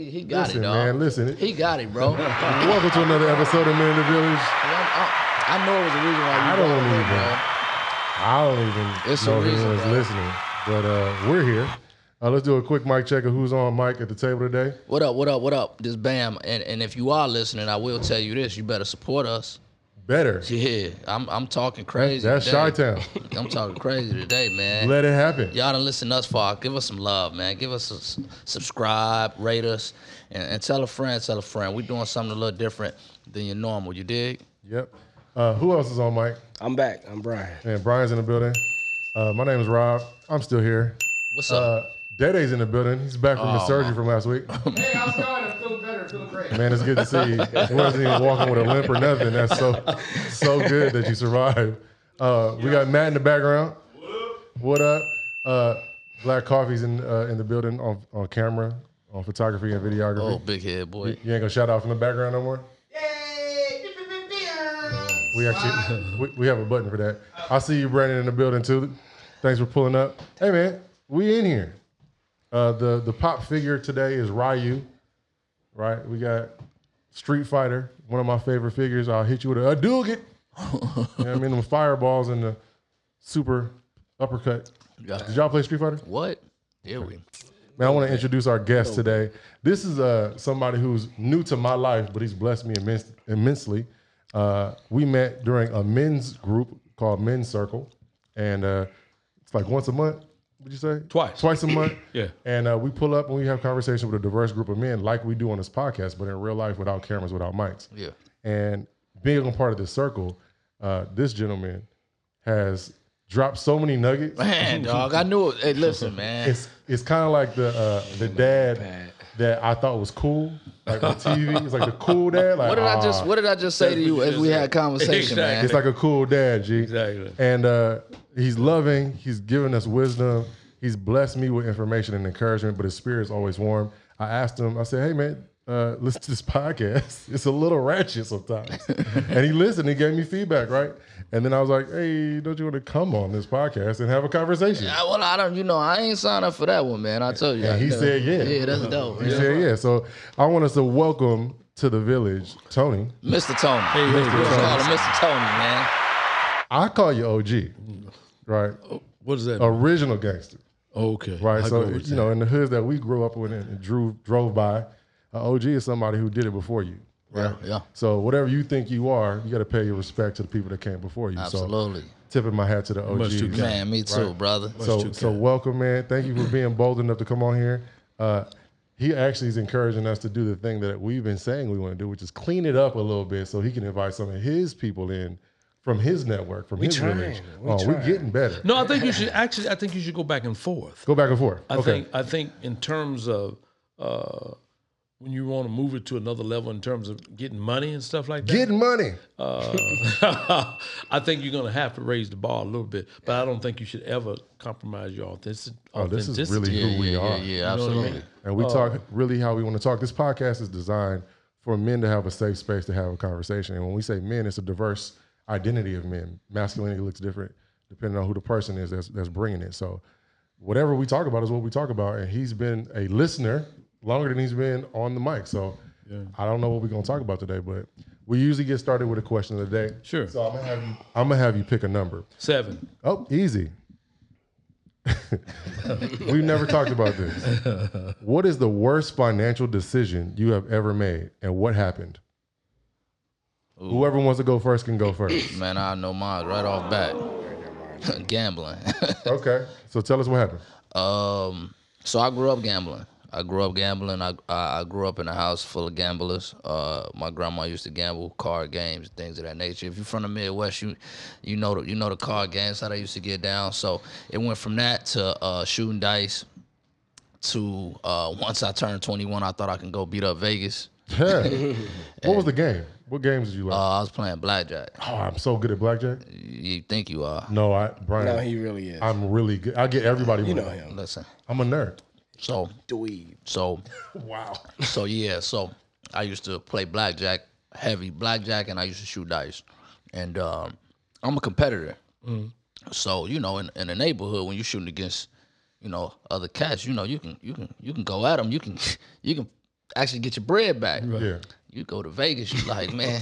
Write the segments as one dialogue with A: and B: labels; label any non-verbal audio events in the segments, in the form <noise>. A: He got
B: listen,
A: it, dog.
B: man. Listen.
A: He got it,
B: <laughs>
A: bro. I,
B: Welcome to another episode of Men in the Village.
A: I- I know it was the reason why you
B: I don't
A: brought it up,
B: even-
A: man.
B: I don't even
A: It's a
B: know
A: reason,
B: anyone's
A: bro.
B: listening, but uh, we're here. Uh, let's do a quick mic check of who's on mic at the table today.
A: What up, what up, what up? This Bam. And and if you are listening, I will tell you this. You better support us.
B: Better.
A: Yeah. I'm I'm talking crazy.
B: That's
A: today.
B: Chi-Town.
A: <laughs> I'm talking crazy today, man.
B: Let it happen.
A: Y'all done listen thus far. Give us some love, man. Give us a s- subscribe, rate us, and, and tell a friend, tell a friend. We're doing something a little different than your normal. You dig?
B: Yep. Uh, who else is on mic?
C: I'm back. I'm Brian.
B: And Brian's in the building. Uh, my name is Rob. I'm still here.
A: What's up?
B: Uh, Dede's in the building. He's back from the surgery from last week.
D: Hey, how's it going? I'm feeling better. Feeling great.
B: Man, it's good to see
D: <laughs>
B: you. He wasn't even walking with a limp or nothing. That's so so good that you survived. Uh, we got Matt in the background. What up? Uh, Black Coffee's in uh, in the building on, on camera, on photography and videography.
A: oh, big head boy.
B: You ain't gonna shout out from the background no more.
D: Yay!
B: We actually <laughs> we, we have a button for that. I see you, Brandon, in the building too. Thanks for pulling up. Hey man, we in here. Uh, the the pop figure today is Ryu, right? We got Street Fighter, one of my favorite figures. I'll hit you with a Hadouken. you know what I mean, them fireballs and the super uppercut. <laughs>
A: Yeah.
B: Did y'all play Street Fighter?
A: What? Here we.
B: Man, I want to introduce our guest today. This is uh, somebody who's new to my life, but he's blessed me immense, immensely. Uh, we met during a men's group called Men's Circle, and uh, it's like once a month. Would you say
C: Twice.
B: Twice a month.
C: <clears throat> Yeah.
B: And uh, we pull up and we have conversation with a diverse group of men, like we do on this podcast, but in real life without cameras, without mics.
A: Yeah.
B: And being a part of this circle, uh, this gentleman has dropped so many nuggets. <laughs>
A: Man, dog, I knew it. Hey, listen, man.
B: It's it's kind of like the uh, the dad that I thought was cool, like on TV. It's like the cool dad. Like,
A: What did I
B: "Ah."
A: just What did I just say to
C: That's
A: you
C: what you
A: as
C: just
A: we
C: said.
A: had conversation, man?
B: It's like a cool dad, G.
C: Exactly.
B: And uh, he's loving. He's giving us wisdom. He's blessed me with information and encouragement, but his spirit is always warm. I asked him. I said, "Hey, man." Uh, listen to this <laughs> podcast. It's a little ratchet sometimes. and he listened. He gave me feedback, right? And then I was like, "Hey, don't you want to come on this podcast and have a conversation?"
A: I- well, I don't. You know, I ain't signed up for that one, man. I told you.
B: And
A: that,
B: he
A: you know.
B: said, yeah.
A: Yeah, that's dope.
B: He
A: man.
B: said, yeah. So I want us to welcome to the village, Tony.
A: Mr. Tony.
C: hey,
A: Let's call him Mr. Tony, man.
B: I call you OG, right?
C: What is that?
B: Original gangster,
C: okay.
B: right?
C: I
B: so,
C: go
B: you
C: with that.
B: know, in the hoods that we grew up with and drew, drove by, uh, OG is somebody who did it before you, right?
A: Yeah.
B: So whatever you think you are, you got to pay your respect to the people that came before you.
A: Absolutely.
B: So tipping my hat to the
C: Much too
B: OGs.
C: kind.
A: Man, me too, brother.
B: So, so welcome, man. Thank you for being bold enough to come on here. Uh, he actually is encouraging us to do the thing that we've been saying we want to do, which is clean it up a little bit, so he can invite some of his people in from his network, from his
C: trying.
B: village.
C: We
B: oh, we're
C: trying.
B: getting better.
C: no, I think you should actually. I think you should go back and forth.
B: Go back and forth.
C: I
B: okay.
C: think. I think in terms of uh, when you want to move it to another level in terms of getting money and stuff like that.
B: Getting money.
C: uh, <laughs> I think you're gonna have to raise the bar a little bit, but I don't think you should ever compromise your authentic- authenticity.
B: Oh, this is really who we
A: yeah,
B: are.
A: yeah, yeah,
C: You know what I mean?
A: absolutely.
B: And we talk really how we want to talk. This podcast is designed for men to have a safe space to have a conversation. And when we say men, it's a diverse identity of men. Masculinity looks different depending on who the person is that's, that's bringing it. So whatever we talk about is what we talk about. And he's been a listener longer than he's been on the mic. So I don't know what we're going to talk about today, but we usually get started with a question of the day.
C: Sure.
B: So I'm going to have you, I'm going to have you pick a number.
C: Seven.
B: Oh, easy. <laughs> We've never talked about this. What is the worst financial decision you have ever made, and what happened? Whoever wants to go first can
A: <laughs>
B: go first.
A: Man, I know mine right off bat. <laughs> Gambling. <laughs>
B: Okay, so tell us what happened.
A: Um, so I grew up gambling. I grew up gambling. I, I I grew up in a house full of gamblers. Uh, my grandma used to gamble card games, things of that nature. If you're from the Midwest, you you know the, you know the card games how they used to get down. So it went from that to uh, shooting dice. To uh, once I turned 21, I thought I can go beat up Vegas.
B: Yeah. what was the game? What games did you like?
A: Uh, I was playing blackjack.
B: oh, I'm so good at blackjack.
A: You think you are?
B: No, I Brian.
C: No, he really is.
B: I'm really good. I get everybody. You
C: know him.
A: Listen.
B: I'm a nerd.
A: So
C: Dweeb.
A: so
B: Wow.
A: So yeah, so I used to play blackjack, heavy blackjack, and I used to shoot dice. And um, I'm a competitor, so you know, in, in the neighborhood, when you're shooting against, <laughs> you know, other cats, you know, you can you can you can go at them, you can you can actually get your bread back.
B: Yeah.
A: You go to Vegas, you like, man,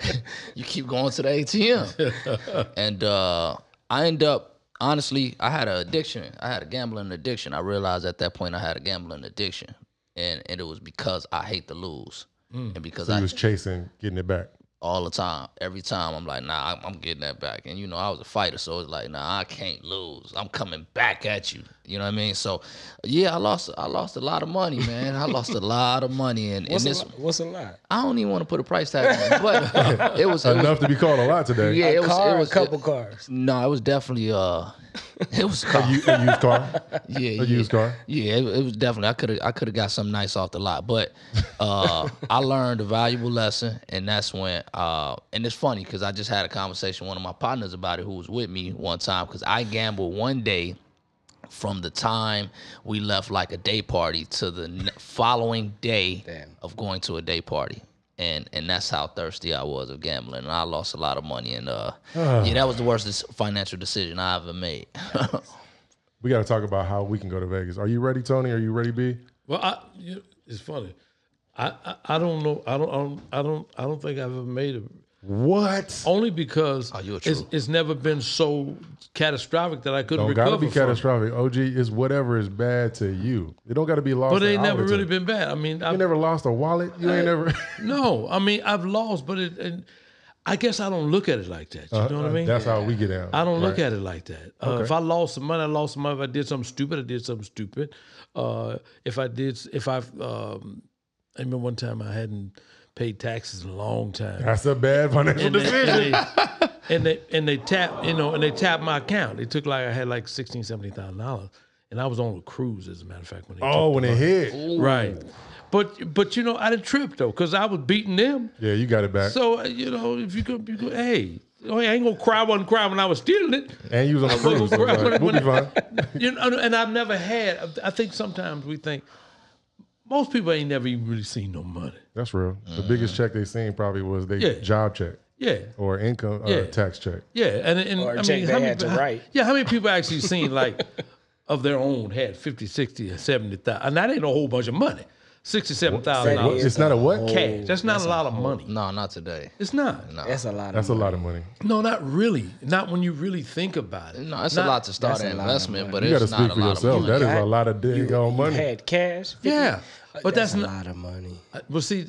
A: <laughs> you keep going to the
E: <laughs>
A: ATM. and uh, I end up, honestly, I had an addiction. I had a gambling addiction. I realized at that point I had a gambling addiction. And, and it was because I hate to lose.
E: Mm.
A: And because
B: He
A: I
B: was chasing, getting it back.
A: all the time. Every time I'm like, nah, I'm, I'm getting that back. And you know, I was a fighter, so it's like, nah, I can't lose. I'm coming back at you. You know what I mean? So, yeah, I lost. I lost a lot of money, man. I lost a lot of money, and, and
E: What's,
A: this,
E: a, lot? what's a lot?
A: I don't even want to put a price tag on it,
E: <laughs>
A: but it was, it was
B: Enough to be called a lot today.
A: yeah, it was,
E: Car,
A: it was
E: a couple cars.
A: no, it was definitely uh, it
E: <laughs>
A: was car.
B: You, a used car.
A: yeah, yeah,
B: A used car.
A: yeah. It, it was definitely I could have I could have got something nice off the lot, but uh, I learned a valuable lesson, and that's when uh, and it's funny because I just had a conversation with one of my partners about it who was with me one time because I gambled one day from the time we left like a day party to the n- following day
E: Damn.
A: of going to a day party. And and that's how thirsty I was of gambling. And I lost a lot of money. And uh, yeah, that was the worst des- financial decision I ever made. <laughs>
B: We got to talk about how we can go to Vegas. Are you ready, Tony? Are you ready, B?
C: Well, I, you it's funny. I, I, I don't know. I don't, I don't. I don't. I don't think I've ever made a
B: What?
C: only because
A: you a
C: it's,
A: true.
C: it's never been so catastrophic that I couldn't
B: Don't got
C: recover.
B: to be
C: from it.
B: catastrophic. OG is whatever is bad to you. It don't got to be lost.
C: But it
B: in
C: ain't never
B: altitude.
C: really been bad. I mean, I,
B: You never lost a wallet. You ain't never.
C: no, I mean I've lost, but it, and I guess I don't look at it like that. You
B: Uh,
C: know what I mean?
B: That's how we get out.
C: I don't look at it like that. Uh, If I lost some money, I lost some money. If I did something stupid, I did something stupid. Uh, if I did, if I, um, I remember one time I hadn't paid taxes in a long time.
B: That's a bad financial
C: and they,
B: decision.
C: and they <laughs> and they and they tap you know and they tapped my account. They took like I had like sixteen seventy thousand dollars, and I was on a cruise as a matter of fact when they
B: Oh, when it hit.
C: took, right. But but you know I didn't trip though because I was beating them.
B: Yeah, you got it back.
C: So uh, you know if you could you could hey. Oh, I ain't gonna cry. I wasn't crying when I was stealing it.
B: and you was on a
C: <laughs>
B: cruise. so it's like, we'll be fine.
C: You know, and I've never had. I think sometimes we think most people ain't never even really seen no money.
B: That's real. The
A: Mm.
B: biggest check they seen probably was their
C: Yeah.
B: job check
C: Yeah,
B: or income uh,
C: Yeah.
B: tax check.
C: Yeah, and, and
E: Or
C: I
E: check
C: mean,
E: they
C: how many,
E: had to
C: how-
E: write.
C: Yeah, how many people actually seen like of their own had 50, 60, or 70,000? And that ain't a whole bunch of money. 67,000
E: That
B: What?
E: is
C: dollars
B: It's not a what?
C: cash. That's not a lot of money.
A: no, not today.
C: It's not. No.
E: That's a lot.
B: That's
E: That's
B: a lot of money.
C: not really. Not when you really think about it.
A: No, it's
C: Not-
A: a lot to start an
E: that's a lot of
A: investment,
E: money.
A: but
B: You got to
A: it's
B: speak
A: not a
B: for
A: lot
B: yourself.
A: of
B: That
A: money.
B: is a lot of dang on money.
E: Had cash.
C: Yeah, but that's,
E: a
C: not.
E: lot of money.
C: Well, see,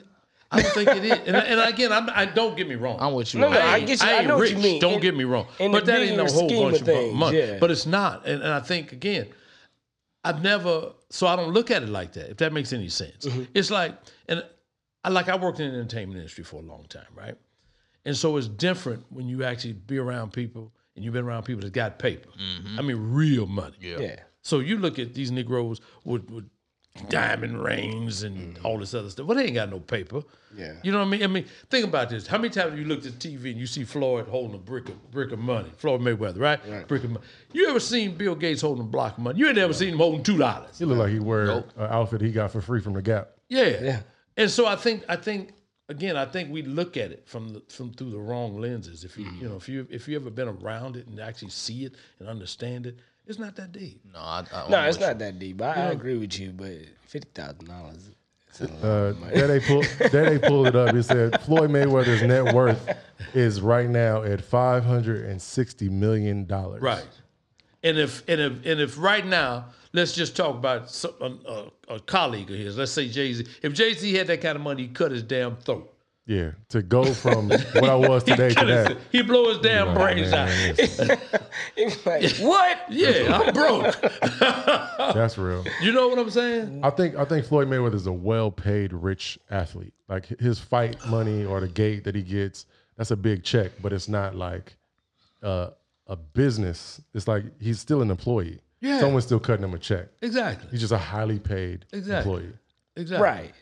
C: I don't think it is. And, and again, I'm, I don't get me wrong.
A: I'm with you.
E: No,
A: on
E: no,
A: that.
E: I
C: ain't-
E: get you. I
C: ain't
E: know what
C: rich.
E: you mean.
C: Don't
E: In-
C: get me wrong.
E: in
C: But
E: the
C: that ain't no
E: bigger
C: whole
E: scheme
C: bunch
E: of
C: of
E: things,
C: money.
E: yeah.
C: But it's not. And, and I think again, I've never. So I don't look at it like that. If that makes any sense,
E: Mm-hmm.
C: it's like and I like I worked in the entertainment industry for a long time, right? And so it's different when you actually be around people and you've been around people that got paper. I mean, real money.
E: Yeah.
C: So you look at these Negroes with, with diamond rings and all this other stuff. Well, they ain't got no paper.
E: Yeah.
C: You know what I mean? I mean, think about this. How many times have you looked at TV and you see Floyd holding a brick of brick of money? Floyd Mayweather, right? Brick of money. You ever seen Bill Gates holding a block of money? You ain't never seen him holding two dollars.
B: He looked like he wore an outfit he got for free from the Gap.
C: Yeah.
E: Yeah.
C: And so I think I think again I think we look at it from the, from through the wrong lenses. If you you know if you if you ever been around it and actually see it and understand it, it's not that deep.
A: No, I, I,
E: No, it's not that deep. I, I agree with you, but fifty thousand dollars. <laughs>
B: Uh,
C: <laughs>
B: there they pull, there they pulled it up. It said Floyd Mayweather's net worth is right now at five hundred and sixty million dollars.
C: Right. And if and if and if right now, let's just talk about some, um, a, a, a colleague of his. Let's say Jay Z. If Jay Z had that kind of money, he cut his damn throat.
B: Yeah. To go from what I
C: <laughs>
B: was today to
C: Cut his-
B: that.
C: he blow his damn
B: Oh,
C: brains
B: man,
C: out.
B: it's-
E: like, what?
C: Yeah, I'm broke.
B: that's real.
C: You know what I'm saying?
B: I think I think Floyd Mayweather is a well-paid rich athlete. Like his fight money or the gate that he gets, that's a big check, but it's not like uh, a business. It's like he's still an employee.
C: Yeah.
B: Someone's still cutting him a check.
C: Exactly.
B: He's just a highly paid
C: Exactly.
B: employee.
C: Exactly.
E: Right.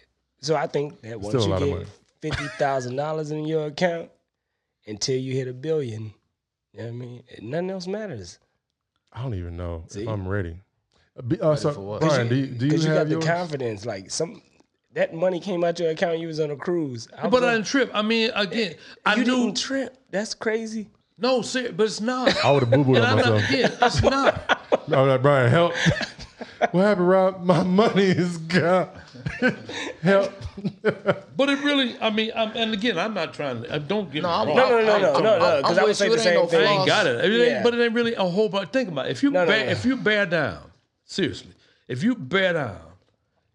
E: So I think that once
B: Still a
E: you
B: lot of
E: get
B: money.
E: fifty thousand dollars in your account, until you hit a billion, you know what I mean, nothing else matters.
B: I don't even know
E: See?
B: if I'm ready. Uh, be- uh, so,
A: for what?
B: Brian, do you, do you
E: Because you,
B: have
E: got
B: yours?
E: the confidence, like some that money came out your account. You was on a cruise, I
C: But
E: was
C: I
E: on-
C: didn't trip. I mean, again, I
E: you
C: knew
E: didn't trip. That's crazy.
C: no, sir, but it's not. <laughs>
B: I would have boo booed
C: And
B: on
C: I'm not
B: myself.
C: again. It's not. <laughs>
B: I'm like, Brian, help. What happened, Rob? My money is gone. <laughs> Help.
C: But it really, I mean, I'm, and again, I'm not trying to. I don't get me
A: I'm-
C: wrong.
A: I'm-
E: no, no,
A: I'm-
E: no,
A: I'm-
E: no, no,
A: I'm-
E: 'cause
A: I'm
E: I would
A: with
E: say
A: you.
E: the
A: It
E: same
A: ain't no
E: thing.
C: I ain't
A: flaws.
C: got it. It ain't-
E: Yeah.
C: But it ain't really a whole bunch. Think about it. if you
E: No, no,
C: bear,
E: no.
C: if you bear down seriously, if you bear down,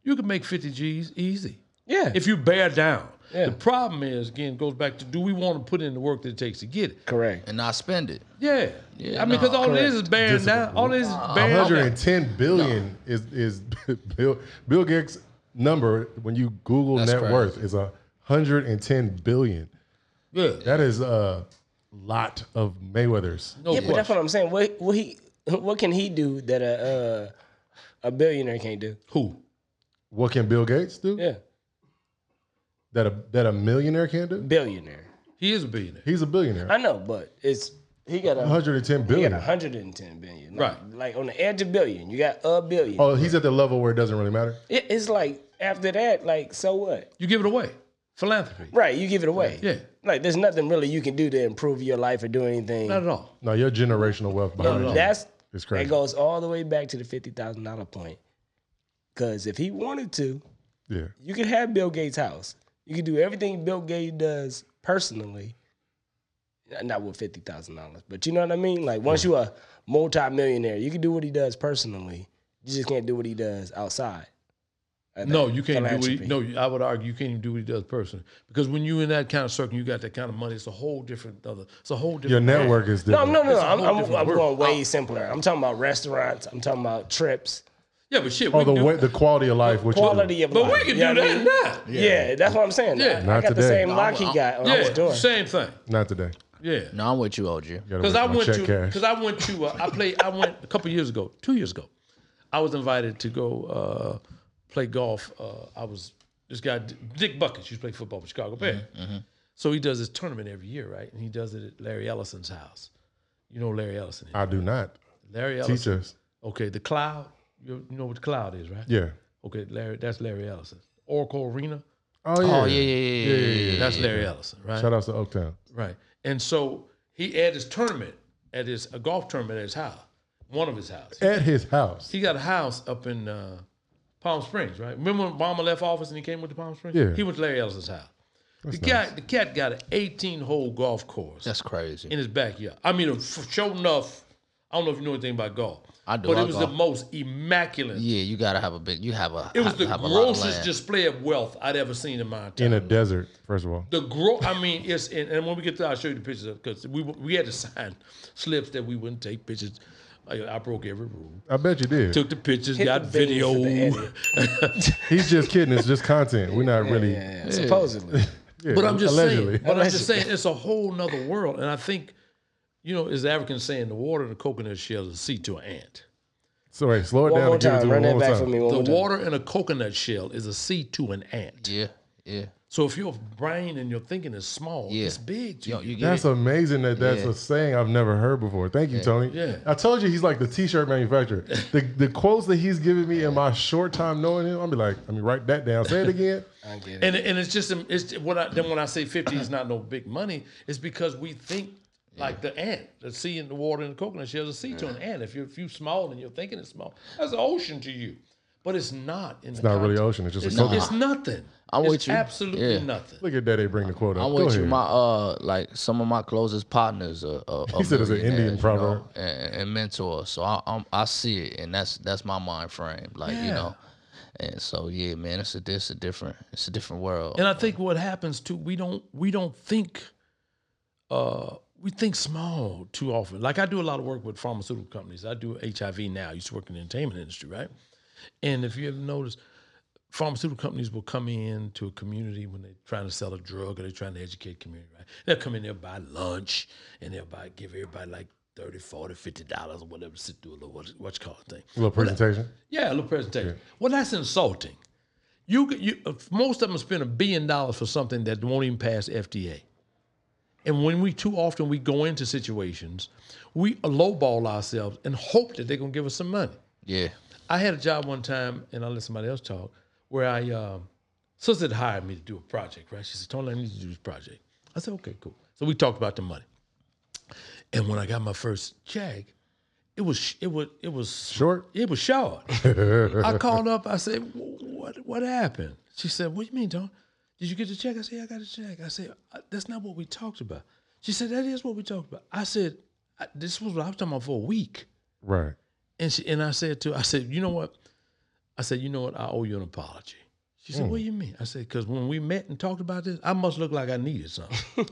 C: you can make fifty G's easy.
E: Yeah.
C: If you bear down,
E: Yeah.
C: the problem is again goes back to do we want to put in the work that it takes to get it?
E: Correct.
A: and not spend it.
C: Yeah.
A: Yeah,
C: I mean, because
A: no, Uh-uh.
C: all it is is bearing down. All it is is bearing down.
B: 110 billion is is <laughs> Bill Bill Gates' number when you Google
A: That's
B: net
A: crazy.
B: worth is a 110 billion.
C: Yeah.
B: That is a lot of Mayweathers.
C: No
E: yeah, but that's
C: question.
E: what I'm saying. What what he what can he do that a uh, a billionaire can't do?
C: Who?
B: What can Bill Gates do
E: Yeah,
B: that a that a millionaire can't do?
E: billionaire.
C: He is a billionaire.
B: He's a billionaire.
E: I know, but it's he got a
B: 110
E: he got
B: billion.
E: 110 billion. Like,
C: Right.
E: Like on the edge of billion, you got a billion.
B: Oh, he's at the level where it doesn't really matter.
E: It- it's like after that, like so what?
C: You give it away. Philanthropy.
E: Right, you give it away.
C: Yeah.
E: Like there's nothing really you can do to improve your life or do anything.
C: Not at all.
B: No, your generational wealth behind you.
E: That's
B: It's crazy.
E: that goes all the way back to the fifty thousand dollar point. Because if he wanted to,
B: yeah.
E: you could have Bill Gates' house. You could do everything Bill Gates does personally, not with fifty thousand dollars, but you know what I mean. Like once you a multi-millionaire, you can do what he does personally. You just can't do what he does outside. I
C: No,
E: think.
C: you can't do what he,
E: Philanthropy.
C: no, I would argue you can't even do what he does personally. Because when you in that kind of circle, you got that kind of money, it's a whole different other it's a whole different
B: Your network is
E: No,
B: different.
E: no, no, no.
C: It's a
E: I'm,
C: whole
E: I'm,
C: different
E: I'm
C: world. Uh,
E: going way simpler. I'm talking about restaurants. I'm talking about trips.
C: Yeah, but shit,
B: Oh,
C: we
B: the
C: do,
B: way, the quality of life. What
E: Quality
B: you
E: of
C: but
E: life.
C: we can
E: You know
C: do
E: what I
C: that
E: mean?
C: now.
E: Yeah, that's what I'm saying.
C: Yeah.
E: I, I
B: Not
E: got the
B: today.
E: same lock he got on his
C: Yeah,
E: door.
C: same thing.
B: do. Not today.
C: Yeah.
A: No, I'm with you, OG.
B: You gotta
C: Because
B: work
C: I
B: on
C: went
B: check
C: to
B: cash.
C: because I went to uh, I played I went a couple years ago, two years ago. I was invited to go uh, play golf. Uh, I was this guy D- Dick Buckets used to play football with Chicago Bears.
E: Mm-hmm,
C: So he does this tournament every year, right? And he does it at Larry Ellison's house. You know Larry Ellison.
B: I do not.
C: Larry
B: Teach
C: Ellison.
B: us.
C: Okay, the cloud. You you know what the cloud is, right?
B: Yeah.
C: Okay, Larry. That's Larry Ellison. Oracle Arena.
B: Oh yeah.
A: Oh yeah, yeah, yeah, yeah. yeah, yeah,
C: That's Larry Ellison, right?
B: Shout outs to Oaktown.
C: Right. And so he had his tournament at his a golf tournament at his house, one of his houses.
B: At his house.
C: He got a house up in uh, Palm Springs, right? Remember when Obama left office and he came with the Palm Springs?
B: Yeah.
C: He went to Larry Ellison's house. the guy, the cat got an 18 hole golf course
A: That's crazy.
C: in his backyard. I mean, f- sure enough, I don't know if you know anything about golf.
A: I do.
C: But
A: I
C: it was
A: golf.
C: the most immaculate.
A: Yeah, you gotta have a big. You have a.
C: It was
A: have,
C: the
A: have a lot of
C: grossest
A: land.
C: display of wealth I'd ever seen in my entire
B: in a desert, first of all.
C: the grow. I mean, it's and, and when we get to, I'll show you the pictures because we we had to <laughs> sign slips that we wouldn't take pictures. I, I broke every rule.
B: I bet you did.
C: Took the pictures, got
E: the video
C: video.
E: for the
B: He's just kidding. It's just content. We're not really.
E: Yeah, yeah, supposedly.
B: yeah,
C: <laughs> but I'm just
B: allegedly.
C: saying. But I'm just saying, it's a whole nother world. And I think, you know, as the Africans saying, the water in the coconut shell is a seed to an ant.
B: Sorry, slow it
E: one
B: down
E: more
B: and give it to me one
E: time. Run that
B: more
E: back
B: time.
E: for me. One
C: The
E: more time.
C: water in a coconut shell is a seed to an ant.
A: Yeah, yeah.
C: So if your brain and your thinking is small,
A: Yeah.
C: it's big. To
A: Yo,
C: you.
A: you get
B: That's
A: it.
B: amazing that that's
A: Yeah.
B: a saying I've never heard before. Thank you, Tony.
C: Yeah.
B: I told you he's like the T-shirt
C: <laughs>
B: manufacturer. The the quotes that he's giving me in my short time knowing him, I'll be like, I mean, write that down. Say it
C: <laughs>
B: again.
E: I get it.
C: And and it's just it's when I then when I say fifty is not no big money, it's because we think like the ant, the sea in the water in the coconut shell, is a sea to an ant. If you're if you small and you're thinking it's small, that's an ocean to you, but it's not. In it's
B: Not really ocean. It's just
C: It's,
B: a coconut.
C: it's nothing.
A: I'm
C: it's
A: with you.
C: Absolutely
A: Yeah.
C: nothing.
B: Look at that. They bring the quote up.
A: I'm
B: Go
A: with you.
B: ahead.
A: My uh, like some of my closest partners are. are, are
B: He said it's an Indian
A: millionaires, you
B: proverb.
A: know, and, and mentors. So I I'm, I see it, and that's that's my mind frame. Like you know, and so yeah, man, it's a it's a different it's a different world.
C: And I think what happens too, we don't we don't think uh we think small too often. Like I do a lot of work with pharmaceutical companies. I do HIV now. I used to work in the entertainment industry, right? And if you ever notice, pharmaceutical companies will come in to a community when they're trying to sell a drug or they're trying to educate community, right? They'll come in, they'll buy lunch and they'll buy give everybody like 30, 40, 50 dollars or whatever, sit through a little what, what you call it thing.
B: little presentation.
C: Yeah, a little presentation. Well, that's insulting. You, c- you uh, most of them spend a billion dollars for something that won't even pass FDA. And when we too often we go into situations, we lowball ourselves and hope that they're gonna give us some money.
A: yeah,
C: I had a job one time, and I let somebody else talk, where I um, sister had hired me to do a project, right? She said, Tony, I need you to do this project. I said, okay, cool. So we talked about the money. And when I got my first check, It was it was it was
B: Short.
C: it was short. I called up. I said, "Wh- "What what happened?" She said, "What do you mean, Don? Did you get the check?" I said, "Yeah, "I got the check." I said, "Uh, "That's not what we talked about." She said, "That is what we talked about." I said, I, "This was what I was talking about for a week."
B: Right.
C: And she and I said to her, I said, you know what? I said, you know what? I owe you an apology. She
B: Hmm.
C: said, what do you mean? I said, because when we met and talked about this, I must look like I needed something.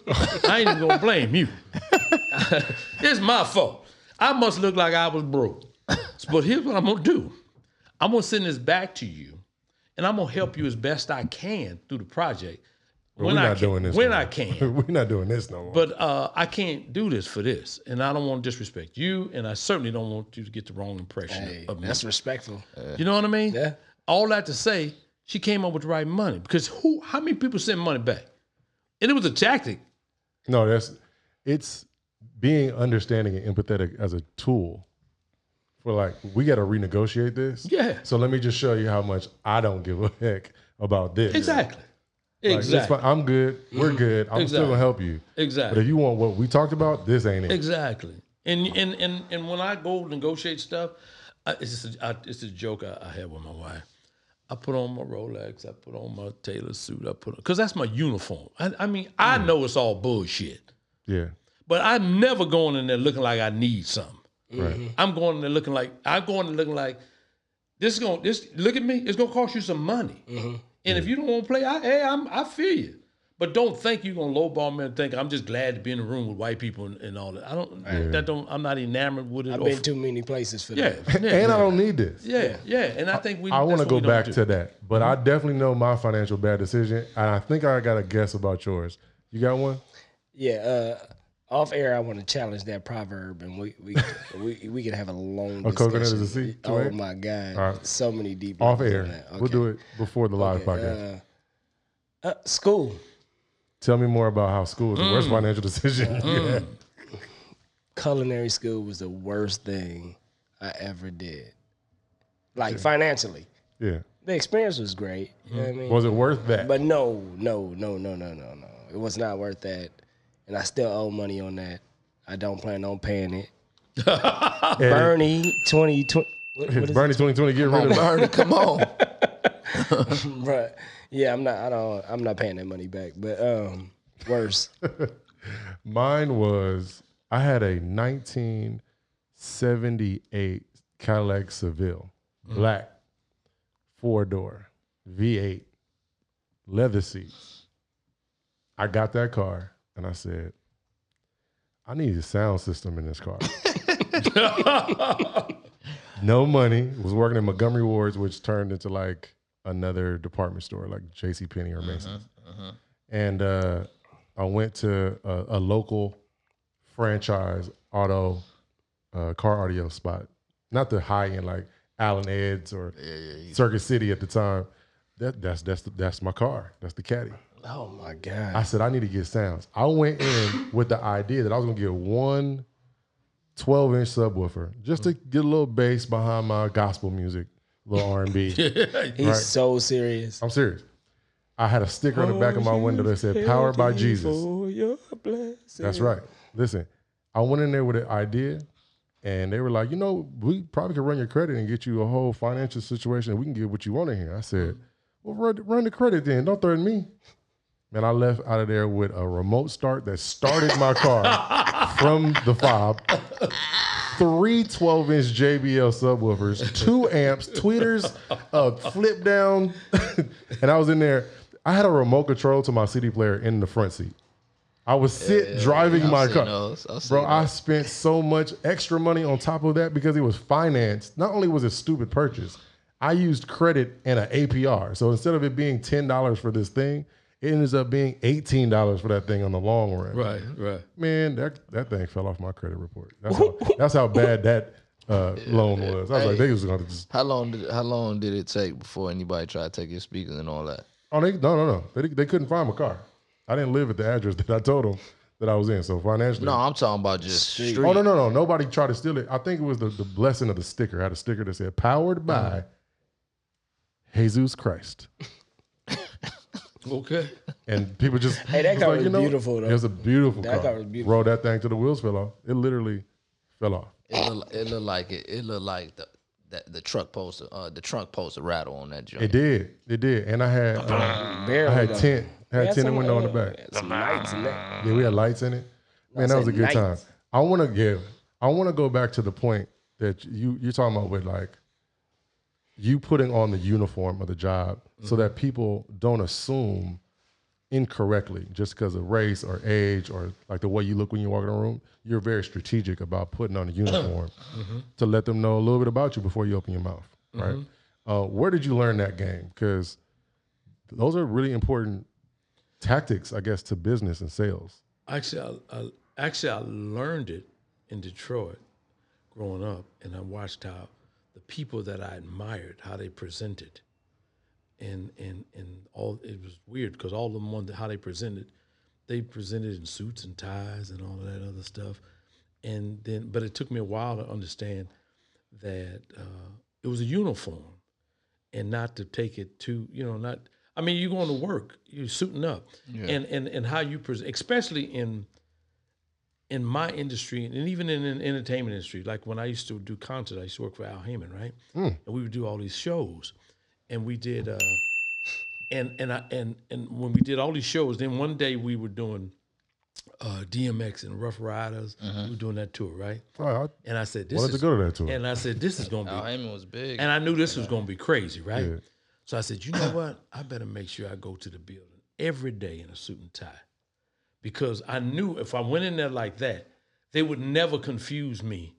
C: I ain't even gonna blame you. <laughs> it's my fault. I must look like I was broke. But here's what I'm gonna do. I'm gonna send this back to you, and I'm gonna help you as best I can through the project.
B: But we're
C: I
B: not
C: can,
B: doing this.
C: when
B: no
C: I
B: more.
C: can.
B: <laughs> we're not doing this no more.
C: But uh, I can't do this for this, and I don't want to disrespect you, and I certainly don't want you to get the wrong impression
E: Hey,
C: of me.
E: that's respectful.
C: You know what I mean?
E: Yeah.
C: All that to say, she came up with the right money because who? How many people sent money back? And it was a tactic.
B: no, that's it's being understanding and empathetic as a tool for like we got to renegotiate this.
C: Yeah.
B: So let me just show you how much I don't give a <laughs> heck about this.
C: Exactly.
B: Like, it's
C: exactly. Mm-hmm.
B: fine. I'm good. We're good. I'm still
C: Exactly.
B: gonna help you. But
C: Exactly.
B: if you want what we talked about, this ain't it.
C: Exactly. And and and and when I go negotiate stuff, I, it's just a, I, it's a joke I, I have with my wife. I put on my Rolex. I put on my Taylor suit. I put on because that's my uniform. I, I mean, I
B: Mm.
C: know it's all bullshit,
B: Yeah.
C: but I'm never going in there looking like I need something.
B: Right.
C: I'm going in there looking like I'm going in looking like this is going to this look at me. It's going to cost you some money.
E: Mm-hmm.
C: And if you don't want to play, I hey, I'm I feel you. But don't think you're gonna lowball me and think I'm just glad to be in the room with white people and, and all that. I don't that don't I'm not enamored with it.
E: I've
C: or-
E: been too many places for <laughs>
C: yeah,
E: that.
C: yeah,
B: And I don't need this.
C: yeah, yeah. And I think we
B: I want
C: that's
B: to
C: what
B: go
C: we don't
B: back
C: do. Mm-hmm.
B: to that, but I definitely know my financial bad decision, and I think I got a guess about yours. You got one?
E: Yeah, uh, off air, I want to challenge that proverb, and we we <laughs> we, we could have a long.
B: A coconut is a
E: discussion.
B: seed to
E: Oh
B: it?
E: my god,
B: right.
E: so many deep
B: Off
E: levels
B: air.
E: on that.
B: We'll do it before the live
E: Okay,
B: podcast.
E: Uh, uh, school.
B: Tell me more about how school is the
C: Mm.
B: worst financial <laughs> decision. yeah.
E: culinary school was the worst thing I ever did. Like financially.
B: yeah.
E: The experience was great. You know what I mean?
B: Was it worth that?
E: But no, no, no, no, no, no, no. It was not worth that. And I still owe money on that. I don't plan on paying it.
B: And
E: Bernie 2020. What, what is
B: Bernie 2020, get rid of
A: Bernie, come on.
E: it? Bruh. Yeah, I'm not I don't I'm not paying that money back. But um worse.
B: Mine was I had a 1978 Cadillac Seville, black, four door, V8, leather seats. I got that car and I said, I need a sound system in this car. no money. Was working in Montgomery Wards, which turned into like another department store, like J.C. Penney or Mason's. And uh, I went to a, a local franchise auto uh, car audio spot, not the high end like Allen Ed's or Circuit City at the time. That that's that's the, that's my car. That's the caddy.
E: Oh my God.
B: I said I need to get sounds. I went in with the idea that I was gonna get one 12 inch subwoofer just to get a little bass behind my gospel music, a little R and B.
E: He's so serious.
B: I'm serious. I had a sticker on the back of my window that said "Powered by Jesus."
E: For your blessing.
B: That's right. Listen, I went in there with an idea, and they were like, you know, we probably could run your credit and get you a whole financial situation. And we can get what you want in here. I said, well, run, run the credit then. Don't threaten me. Man, I left out of there with a remote start that started my car from the fob. Three 12 inch JBL subwoofers, two amps, tweeters, a flip down. <laughs> and I was in there. I had a remote control to my CD player in the front seat. I was sit driving
A: I've
B: my
A: seen
B: car.
A: those. I've seen
B: Bro, I spent so much extra money on top of that because it was financed. Not only was it stupid purchase, I used credit and an APR. So instead of it being ten dollars for this thing, it ends up being eighteen dollars for that thing on the long run.
C: Right, right.
B: Man, that that thing fell off my credit report. That's how, that's how bad that uh, loan was. I was like, they was gonna just
A: How long did how long did it take before anybody tried to take your speakers and all that?
B: oh they no no no they they couldn't find my car. I didn't live at the address <laughs> that I told them that I was in. So financially,
A: No, I'm talking about just street.
B: Oh no no no! Nobody tried to steal it. I think it was the, the blessing of the sticker. I had a sticker that said "Powered
E: Uh-huh.
B: by Jesus Christ,"
C: Okay.
B: and people just
E: <laughs> Hey, that
B: was
E: car was beautiful, though.
B: It was a beautiful
E: That
B: car.
E: car was beautiful.
B: Rolled that thing to the wheels fell off. It literally fell off.
A: It look, it look like it. It look like the the, the truck poster. Uh, the trunk poster rattle on that joint.
B: It did. It did. And I had uh, I
E: Barely
B: had
E: though.
B: tent. I
E: We
B: had tent
E: some,
B: and window on the
E: uh,
B: back.
E: Some nights in that.
B: Yeah, we had lights in it. Man,
E: I
B: that was a
E: said
B: good time.
E: lights.
B: I want to give. I want to go back to the point that you you're talking about with like you putting on the uniform of the job so that people don't assume incorrectly just because of race or age or like the way you look when you walk in a room. You're very strategic about putting on a uniform
E: Mm-hmm.
B: to let them know a little bit about you before you open your mouth, right?
E: Mm-hmm.
B: Uh, where did you learn that game? Because those are really important tactics, I guess, to business and sales.
C: Actually, I, I, actually, I learned it in Detroit growing up, and I watched how the people that I admired, how they presented, and and and all it was weird because all of them wanted how they presented. They presented in suits and ties and all of that other stuff, and then but it took me a while to understand that uh, it was a uniform, and not to take it too, you know, not. I mean, you're going to work, you're suiting up, and and and how you present, especially in in my industry and even in an entertainment industry. Like when I used to do concerts, I used to work for Al Heyman, right? And we would do all these shows, and we did, uh, and and I and and when we did all these shows, then one day we were doing uh, DMX and Rough Riders. We were doing that tour, right?
B: Oh, I
C: And I said, this
B: wanted to
C: is,
B: go to that tour.
C: and I said, this is gonna be
A: Al Heyman was big.
C: and I knew this was going to be crazy, right?
B: Yeah.
C: So I said, you know what? I better make sure I go to the building every day in a suit and tie. Because I knew if I went in there like that, they would never confuse me.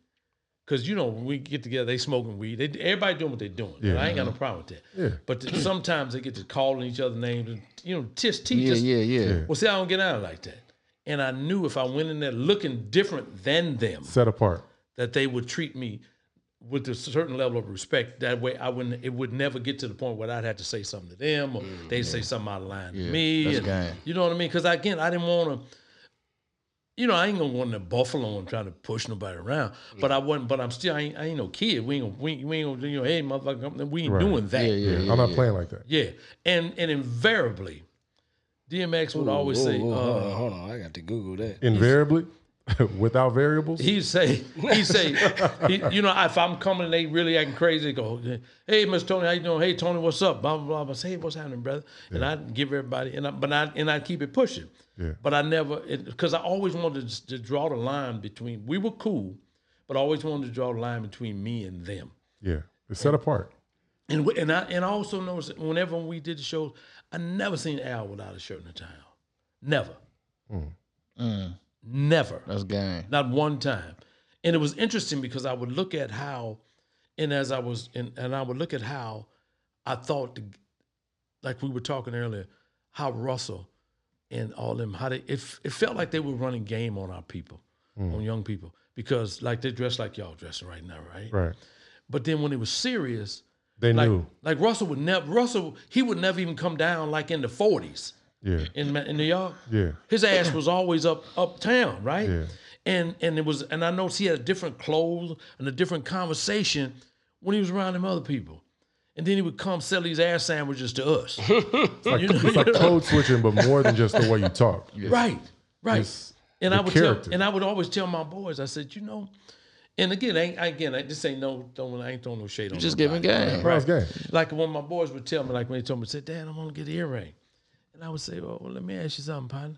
C: Because, you know, when we get together, they smoking weed. They, everybody doing what they doing. and I ain't got no problem with that.
B: Yeah.
C: But th- sometimes they get to calling each other names and, you know, just teach
A: yeah,
C: us.
A: yeah, yeah,
C: Well, see, I don't get out like that. And I knew if I went in there looking different than them,
B: set apart.
C: that they would treat me with a certain level of respect. That way, I wouldn't. It would never get to the point where I'd have to say something to them, or they'd say something out of line to me.
A: Mm, that's
C: and-
A: game.
C: You know what I mean? Because again, I didn't want to. You know, I ain't gonna go in there Buffalo and trying to push nobody around. But I wasn't. But I'm still. I ain't, I ain't no kid. We ain't. Gonna, we, we ain't gonna. do, You know, hey, motherfucker, come- we ain't doing that.
A: yeah, yeah, yeah.
B: I'm not playing like that.
C: Yeah. And and invariably, DMX would always
E: Ooh,
C: say.
E: ooh,
C: uh,
A: uh-huh.
E: hold on, hold on. I got to Google that.
B: Invariably, <laughs> without variables.
C: He say, he say, he, you know, if I'm coming and they really acting crazy, go, hey, Mr. Tony, how you doing? Hey, Tony, what's up? Blah blah blah. blah. I say, hey, what's happening, brother? And I give everybody, and I, but I and I keep it pushing.
B: Yeah.
C: But I never, because I always wanted to, to draw the line between. We were cool, but I always wanted to draw the line between me and them.
B: yeah, it's set apart.
C: And we- and I and I also noticed that whenever we did the shows, I never seen Al without a shirt and a tie. on. Never,
A: Mm,
C: never.
A: that's game.
C: Not one time. And it was interesting because I would look at how, and as I was, and, and I would look at how I thought, the, like we were talking earlier, how Russell and all them, how they, it, it felt like they were running game on our people, on young people, because like they dress like y'all dressing right now, right?
B: Right.
C: But then when it was serious,
B: They
C: like,
B: knew.
C: like Russell would never, Russell, he would never even come down like in the 40s
B: Yeah.
C: in, Ma- in New York.
B: Yeah.
C: His ass was always up uptown, right?
B: Yeah.
C: And and it was and I noticed he had a different clothes and a different conversation when he was around them other people. And then he would come sell these ass sandwiches to us. You know?
B: It's
C: <laughs>
B: like code switching, but more than just the way you talk.
C: Right. Right.
B: It's
C: and
B: the
C: I would
B: character.
C: tell and I would always tell my boys, I said, you know, and again, I ain't, again, I, this ain't no, don't, I ain't throwing no shade on.
A: Just giving
C: nobody.
A: game.
B: Right. game.
C: Like when my boys would tell me, like when they told me, said, Dad, I want to get an earring. And I would say, "Oh, well, well, let me ask you something, partner.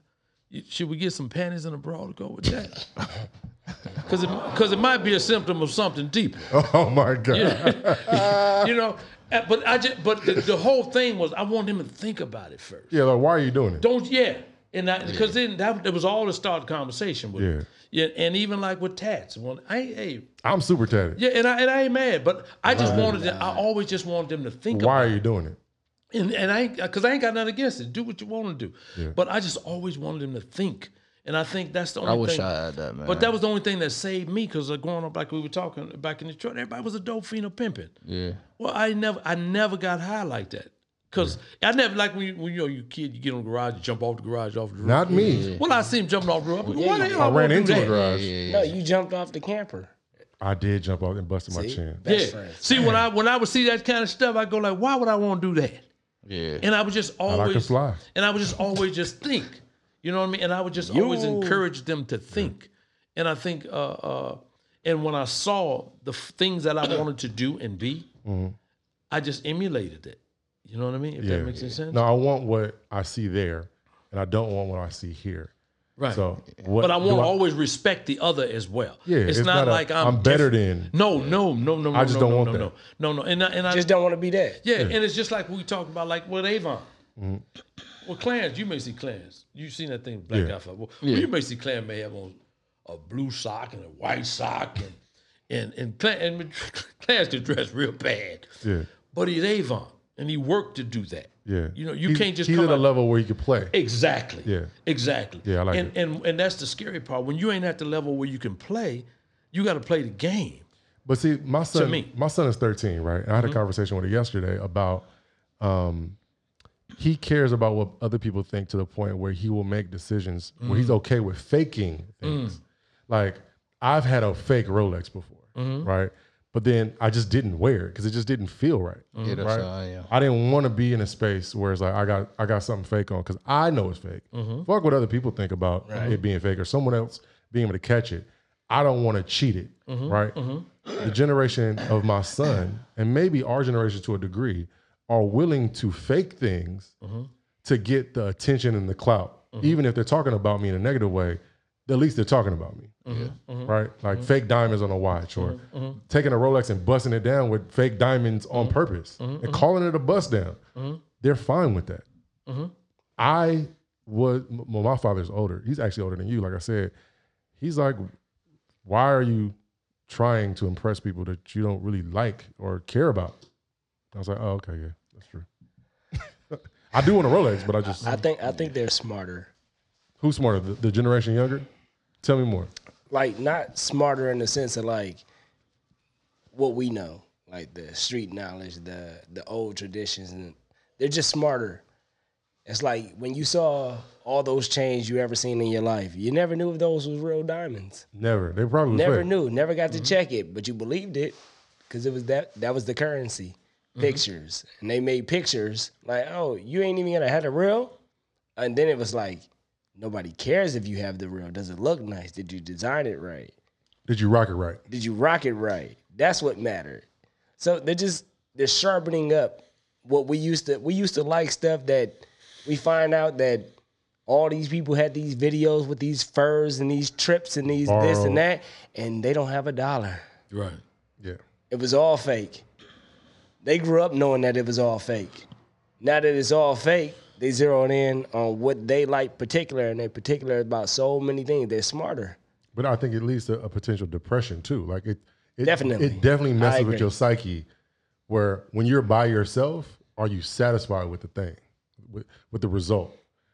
C: You- Should we get some panties and a bra to go with that? <laughs> Because it, 'cause it might be a symptom of something <laughs> deeper,
B: Oh my god.
C: you know. <laughs> Uh, But I just, but the, the whole thing was, I wanted him to think about it first.
B: <laughs> Yeah. Like, why are you doing it?
C: Don't yeah, and because then that it was all to start conversation with. him. Yeah, and even like with tats, when I hey
B: I'm super tatted.
C: yeah, and I and I ain't mad, but I just wanted to, I always just wanted them to think
B: Why
C: about
B: are you doing it?
C: and and I because I ain't got nothing against it. Do what you want to do, but I just always wanted him to think, and I think that's the only
A: I wish
C: thing.
A: I had that, man.
C: but that was the only thing that saved me because growing up, like we were talking uh, back in Detroit, everybody was a dope fiend of pimping.
A: yeah.
C: Well, I never, I never got high like that because I never like when you, when you know you kid, you get on the garage, you jump off the garage, off the roof.
B: Not me.
C: well, I see him jumping off the roof. Why the hell
B: I ran
C: wanna do
B: into
C: that?
B: a garage.
E: No, you jumped off the camper.
B: I did jump out and busted my chin.
E: Best
C: yeah.
E: friends.
C: See, when I when I would see that kind of stuff, I go like, why would I want to do that?
A: Yeah.
C: And I would just
B: I
C: always
B: can fly.
C: And I would just always just think. You know what I mean? And I would just always encourage them to think. And I think uh uh And when I saw the f- things that I wanted to do and be, I just emulated it. You know what I mean? If
B: Yeah.
C: that makes any sense.
B: No, I want what I see there, and I don't want what I see here.
C: right.
B: So, what
C: but I
B: do
C: want to always respect the other as well.
B: Yeah,
C: it's,
B: it's
C: not,
B: not a,
C: like I'm,
B: "I'm better than."
C: diff- No, no, no, no. no
B: I just
C: no,
B: don't
C: no,
B: want
C: no,
B: that.
C: No, no, no. And I, and I
E: Just don't want to be that.
C: Yeah, and it's just like we talked about, like with Avon. Well, Clarence, you may see Clarence. You've seen that thing, Black
B: Mm-hmm. Yeah.
C: Alpha. Well, you may see Clarence may have on a blue sock and a white sock, and and and, Cla- and <laughs> Clarence can dress real bad.
B: Yeah.
C: But he's Avon, and he worked to do that.
B: Yeah.
C: you know, you
B: He's-
C: can't just
B: He's
C: come
B: at a
C: out-
B: level where he could play.
C: Exactly.
B: Yeah.
C: Exactly.
B: Yeah, I like
C: and,
B: it.
C: and and that's the scary part. When you ain't at the level where you can play, you got to play the game.
B: But see, my son,
C: me. Mm-hmm.
B: my son is 13, right? And I had a conversation with him yesterday about um, he cares about what other people think to the point where he will make decisions where
C: Mm-hmm.
B: he's okay with faking things.
C: Mm.
B: Like I've had a fake Rolex before,
C: Mm-hmm.
B: right? But then I just didn't wear it because it just didn't feel right.
A: Yeah, that's uh,
B: right?
A: how I am.
B: I didn't want to be in a space where it's like I got I got something fake on because I know it's fake. Fuck what other people think about it being fake or someone else being able to catch it. I don't want to cheat it, right? The generation of my son and maybe our generation to a degree are willing to fake things to get the attention and the clout, even if they're talking about me in a negative way. At least they're talking about me, right? Like fake diamonds on a watch, or taking a Rolex and busting it down with fake diamonds on purpose and calling it a bust down. They're fine with that. I was well, my father's older. He's actually older than you. Like I said, he's like, why are you trying to impress people that you don't really like or care about? I was like, oh, okay, yeah, that's true. <laughs> I do want a Rolex, but I just
E: I think I think they're smarter.
B: who's smarter, the, the generation younger? Tell me more.
E: Like not smarter in the sense of like what we know, like the street knowledge, the the old traditions, and they're just smarter. It's like when you saw all those chains you ever seen in your life, you never knew if those was real diamonds.
B: Never. They probably was
E: Never
B: fake.
E: knew, never got to check it, but you believed it because it was that that was the currency. Pictures. And they made pictures like, oh, you ain't even gonna have the real. And then it was like, nobody cares if you have the real. Does it look nice? Did you design it right?
B: Did you rock it right?
E: Did you rock it right? That's what mattered. So they're just they're sharpening up what we used to we used to like stuff that we find out that all these people had these videos with these furs and these trips and these this
B: Borrowed.
E: and that, and they don't have a dollar.
C: Right.
B: Yeah.
E: It was all fake. They grew up knowing that it was all fake. Now that it's all fake, they zeroed in on what they like particular, and they particular about so many things. They're smarter.
B: But I think it leads to a potential depression too. Like it, it
E: Definitely.
B: it definitely
E: I
B: messes
E: agree.
B: with your psyche. Where when you're by yourself, are you satisfied with the thing, with, with the result?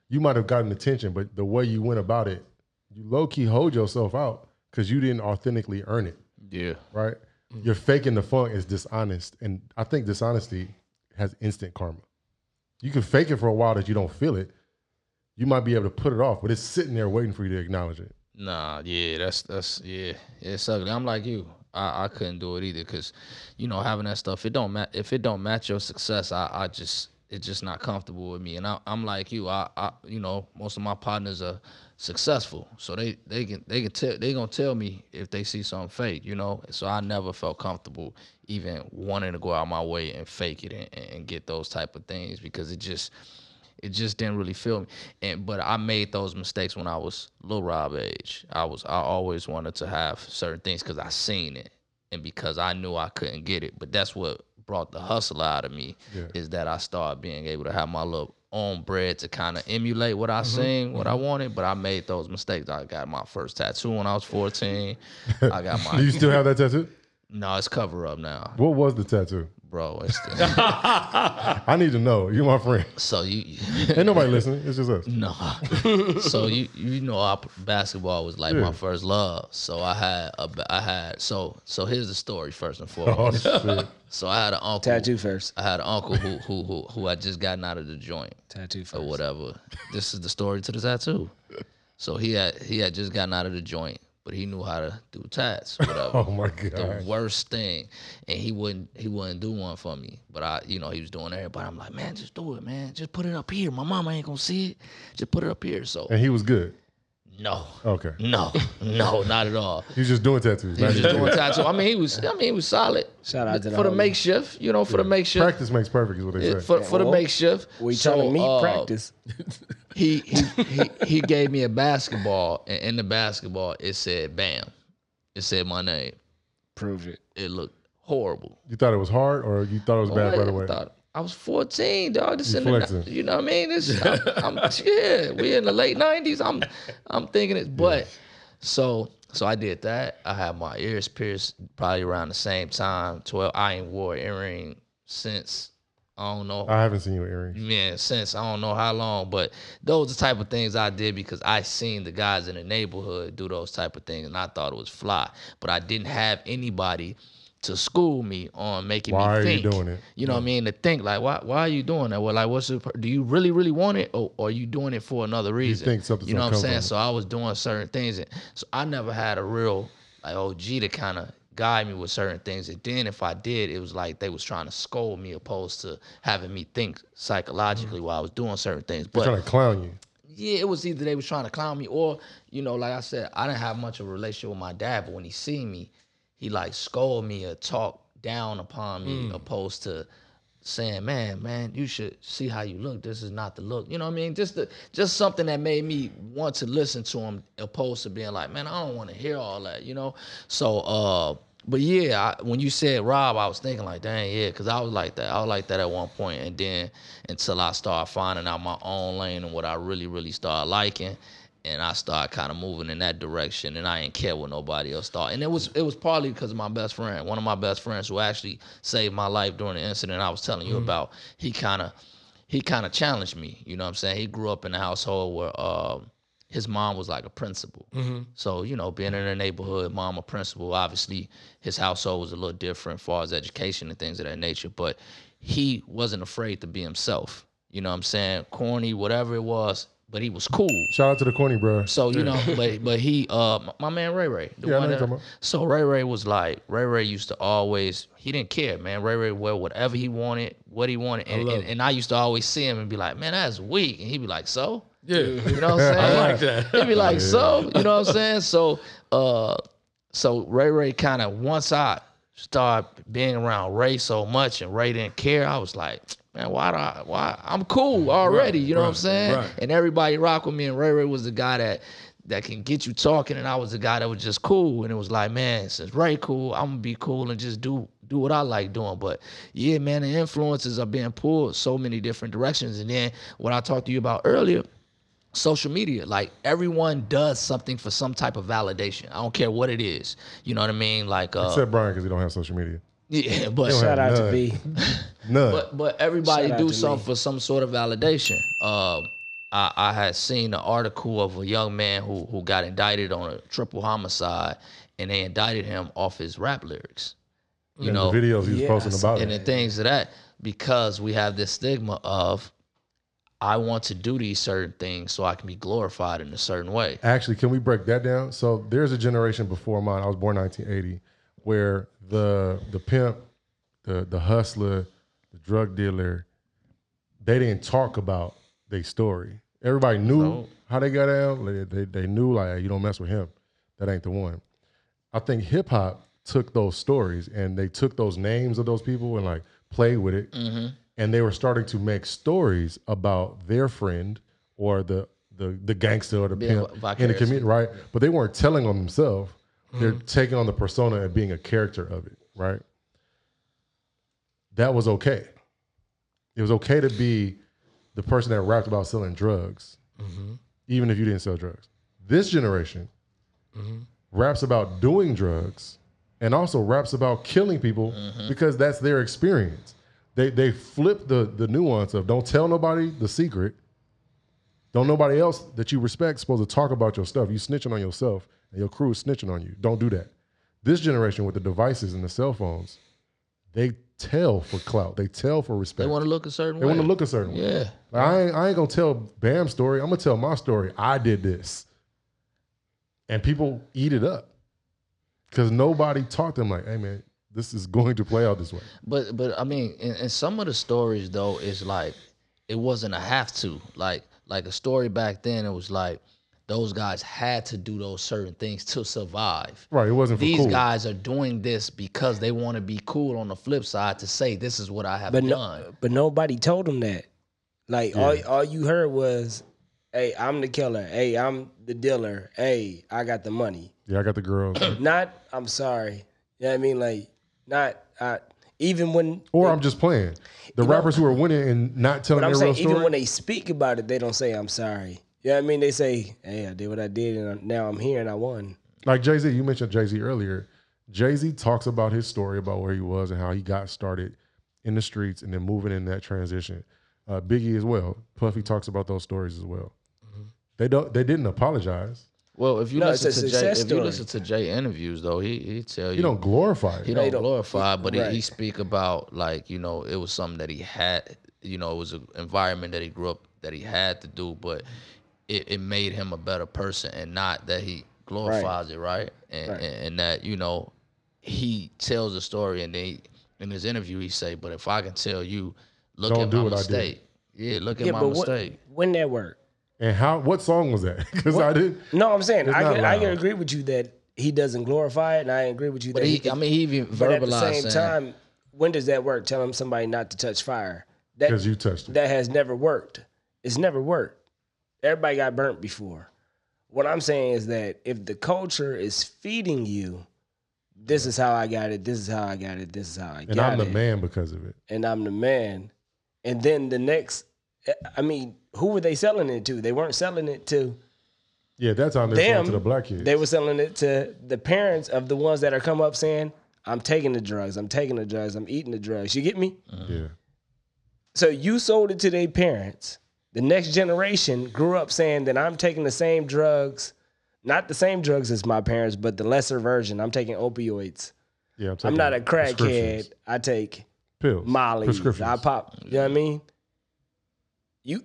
B: You might have gotten attention, but the way you went about it, you low key hold yourself out because you didn't authentically earn it,
A: Yeah.
B: right? You're faking the funk is dishonest, and I think dishonesty has instant karma. You can fake it for a while that you don't feel it. You might be able to put it off, but it's sitting there waiting for you to acknowledge it.
A: Nah, yeah, that's that's yeah, it's ugly. I'm like you. I, I couldn't do it either because, you know, having that stuff, it don't ma- if it don't match your success, I, I just it's just not comfortable with me. And I, I'm like you. I, I you know most of my partners are successful, so they they can they can tell they gonna tell me if they see something fake, you know. So I never felt comfortable even wanting to go out my way and fake it and, and get those type of things because it just it just didn't really feel me. And but I made those mistakes when I was Lil Rob age. I was I always wanted to have certain things because I seen it and because I knew I couldn't get it. But that's what brought the hustle out of me
B: Yeah.
A: is that I started being able to have my little own bread to kind of emulate what I seen, what I wanted. But I made those mistakes. I got my first tattoo when I was fourteen. I got
B: Do you
A: my
B: still have that tattoo?
A: no, it's cover up now,
B: What was the tattoo?
A: bro. It's
B: I need to know. You're my friend. <laughs>
A: so you <laughs>
B: Ain't nobody listening. It's just us.
A: No. <laughs> so you you know I, basketball was like my first love. So I had a ba- I had so so here's the story first
B: <laughs>
A: and
B: Oh
A: foremost.
B: shit.
A: so I had an uncle.
E: Tattoo first.
A: I had an uncle who who who who had just gotten out of the joint
E: Tattoo first.
A: or whatever. this is the story to the tattoo. So he had he had just gotten out of the joint, but he knew how to do
B: <laughs>
A: tats, whatever
B: Oh my
A: the
B: god.
A: worst thing, and he wouldn't he wouldn't do one for me. But I, you know, he was doing everybody. I'm like, man, just do it, man. Just put it up here. My mama ain't gonna see it. Just put it up here. So
B: And he was good.
A: No,
B: Okay.
A: no, no, not at all.
B: He's just doing tattoos.
A: He
B: not
A: was just
B: even-
A: doing tattoo. I mean, he was. I mean, he was solid.
E: Shout out to the
A: for the
E: homie.
A: makeshift. You know, for the makeshift.
B: Practice makes perfect, is what they
A: It-
B: say.
A: For, for the
E: well,
A: makeshift.
E: We
A: So,
E: trying to meet
A: uh,
E: practice. <laughs>
A: He he, he he gave me a basketball, and in the basketball it said "Bam," it said my name.
E: Prove it.
A: It looked horrible.
B: You thought it was hard, or you thought it was bad
A: What?
B: right
A: I
B: away?
A: thought- I was 14, dog. This
B: You
A: in the,
B: flexing.
A: you know what I mean? This,
B: <laughs>
A: I'm, I'm, yeah, we in the late 90s. I'm, I'm thinking it, but so, so I did that. I had my ears pierced probably around the same time. 12. I ain't wore an earring since I don't know.
B: I haven't seen your earrings.
A: Yeah, since I don't know how long, but those the type of things I did because I seen the guys in the neighborhood do those type of things, and I thought it was fly. But I didn't have anybody to school me on making
B: Why
A: me
B: are you
A: think.
B: doing it?
A: You know what I mean? To think like, why? Why are you doing that? Well, like, what's the? Do you really, really want it, or, or are you doing it for another reason?
B: think something's
A: You know
B: gonna
A: what I'm
B: come
A: saying?
B: from it.
A: So I was doing certain things, and so I never had a real like OG to kind of guide me with certain things. And then if I did, it was like they was trying to scold me, opposed to having me think psychologically while I was doing certain things. But
B: Trying to clown you.
A: yeah, it was either they was trying to clown me or, you know, like I said, I didn't have much of a relationship with my dad, but when he seen me, he like scold me or talk down upon me opposed to saying, Man, man, you should see how you look. This is not the look. You know what I mean? Just the just something that made me want to listen to him opposed to being like, Man, I don't want to hear all that, you know? So uh but yeah, I, when you said Rob, I was thinking like, dang, yeah, because I was like that. I was like that at one point, and then until I started finding out my own lane and what I really, really started liking, and I started kind of moving in that direction, and I didn't care what nobody else thought. And it was it was partly because of my best friend, one of my best friends who actually saved my life during the incident I was telling you about. He kind of he kind of challenged me. You know what I'm saying? He grew up in a household where um, his mom was like a principal.
B: Mm-hmm.
A: So, you know, being in a neighborhood, mom a principal, obviously his household was a little different as far as education and things of that nature, but he wasn't afraid to be himself. You know what I'm saying? Corny, whatever it was, but he was cool.
B: Shout out to the corny, bro.
A: So you know, but but he uh my, my man Ray Ray. The
B: Yeah, I know
A: one
B: you're talking
A: that,
B: about.
A: so Ray Ray was like Ray Ray used to always he didn't care, man. Ray Ray wore whatever he wanted, what he wanted. And, and, and I used to always see him and be like, Man, that's weak. And he'd be like, So?
C: Yeah.
A: You know
B: <laughs>
A: what I'm saying?
C: I <laughs> like that.
A: He'd be like, So, you know what I'm saying? So uh so Ray Ray kind of once I started being around Ray so much and Ray didn't care, I was like, man, why do I why I'm cool already, you know what I'm saying?
C: right.
A: And everybody rock with me and Ray Ray was the guy that that can get you talking and I was the guy that was just cool and it was like, man, since Ray cool, I'm gonna be cool and just do do what I like doing. But yeah, man, the influences are being pulled so many different directions. And then what I talked to you about earlier, social media like everyone does something for some type of validation i don't care what it is you know what i mean like uh
B: Except Brian, because he don't have social media.
A: <laughs> yeah but
E: Shout out
B: none.
E: to B.
B: None.
A: but but everybody
E: Shout out
A: do
E: to
A: something for some sort of validation um I, I had seen an article of a young man who who got indicted on a triple homicide and they indicted him off his rap lyrics you
B: and
A: know
B: the videos he was
E: yeah,
B: posting
E: I
B: about
A: and
B: it.
A: the things of that because we have this stigma of i want to do these certain things so i can be glorified in a certain way
B: Actually, can we break that down? So there's a generation before mine. I was born 1980, where the the pimp, the the hustler, the drug dealer, they didn't talk about their story. Everybody knew how they got out. They, they they knew like you don't mess with him. That ain't the one. I think hip hop took those stories and they took those names of those people and like played with it. And they were starting to make stories about their friend or the the, the gangster or the pimp in the
A: vicarious.
B: community, right? But they weren't telling on themselves. They're taking on the persona and being a character of it, right? That was okay. It was okay to be the person that rapped about selling drugs, even if you didn't sell drugs. This generation, raps about doing drugs and also raps about killing people because that's their experience. They they flip the the nuance of don't tell nobody the secret. Don't nobody else that you respect supposed to talk about your stuff. You snitching on yourself and your crew is snitching on you. Don't do that. This generation with the devices and the cell phones, they tell for clout. They tell for respect.
A: They want to look a certain
B: They
A: way.
B: want to look a certain way.
A: Yeah.
B: Like, I, ain't, I ain't gonna tell Bam's story. I'm gonna tell my story. I did this, and people eat it up because nobody taught them like, hey man, this is going to play out this way.
A: But but I mean, in, in some of the stories though, it's like it wasn't a have to. Like like a story back then, it was like those guys had to do those certain things to survive.
B: Right. It wasn't for
A: These
B: cool.
A: guys are doing this because they want to be cool on the flip side to say this is what I have
E: But
A: done.
E: no, but nobody told him that. Like all all you heard was, "Hey, I'm the killer. Hey, I'm the dealer. Hey, I got the money."
B: Yeah, I got the girls.
E: Not, I'm sorry. You know what I mean? Like, not I, even when
B: or I'm just playing. The rappers who are winning and not telling
E: But
B: their
E: I'm
B: real
E: saying
B: story.
E: even when they speak about it, they don't say I'm sorry. You know what I mean? They say, "Hey, I did what I did, and I'm- now I'm here and I won."
B: like Jay Z, you mentioned Jay Z earlier. Jay Z talks about his story about where he was and how he got started in the streets and then moving in that transition. Uh, Biggie as well. Puffy talks about those stories as well.
E: Mm-hmm.
B: They don't. They didn't apologize.
A: Well, if you
E: No,
A: listen
E: it's a
A: to Jay,
E: success
A: if you
E: story.
A: listen to Jay interviews though, he he tell you
B: He don't glorify it.
A: he don't
E: don't-
A: glorify, but he, he
E: right.
A: speak about like you know it was something that he had, you know, it was an environment that he grew up that he had to do, but it, it made him a better person, and not that he glorifies it, right? And, and and that you know he tells the story, and then he, in his interview he say, but if I can tell you, look
B: Don't
A: at
B: do
A: my
B: what I did."
A: mistake, yeah, look at
E: Yeah,
A: my
E: but what,
A: mistake.
E: when that work?
B: And how? What song was that? <laughs> Because I didn't.
E: No, I'm saying I
B: not
E: can, I
B: loud.
E: can agree with you that he doesn't glorify it, and I agree with you
A: But
E: that
A: he, I mean, he even verbalized
E: But at the same
A: saying,
E: time, when does that work? Telling somebody not to touch fire. That
B: Because you touched it.
E: that has never worked. It's never worked. Everybody got burnt before. What I'm saying is that if the culture is feeding you, this is how I got it, this is how I got it, this is how I
B: And
E: got
B: I'm the
E: it,
B: man because of it.
E: and I'm the man. And then the next, eh, I mean, who were they selling it to? They weren't selling it to
B: Yeah, at that time they were
E: them.
B: to the black kids.
E: They were selling it to the parents of the ones that are come up saying, I'm taking the drugs, I'm taking the drugs, I'm eating the drugs. You get me?
B: yeah.
E: So you sold it to their parents. The next generation grew up saying that I'm taking the same drugs, not the same drugs as my parents, but the lesser version. I'm taking opioids.
B: Yeah. I'm,
E: I'm not a
B: taking
E: crackhead.
B: prescriptions.
E: I take
B: Pills.
E: Molly.
B: Prescriptions.
E: I pop. You know what I mean? You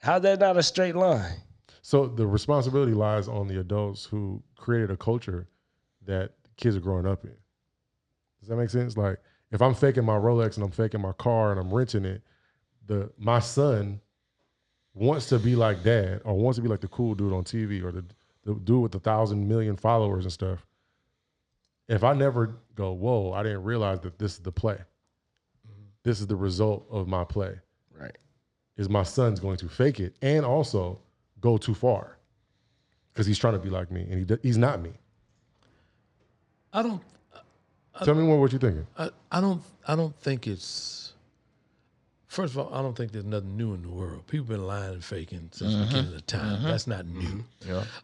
E: how's that not a straight line?
B: So the responsibility lies on the adults who created a culture that kids are growing up in. Does that make sense? Like if I'm faking my Rolex and I'm faking my car and I'm renting it, the my son wants to be like dad or wants to be like the cool dude on TV or the, the dude with a thousand million followers and stuff. If I never go, whoa, I didn't realize that this is the play. This is the result of my play
E: Right.
B: is my son's going to fake it and also go too far because he's trying to be like me and he d- he's not me.
C: I don't Uh,
B: Tell me more what you're thinking.
C: I, I don't I don't think it's first of all, I don't think there's nothing new in the world. People been lying and faking since the beginning of time. That's not new.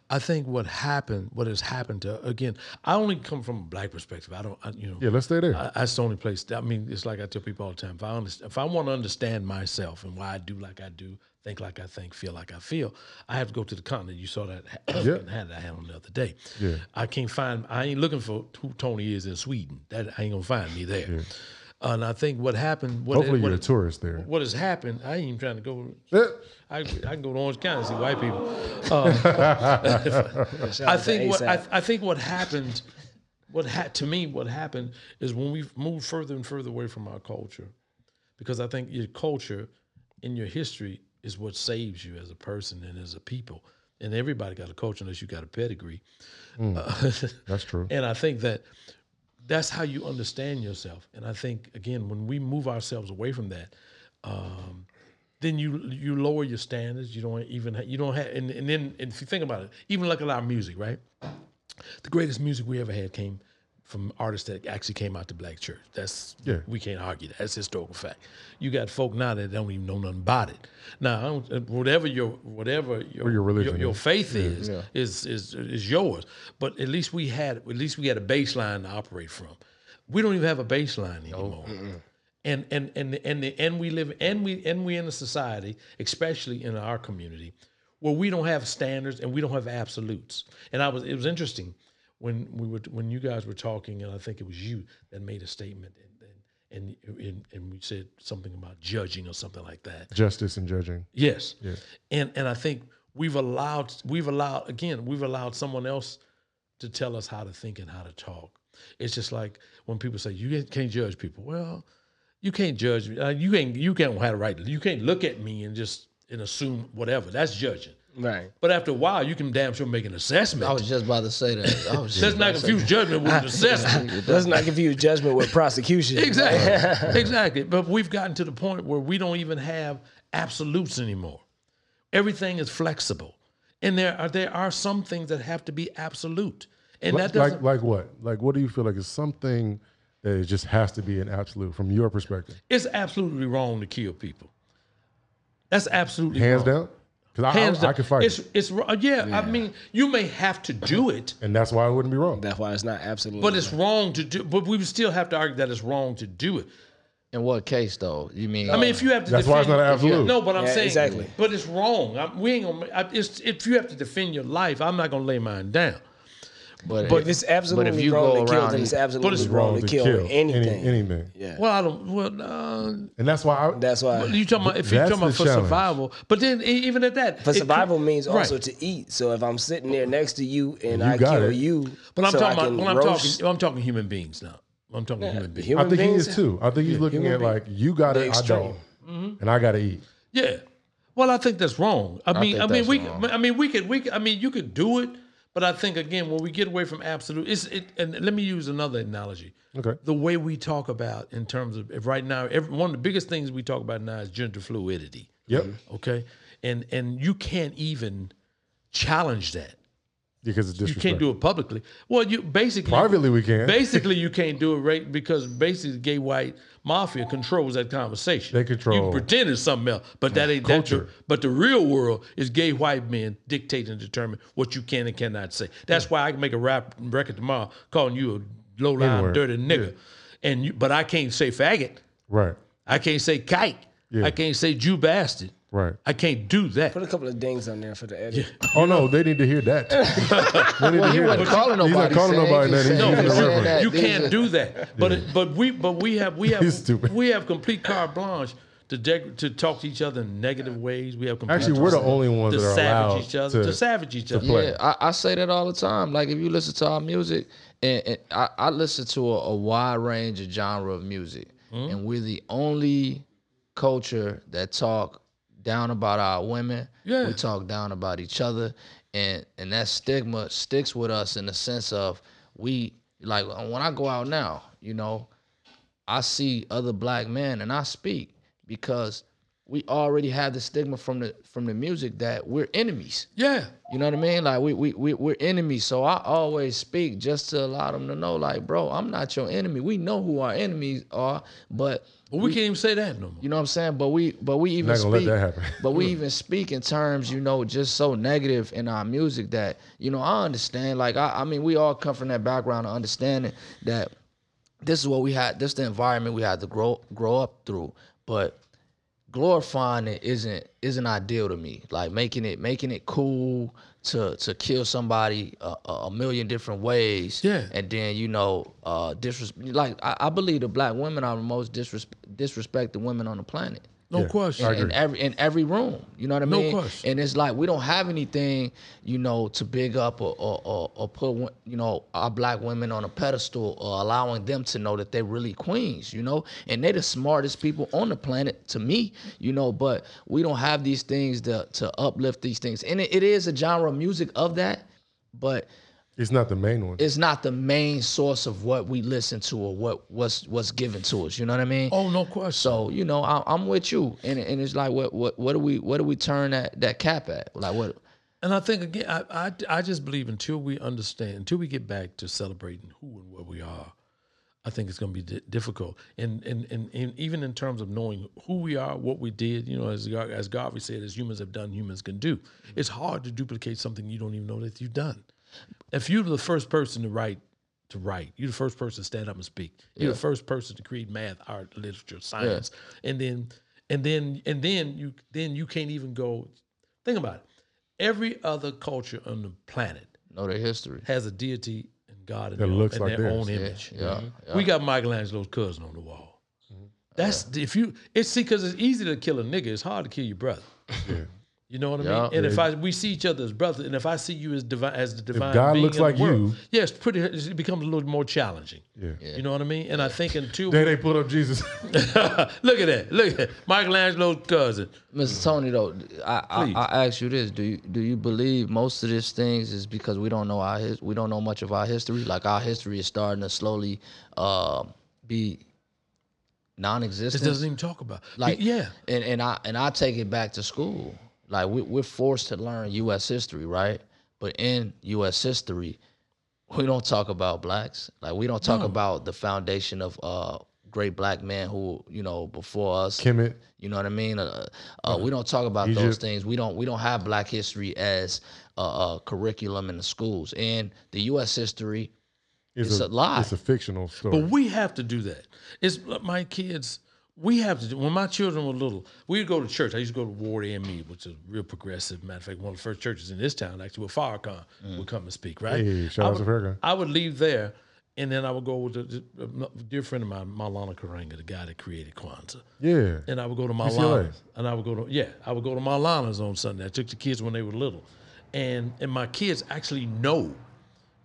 C: I think what happened, what has happened to again, I only come from a black perspective. I don't I, you know
B: Yeah, let's stay there.
C: I, that's the only place. I mean, it's like I tell people all the time. If I understand, if I want to understand myself and why I do like I do, think like I think, feel like I feel, I have to go to the continent. You saw that African hat I had on the other day.
B: Yeah.
C: I can't find. I ain't looking for who Tony is in Sweden. That I ain't gonna find me there. Uh, and I think what happened. What,
B: Hopefully,
C: what,
B: you're a tourist there.
C: what has happened? I ain't even trying to go.
B: Eh,
C: I, I can go to Orange County and see white people. Uh, I think what I, I think what happened, what ha- to me, what happened is when we moved further and further away from our culture, because I think your culture and your history is what saves you as a person and as a people. And everybody got a culture unless you got a pedigree.
B: That's true.
C: And I think that that's how you understand yourself. And I think again, when we move ourselves away from that, um, then you you lower your standards. You don't even ha- you don't have and, and then and if you think about it, even look at our music, right? The greatest music we ever had came from artists that actually came out to black church. That's
B: Yeah.
C: we can't argue that. That's historical fact. You got folk now that don't even know nothing about it. Now, I don't, uh, whatever your whatever your
B: your religion
C: your, your
B: is.
C: faith is, is is is yours. But at least we had at least we had a baseline to operate from. We don't even have a baseline anymore. And and and and the, and we live and we and we in a society, especially in our community, where we don't have standards and we don't have absolutes. And I was it was interesting when we were when you guys were talking, and I think it was you that made a statement. And, and, and, and we said something about judging or something like that.
B: Justice and judging.
C: Yes. And and I think we've allowed we've allowed again we've allowed someone else to tell us how to think and how to talk. It's just like when people say you can't judge people. Well, you can't judge me. Uh, you ain't you can't have a right. You can't look at me and just and assume whatever. That's judging.
E: Right.
C: But after a while, you can damn sure make an assessment.
A: I was just about to say that. I was just
C: Let's
A: about
C: not
A: to say
C: confuse
A: <laughs>
C: judgment with an assessment.
E: Let's not confuse judgment with prosecution.
C: Exactly. <laughs> exactly. But we've gotten to the point where we don't even have absolutes anymore. Everything is flexible. And there are there are some things that have to be absolute. And
B: Like,
C: that doesn't
B: like like what? Like what do you feel like is something that it just has to be an absolute from your perspective?
C: it's absolutely wrong to kill people. That's absolutely
B: Hands
C: wrong.
B: down? Because I,
C: Hands
B: I,
C: down.
B: I could fight
C: It's
B: it.
C: it's wrong. Yeah, I mean, you may have to do it,
B: And that's why it wouldn't be wrong.
E: That's why it's not absolutely.
C: but it's wrong to do but we would still have to argue that it's wrong to do it.
A: In what case though? You mean?
C: I mean, if you have to
B: That's why it's
C: defend-
B: not an absolute.
C: No, but I'm
E: Yeah,
C: saying
E: exactly.
C: But it's wrong. I'm, we ain't gonna. I, it's, if you have to defend your life, I'm not gonna lay mine down.
A: but,
E: If it's absolutely
A: if you
E: wrong
A: go
E: to kill,
A: around
E: then
A: and-
E: it's absolutely
C: But it's
E: wrong, to kill, anything.
B: Any, anything.
E: yeah.
C: Well, I don't. Well, uh,
B: And that's why I,
E: That's why.
C: you talking about if you
B: That's
C: talking about
B: the
C: for
B: challenge.
C: survival, but then e- even at that,
E: But
C: it-
E: survival means
C: right.
E: also to eat. So if I'm sitting there next to you and
B: You
E: I
B: got
E: kill
B: it.
E: you,
C: But I'm
E: so I
C: talking. About,
E: can
C: when I'm
E: roast
C: talking, I'm talking human beings now. I'm talking human beings.
B: I
E: human
B: think he
E: beings,
B: is too. I think he's looking at like you got
E: The
B: to I
E: extreme.
B: don't,
C: Mm-hmm.
B: and I got to eat.
C: Yeah. Well, I think that's wrong. I mean,
A: think
C: I, mean,
A: that's
C: we,
A: wrong.
C: I mean, we could, we, could- I mean, you could do it, but I think again, when we get away from absolute, it's, it, and let me use another analogy.
B: Okay.
C: The way we talk about in terms of if right now, every, one of the biggest things we talk about now is gender fluidity.
E: Mm-hmm.
B: Yep.
C: Okay, and and you can't even challenge that.
B: Because it's
C: You
B: disrespectful.
C: can't do it publicly. Well, you basically
B: privately. We can.
C: Basically, you can't do it right because basically the gay white mafia controls that conversation.
B: They control-
C: You pretend it's something else, but that ain't that.
B: Culture.
C: But the real world is gay white men dictating and determine what you can and cannot say. That's why I can make a rap record tomorrow calling you a low lying
B: N-word.
C: dirty nigga, and you, but I can't say faggot.
B: right.
C: I can't say kike. I can't say Jew bastard.
B: Right.
C: I can't do that.
E: Put a couple of dings on there for the edit.
B: Oh no, they need to hear
C: <laughs>
B: that. they need to
A: he
B: hear
A: wasn't
B: that.
A: calling nobody.
B: He's not calling
A: saying
B: nobody
A: just
B: that.
A: saying-
B: He's
C: No,
A: just
B: using the
A: saying
B: reference.
A: that.
C: you
A: These
C: can't
A: are-
C: do that. But it, but we but we
B: <laughs>
C: have we
B: He's
C: have
B: stupid.
C: we have complete carte blanche to deg- to talk to each other in negative ways. We have complete
B: Actually, we're the only ones
C: to
B: that are allowed
C: savage each other to,
B: to-
C: savage each other.
B: play.
C: Yeah.
B: Right.
A: Yeah, I, I say that all the time. Like if you listen to our music, and, and I, I listen to a, a wide range of genre of music, and we're the only culture that talk down about our women.
C: Yeah.
A: we talk down about each other, and and that stigma sticks with us in the sense of we like when I go out now, you know, I see other black men and I speak because we already have the stigma from the from the music that we're enemies.
C: yeah.
A: You know what I mean? Like we we we we're enemies. So I always speak just to allow them to know, like, bro, I'm not your enemy. We know who our enemies are, but
C: But we, can't even say that no more.
A: you know what I'm saying. But we but we even
B: Not gonna let
A: speak.
B: that happen.
A: But
B: <laughs>
A: we even speak in terms, you know, just so negative in our music that you know I understand. Like I I mean, we all come from that background of understanding that this is what we had. This is the environment we had to grow grow up through. But glorifying it isn't isn't ideal to me. Like making it making it cool to to kill somebody a, a a million different ways.
C: Yeah.
A: And then you know, uh, disrespect. Like I, I believe the black women are the most disrespect disrespected women on the planet
C: No
B: Yeah,
C: question.
B: I
A: in
B: agree.
A: every in every room. You know what I
C: No
A: mean?
C: question.
A: And it's like we don't have anything, you know, to big up or or, or, or put wo- you know our black women on a pedestal or allowing them to know that they're really queens. You know, and they're the smartest people on the planet to me. You know, but we don't have these things to to uplift these things. And it, it is a genre of music of that, but
B: It's not the main one.
A: it's not the main source of what we listen to or what what's what's given to us. You know what I mean?
C: Oh no question.
A: So you know, I, I'm with you, and and it's like, what what what do we what do we turn that that cap at? Like what?
C: And I think again, I, I I just believe until we understand, until we get back to celebrating who and what we are, I think it's going to be di- difficult. And and, and and even in terms of knowing who we are, what we did, you know, as Gar- as Garvey said, as humans have done, humans can do. It's hard to duplicate something you don't even know that you've done. If you're the first person to write, to write, you're the first person to stand up and speak. You're the first person to create math, art, literature, science, and then and then and then you then you can't even go. Think about it every other culture on the planet
A: Know their history.
C: has a deity and God in,
B: That
C: their,
B: looks
C: in
B: like
C: their
B: theirs.
C: own image. Mm-hmm.
A: Yeah, Mm-hmm.
C: We got Michelangelo's cousin on the wall. That's if you it's see because it's easy to kill a nigga. It's hard to kill your brother. <laughs> You know what I
A: Yeah.
C: mean? And if I we see each other as brothers, and if I see you as divine as the divine,
B: God
C: being
B: looks
C: in the
B: like
C: world,
B: you-
C: yeah, it's pretty. It becomes a little more challenging.
B: Yeah.
C: You know what I mean? And I think until
B: They they put
A: <laughs>
B: up Jesus.
C: <laughs> look at that, look at that. Michelangelo's cousin.
A: Mr. Tony, though, I, I I ask you this: Do you do you believe most of these things is because we don't know our his, we don't know much of our history? Like our history is starting to slowly uh, be
C: It
A: non-existent.
C: doesn't even talk about.
A: like
C: yeah,
A: and, and i and i take it back to school like we, we're forced to learn us history right but in us history we don't talk about blacks like we don't talk about the foundation of uh great black men who you know before us
B: Kemet.
A: you know what i mean uh, uh, we don't talk about those
B: Egypt.
A: things we don't we don't have black history as a, a curriculum in the schools and the us history
B: It's,
A: It's a lie.
B: It's a fictional story.
C: But we have to do that. It's uh, my kids. We have to do. When my children were little, we'd go to church. I used to go to Ward AME, which is real progressive. Matter of fact, one of the first churches in this town, actually, where Farrakhan would come and speak. Right?
B: Mm. Hey, shout
C: I
B: out
C: would,
B: to Farrakhan.
C: I would leave there, and then I would go with the- the- a dear friend of mine, Malana Karanga, the guy that created Kwanzaa.
B: yeah.
C: And I would go to
B: UCLA.
C: Malana's. And I would go to yeah, I would go to Malana's on Sunday. I took the kids when they were little, and and my kids actually know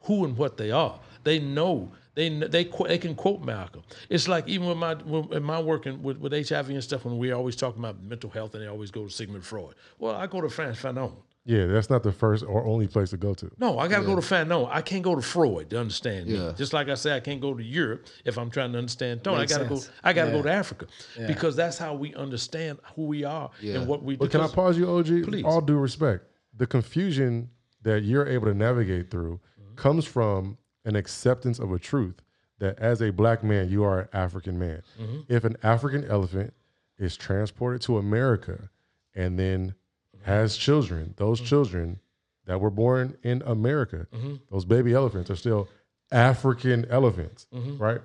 C: who and what they are. They know they kn- they qu- they can quote Malcolm. It's like even with my when, in my working with, with HIV and stuff when we always talking about mental health and they always go to Sigmund Freud. Well, I go to Franz Fanon.
B: Yeah, that's not the first or only place to go to.
C: No, I got to go to Fanon. I can't go to Freud to understand me. Just like I say, I can't go to Europe if I'm trying to understand Tony.
E: Makes
C: I got to go.
E: sense.
C: I got to go to Africa because that's how we understand who we are and what we. do.
B: But can I pause you, OG?
C: Please.
B: All due respect, the confusion that you're able to navigate through
C: Mm-hmm.
B: comes from an acceptance of a truth that as a black man, you are an African man.
C: Mm-hmm.
B: If an African elephant is transported to America and then
C: Mm-hmm.
B: has children, those children that were born in America,
C: Mm-hmm.
B: those baby elephants are still African elephants,
C: Mm-hmm.
B: right?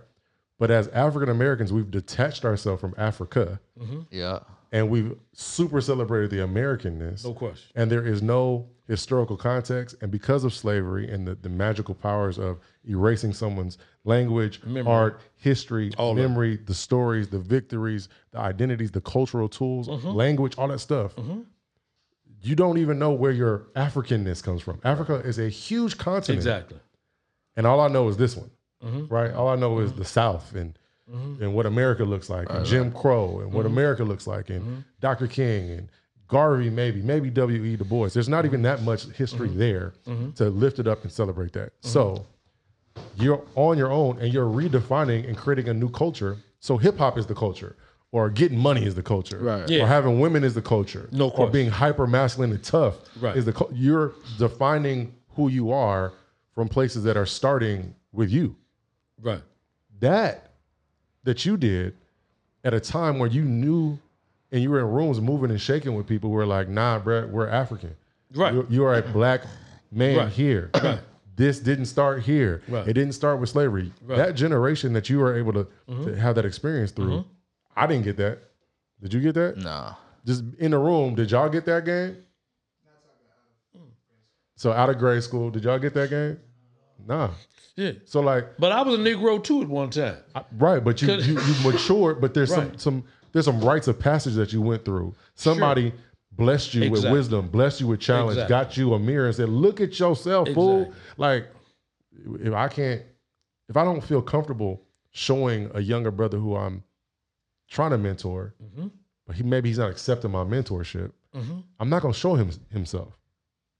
B: But as African Americans, we've detached ourselves from Africa
A: yeah
B: and we've super celebrated the Americanness.
C: No question.
B: And there is no historical context. And because of slavery and the, the magical powers of erasing someone's language, art, history, memory, the stories, the victories, the identities, the cultural tools,
C: Mm-hmm.
B: language, all that stuff. You don't even know where your Africanness comes from. Africa is a huge continent.
C: Exactly.
B: And all I know is this one,
C: Mm-hmm.
B: right? All I know is the South and and what America looks like, and Jim Crow, and
C: Mm-hmm.
B: what America looks like, and Dr. King, and Garvey, maybe, maybe W.E. Du Bois. There's
C: Mm-hmm.
B: not even that much history there to lift it up and celebrate that.
C: Mm-hmm.
B: So you're on your own and you're redefining and creating a new culture. So hip hop is the culture, or getting money is the culture, right?
C: Yeah.
B: Or having women is the culture,
C: No
B: or
C: question.
B: being hyper masculine and tough
C: Right.
B: is the cul- you're defining who you are from places that are starting with you.
C: Right.
B: That that you did at a time where you knew and you were in rooms moving and shaking with people who were like, nah, bruh, we're African.
C: Right.
B: You, you are a black man
C: Right.
B: here. This didn't start here.
C: Right.
B: It didn't start with slavery. That generation that you were able to,
C: Mm-hmm.
B: to have that experience through, I didn't get that. Did you get that?
A: nah
B: just in the room, did y'all get that game?
C: Mm.
B: So out of grade school, did y'all get that game? Nah.
C: Yeah.
B: So like,
C: But I was a Negro too at one time.
B: I- right, but you you, you matured, but there's some
C: Right.
B: some there's some rites of passage that you went through. Somebody blessed you with
C: Exactly.
B: wisdom, blessed you with challenge,
C: Exactly.
B: got you a mirror and said, "Look at yourself, fool."
C: Exactly.
B: Like if I can't if I don't feel comfortable showing a younger brother who I'm trying to mentor, but he maybe he's not accepting my mentorship, I'm not gonna show him himself.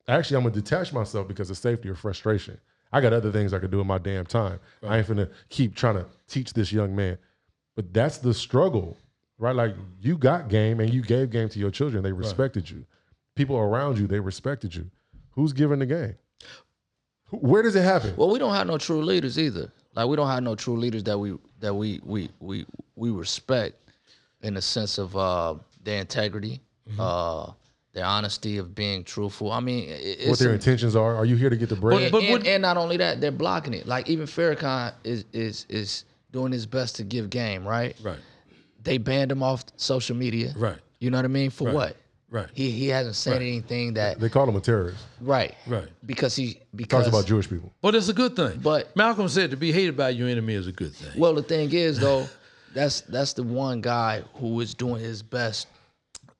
B: Actually, I'm gonna detach myself because of safety or frustration. I got other things I could do in my damn time. I ain't finna keep trying to teach this young man. But that's the struggle, right? Like you got game and you gave game to your children. They respected you. People around you, they respected you. Who's giving the game? Who- Where does it happen?
A: Well, we don't have no true leaders either. Like we don't have no true leaders that we that we we we we respect in the sense of uh, their integrity,
C: Mm-hmm.
A: uh, their honesty of being truthful. I mean, i- it's
B: what their intentions are? Are you here to get the bread?
A: and,
C: But
A: and-
C: would-
A: and not only that, they're blocking it. Like even Farrakhan is is is doing his best to give game, right?
C: Right.
A: They banned him off social media.
C: Right.
A: You know what I mean? For what?
C: Right.
A: He he hasn't said anything that
B: they call him a terrorist.
A: right
C: Right.
A: because he because
B: Talks about Jewish people.
C: But it's a good thing.
A: But-
C: Malcolm said to be hated by your enemy is a good thing.
A: Well, the thing is though, that's that's the one guy who is doing his best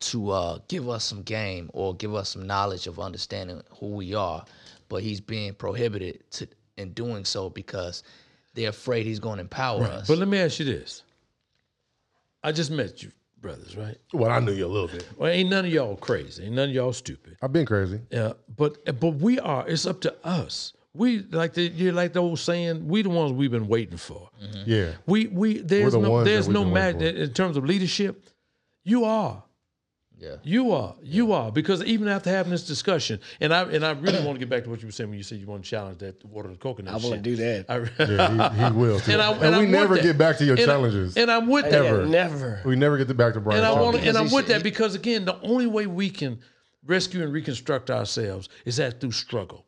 A: to uh, give us some game or give us some knowledge of understanding who we are, but he's being prohibited to in doing so because they're afraid he's going to empower us.
C: But let me ask you this. I just met you brothers, right?
B: Well, I knew you a little bit.
C: Well, ain't none of y'all crazy. Ain't none of y'all stupid.
B: I've been crazy.
C: Yeah, but but we are. It's up to us. We like the you like the old saying. We the ones we've been waiting for.
B: Yeah.
C: We we there's
B: Mm-hmm. the
C: no
B: ones that
C: there's
B: we've
C: no
B: been
C: match
B: waiting for.
C: in terms of leadership. You are.
A: Yeah.
C: You are. You are. Because even after having this discussion, and I and I really want to get back to what you were saying when you said you want to challenge that water and coconut.
E: I want to
C: shit.
E: do that.
C: I,
B: Yeah, he, he will. Too.
C: <laughs>
B: And,
C: and I, and, I
B: we
C: want
B: never
C: that.
B: get back to your
C: And I-
B: challenges.
C: and I'm with
E: Yeah,
C: that.
B: Ever.
E: never.
B: we never get to back to Brian.
C: And I want,
B: challenges.
C: and I'm
A: he
C: with
A: should-
C: that because again, the only way we can rescue and reconstruct ourselves is that through struggle.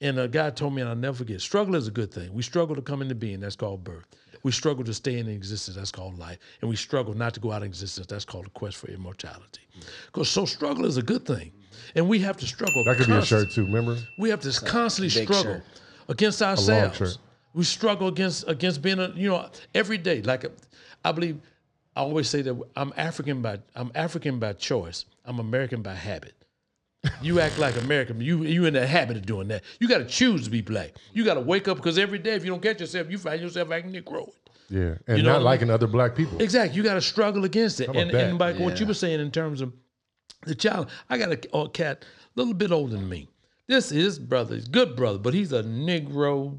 C: And a guy told me, and I'll never forget, struggle is a good thing. We struggle to come into being, that's called birth. We struggle to stay in existence, that's called life. And we struggle not to go out of existence, that's called the quest for immortality. Because so struggle is a good thing. And we have to struggle.
B: that could be a
C: constantly.
B: shirt too. Remember?
C: We have to constantly
E: big
C: struggle
E: shirt.
C: against ourselves.
B: shirt.
C: We struggle against against being a you know every day. Like I believe, I always say that I'm African by I'm African by choice. I'm American by habit. You act like American. You you in that habit of doing that. You got to choose to be black. You got to wake up because every day if you don't catch yourself, you find yourself acting Negroid.
B: Yeah. And
C: You know what I
B: not
C: mean?
B: liking other black people.
C: Exactly. You got to struggle against it.
B: about
C: And, and
B: that?
C: like what you were saying in terms of the child, I got a, a cat a little bit older than me. This is his brother. He's a good brother, but he's a Negro.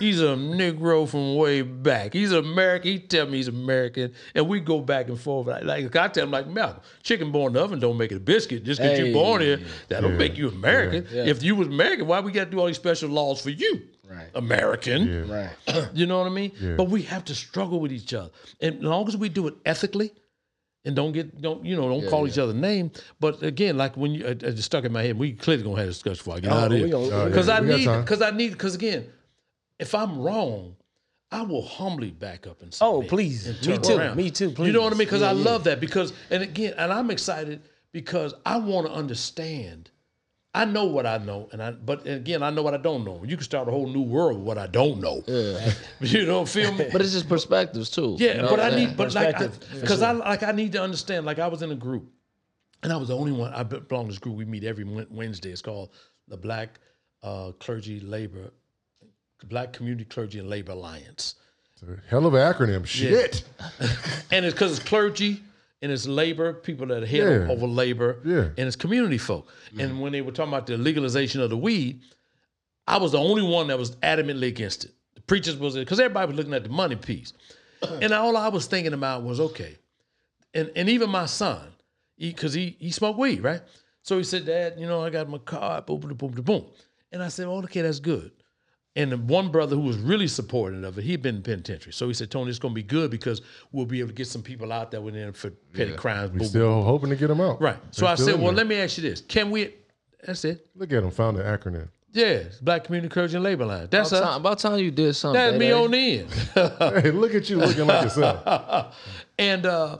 C: He's a Negro from way back. He's American. He tell me he's American, and we go back and forth. Like, like I tell him, like Malcolm, chicken born in the oven don't make it a biscuit. Just because
E: Hey.
C: you're born here, that don't make you American. If you was American, why we got to do all these special laws for you,
E: Right.
C: American?
B: Yeah.
E: Right.
C: You know what I mean? But we have to struggle with each other. And as long as we do it ethically and don't get don't you know, don't call each other name. But again, like when you it, it just stuck in my head, we clearly gonna have a discussion before I get out of
E: Oh, we
C: here.
E: gonna- we
C: Because
B: yeah,
C: I
B: we got
C: need
B: time.
C: because I need because again, if I'm wrong, I will humbly back up and say,
E: Oh, please. Me too. Me too. Please.
C: You know what I mean? Because
E: Yeah,
C: I
E: yeah.
C: love that. Because and again, and I'm excited because I want to understand. I know what I know, and I but again, I know what I don't know. You can start a whole new world with what I don't know. Yeah. <laughs> you know, feel me?
A: But it's just perspectives too. you
C: Yeah,
A: know
C: but
A: what
C: I
A: I'm
C: need,
A: saying?
C: but like,
E: Perspective,
C: because I like I need to understand. Like I was in a group, and I was the only one. I be- belong to this group. We meet every Wed- Wednesday. It's called the Black uh, Clergy Labor, Black Community Clergy and Labor Alliance,
B: Hell of an acronym. Shit.
C: and it's because it's clergy and it's labor people that are head
B: Yeah.
C: over labor,
B: Yeah.
C: and it's community folk. And when they were talking about the legalization of the weed, I was the only one that was adamantly against it. The preachers was because everybody was looking at the money piece, and all I was thinking about was okay. and and even my son, because he, he smoked weed, right? So he said, Dad, you know, I got my car, boom, boom, boom, boom, boom. And I said, Oh, okay, that's good. And the one brother who was really supportive of it, he'd been in penitentiary. So he said, Tony, it's gonna be good because we'll be able to get some people out that were in for petty crimes. boom, boom,
B: Still hoping to get them out.
C: Right. So
B: They're
C: I
B: still
C: said,
B: in
C: Well,
B: there.
C: let me ask you this. Can we that's it.
B: look at them. Found the acronym.
C: Yeah, Black Community Courage and Labor Line. That's
A: about
C: us.
A: time, about time you did something.
C: That's me
A: baby.
C: on the end.
B: Hey, look at you looking like
C: <laughs>
B: yourself.
C: And uh,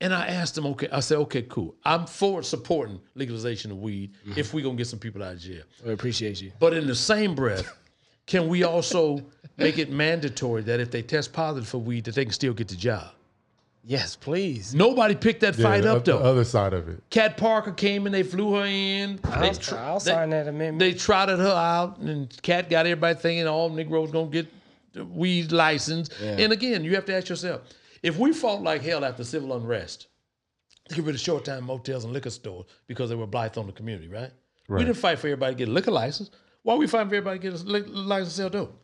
C: and I asked him, okay, I said, okay, cool. I'm for supporting legalization of weed if we gonna get some people out of jail.
E: We appreciate you.
C: But in the same breath, can we also make it mandatory that if they test positive for weed, that they can still get the job?
E: Yes, please.
C: Nobody picked that
B: Yeah, uh,
C: fight up
B: the
C: though.
B: other side of it.
C: Kat Parker came and they flew her in. They
E: I'll,
C: tr-
E: I'll
C: they-
E: sign that amendment.
C: They trotted her out, and Cat got everybody thinking all Negroes gonna get the weed license. And again, you have to ask yourself: if we fought like hell after civil unrest, to get rid of short time motels and liquor stores because they were blight on the community, right? We didn't fight for everybody to get a liquor license. Why we fighting for everybody to get a li- license to sell dope?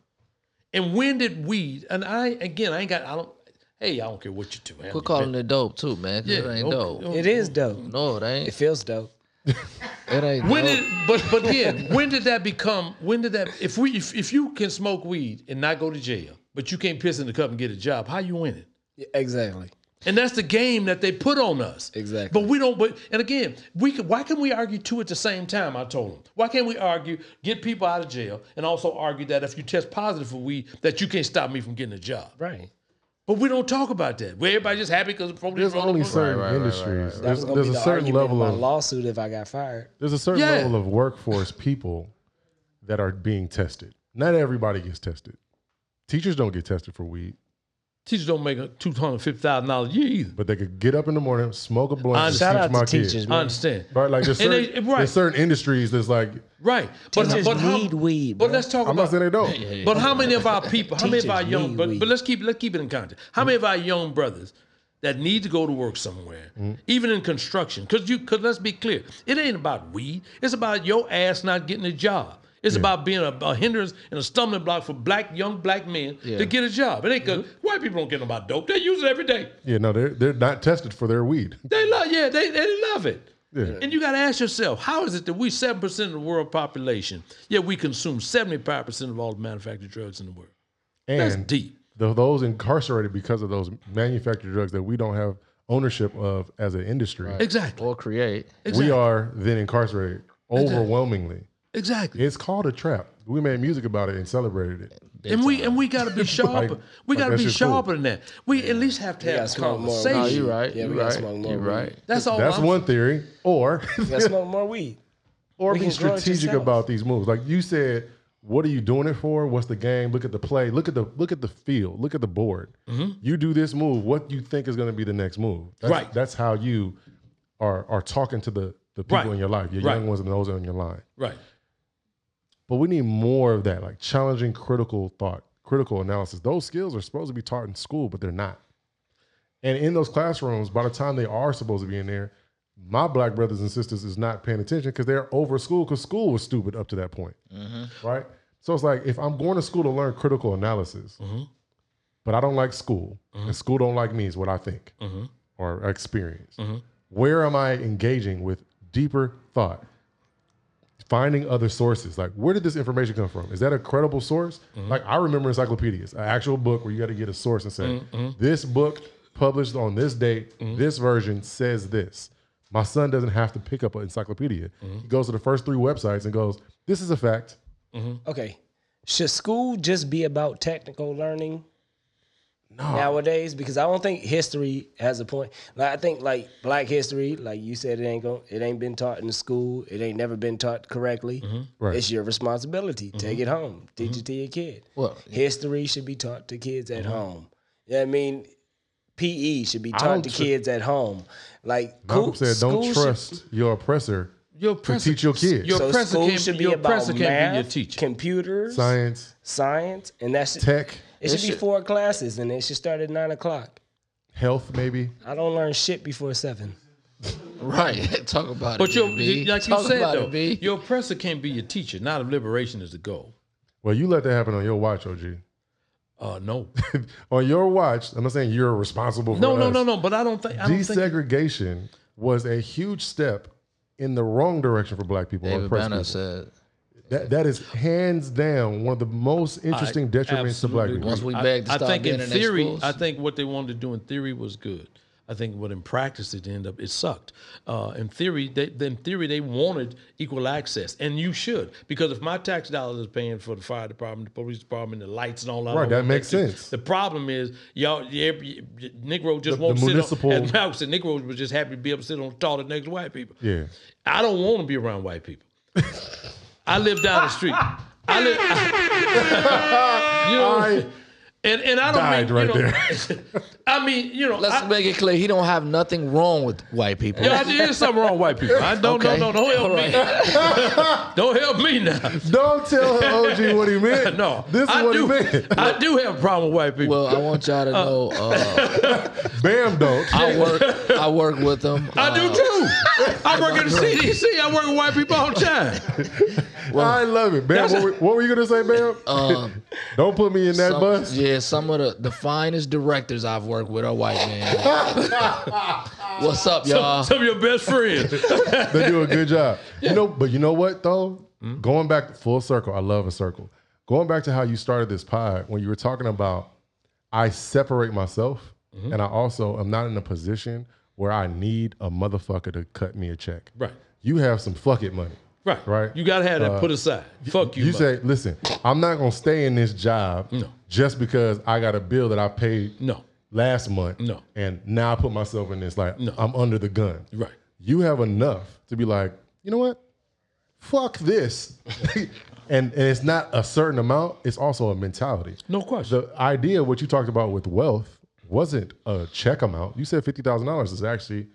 C: And when did we? And I again, I ain't got. I don't. Hey, I don't care what you do. man.
A: Quit calling it dope too, man. 'cause
C: Yeah,
A: it ain't
C: okay.
A: dope.
E: it is dope.
A: No, it ain't.
E: It feels dope.
A: It ain't.
C: When
A: dope.
C: did but
B: <laughs>
C: but again, when did that become when did that if we if, if you can smoke weed and not go to jail, but you can't piss in the cup and get a job, how you winning?
E: Yeah, Exactly.
C: And that's the game that they put on us.
E: Exactly.
C: But we don't but and again, we can why can we argue two at the same time? I told them. Why can't we argue, get people out of jail, and also argue that if you test positive for weed, that you can't stop me from getting a job.
E: Right.
C: But we don't talk about that. Where everybody just happy because
B: There's only certain
A: right, right, right,
B: industries.
A: right.
E: That was
B: There's,
E: gonna
B: there's
E: be
B: a
E: the
B: certain
E: argument
B: level
E: in my
B: of
E: lawsuit if I got fired.
B: There's a certain
C: Yeah.
B: level of workforce people that are being tested. Not everybody gets tested. Teachers don't get tested for weed.
C: Teachers don't make a two hundred fifty thousand dollars a year either.
B: But they could get up in the morning, smoke a blunt, and
E: Uh, Shout
B: teach
E: out
B: my
E: to
B: kids.
E: teachers,
C: I
E: man.
C: understand.
B: Right? Like there's
C: And
B: certain,
C: they- right.
B: there's certain industries that's like
C: Right. But,
E: Teachers
C: but how,
E: need weed,
C: But
E: bro.
C: let's talk
B: I'm not
C: about
B: saying they don't.
C: But how many of our people, how many of
E: Teachers
C: our young,
E: need
C: but,
E: weed.
C: but let's keep let's keep it in context. How many of our young brothers that need to go to work somewhere,
B: Mm-hmm.
C: even in construction, because you, because let's be clear, it ain't about weed. It's about your ass not getting a job. It's about being a, a hindrance and a stumbling block for black young black men
A: Yeah.
C: to get a job. It ain't because
B: Mm-hmm.
C: white people don't get about dope. They use it every day.
B: Yeah, no, they're they're not tested for their weed.
C: They love, yeah, they, they love it.
B: Yeah.
C: And you got to ask yourself, how is it that we 7% of the world population, yet we consume 75% of all the manufactured drugs in the world? That's
B: And
C: deep.
B: the, those incarcerated because of those manufactured drugs that we don't have ownership of as an industry.
C: Exactly.
A: Or create.
C: Exactly.
B: We are then incarcerated overwhelmingly.
C: Exactly.
B: It's called a trap. We made music about it and celebrated it.
C: and we and we got to be sharper.
B: <laughs>
C: we
B: like,
C: got to
B: that
C: be
B: shit's cool.
C: sharper than that. We at least have to
E: gotta
C: have this
E: smoke more. No,
A: No,
C: conversation.
A: you right.
E: Yeah,
A: you
E: we gotta
A: right.
E: smoke more
A: You
E: weed.
A: right.
C: That's
E: Oh,
C: all.
B: That's
C: I'm-
B: one theory.
E: <laughs>
B: Or <laughs>
E: Gotta smoke more weed.
B: or
E: We
B: be
E: can grow it
B: strategic
E: yourself.
B: about these moves. Like you said, what are you doing it for? What's the game? Look at the play. Look at the look at the field. Look at the board.
E: Mm-hmm.
B: You do this move. What you think is going to be the next move? That's,
C: Right.
B: That's how you are are talking to the the people
C: Right.
B: in your life, your
C: Right.
B: young ones and those on your line.
C: Right.
B: But we need more of that, like challenging critical thought, critical analysis. Those skills are supposed to be taught in school, but they're not. And in those classrooms, by the time they are supposed to be in there, my black brothers and sisters is not paying attention because they're over school because school was stupid up to that point. Right? So it's like if I'm going to school to learn critical analysis, but I don't like school, and school don't like me is what I think or experience. Where am I engaging with deeper thought? finding other sources. Like, where did this information come from? Is that a credible source?
C: Mm-hmm.
B: Like, I remember encyclopedias, an actual book where you got to get a source and say,
C: Mm-hmm.
B: this book published on this date, this version says this. My son doesn't have to pick up an encyclopedia.
C: Mm-hmm.
B: He goes to the first three websites and goes, this is a fact.
E: Okay. Should school just be about technical learning
B: No.
E: nowadays? Because I don't think history has a point. Like I think like black history, like you said, it ain't going it ain't been taught in the school. It ain't never been taught correctly.
B: Right.
E: It's your responsibility. Take it home. Teach it to your kid.
A: Well,
E: History should be taught to kids at home. You know what I mean? PE should be
B: don't
E: taught to
B: tr-
E: kids at home. Like
B: Malcolm
E: cool-
B: said, don't
E: school should-
B: trust your oppressor,
C: Your press
B: teach your kids.
C: Your
E: so
C: oppressor
E: school
C: can't-
E: should be
C: your
E: about
C: oppressor can't
E: math,
C: be your teacher.
E: computers,
B: science,
E: science, and that's
B: tech,
E: It should be
A: should-
E: four classes, and it should start at nine o'clock.
B: health, maybe.
E: I don't learn shit before seven.
A: Right. <laughs> Talk about
C: but
A: it.
C: your
A: B.
C: like you
A: Talk
C: said
A: about
C: though,
A: it, B.
C: your oppressor can't be your teacher. Not if liberation is the goal.
B: Well, you let that happen on your watch, OG.
C: Uh,
B: <laughs>
C: no,
B: on your watch, I'm not saying you're responsible for
C: no, no,
B: us.
C: no, no. But I don't think I don't think
B: desegregation was a huge step in the wrong direction for black people. or
A: David
B: oppressed
A: Banner
B: people.
A: said,
B: That, that is hands down one of the most interesting detriments to black
C: absolutely
B: people.
A: once we beg to
C: I
A: stop
C: think
A: being
C: in
A: in,
C: theory,
A: their schools,
C: I think what they wanted to do in theory was good. I think what in practice it ended up it sucked. Uh, in theory, they in theory they wanted equal access, and you should because if my tax dollars is paying for the fire department, the police department, the lights and all that,
B: Right,
C: all
B: that makes
C: things,
B: sense.
C: The problem is y'all, yeah, y- y- Negro just
B: The-
C: won't
B: the
C: sit
B: municipal-
C: on. As Malcolm said, Negro was just happy to be able to sit on the toilet next to white people.
B: Yeah.
C: I don't want to be around white people. I live down the street. I live. <laughs> you know,
B: I
C: and and I don't
B: died
C: mean
B: right
C: you know, <laughs> I mean you know.
A: let's
C: I,
A: make it clear he don't have nothing wrong with white people.
C: yeah, I- there's something wrong with white people. I don't
A: Okay.
C: no no don't help me. don't help me now.
B: don't tell him OG what he meant.
C: <laughs> No,
B: this is
C: I
B: what he
C: do.
B: meant.
C: I do have a problem with white people.
A: Well, I want y'all to know uh,
B: Bam, don't.
A: I work. I work with them. Uh,
C: I do
A: <laughs>
C: too. I work at the CDC. I work with white people all the
A: Uh-huh.
C: time.
B: I love it. Bam, what, were- what were you gonna say, Bam?
A: Um,
B: <laughs> don't put me in that
A: some-
B: bus.
A: Yeah, some of the, the finest directors I've worked with are white
C: <laughs>
A: men. What's up, y'all?
C: Some of your best friends.
B: They do a good job. You know, but you know what though?
C: Hmm?
B: Going back full circle, I love a circle. Going back to how you started this pod when you were talking about I separate myself
C: Mm-hmm.
B: and I also am not in a position where I need a motherfucker to cut me a check.
C: Right.
B: You have some fuck it money.
C: Right.
B: <laughs> Right. Uh,
C: You gotta have that put aside. Fuck you.
B: You
C: mother-
B: say, listen, I'm not gonna stay in this job just because I got a bill that I paid
C: no.
B: last month.
C: No.
B: And now I put myself in this like I'm under the gun
C: Right.
B: you have enough to be like, you know what? fuck this. <laughs> and, and it's not a certain amount, it's also a mentality.
C: No question.
B: The idea, what you talked about with wealth, wasn't a check amount. You said $50,000 is actually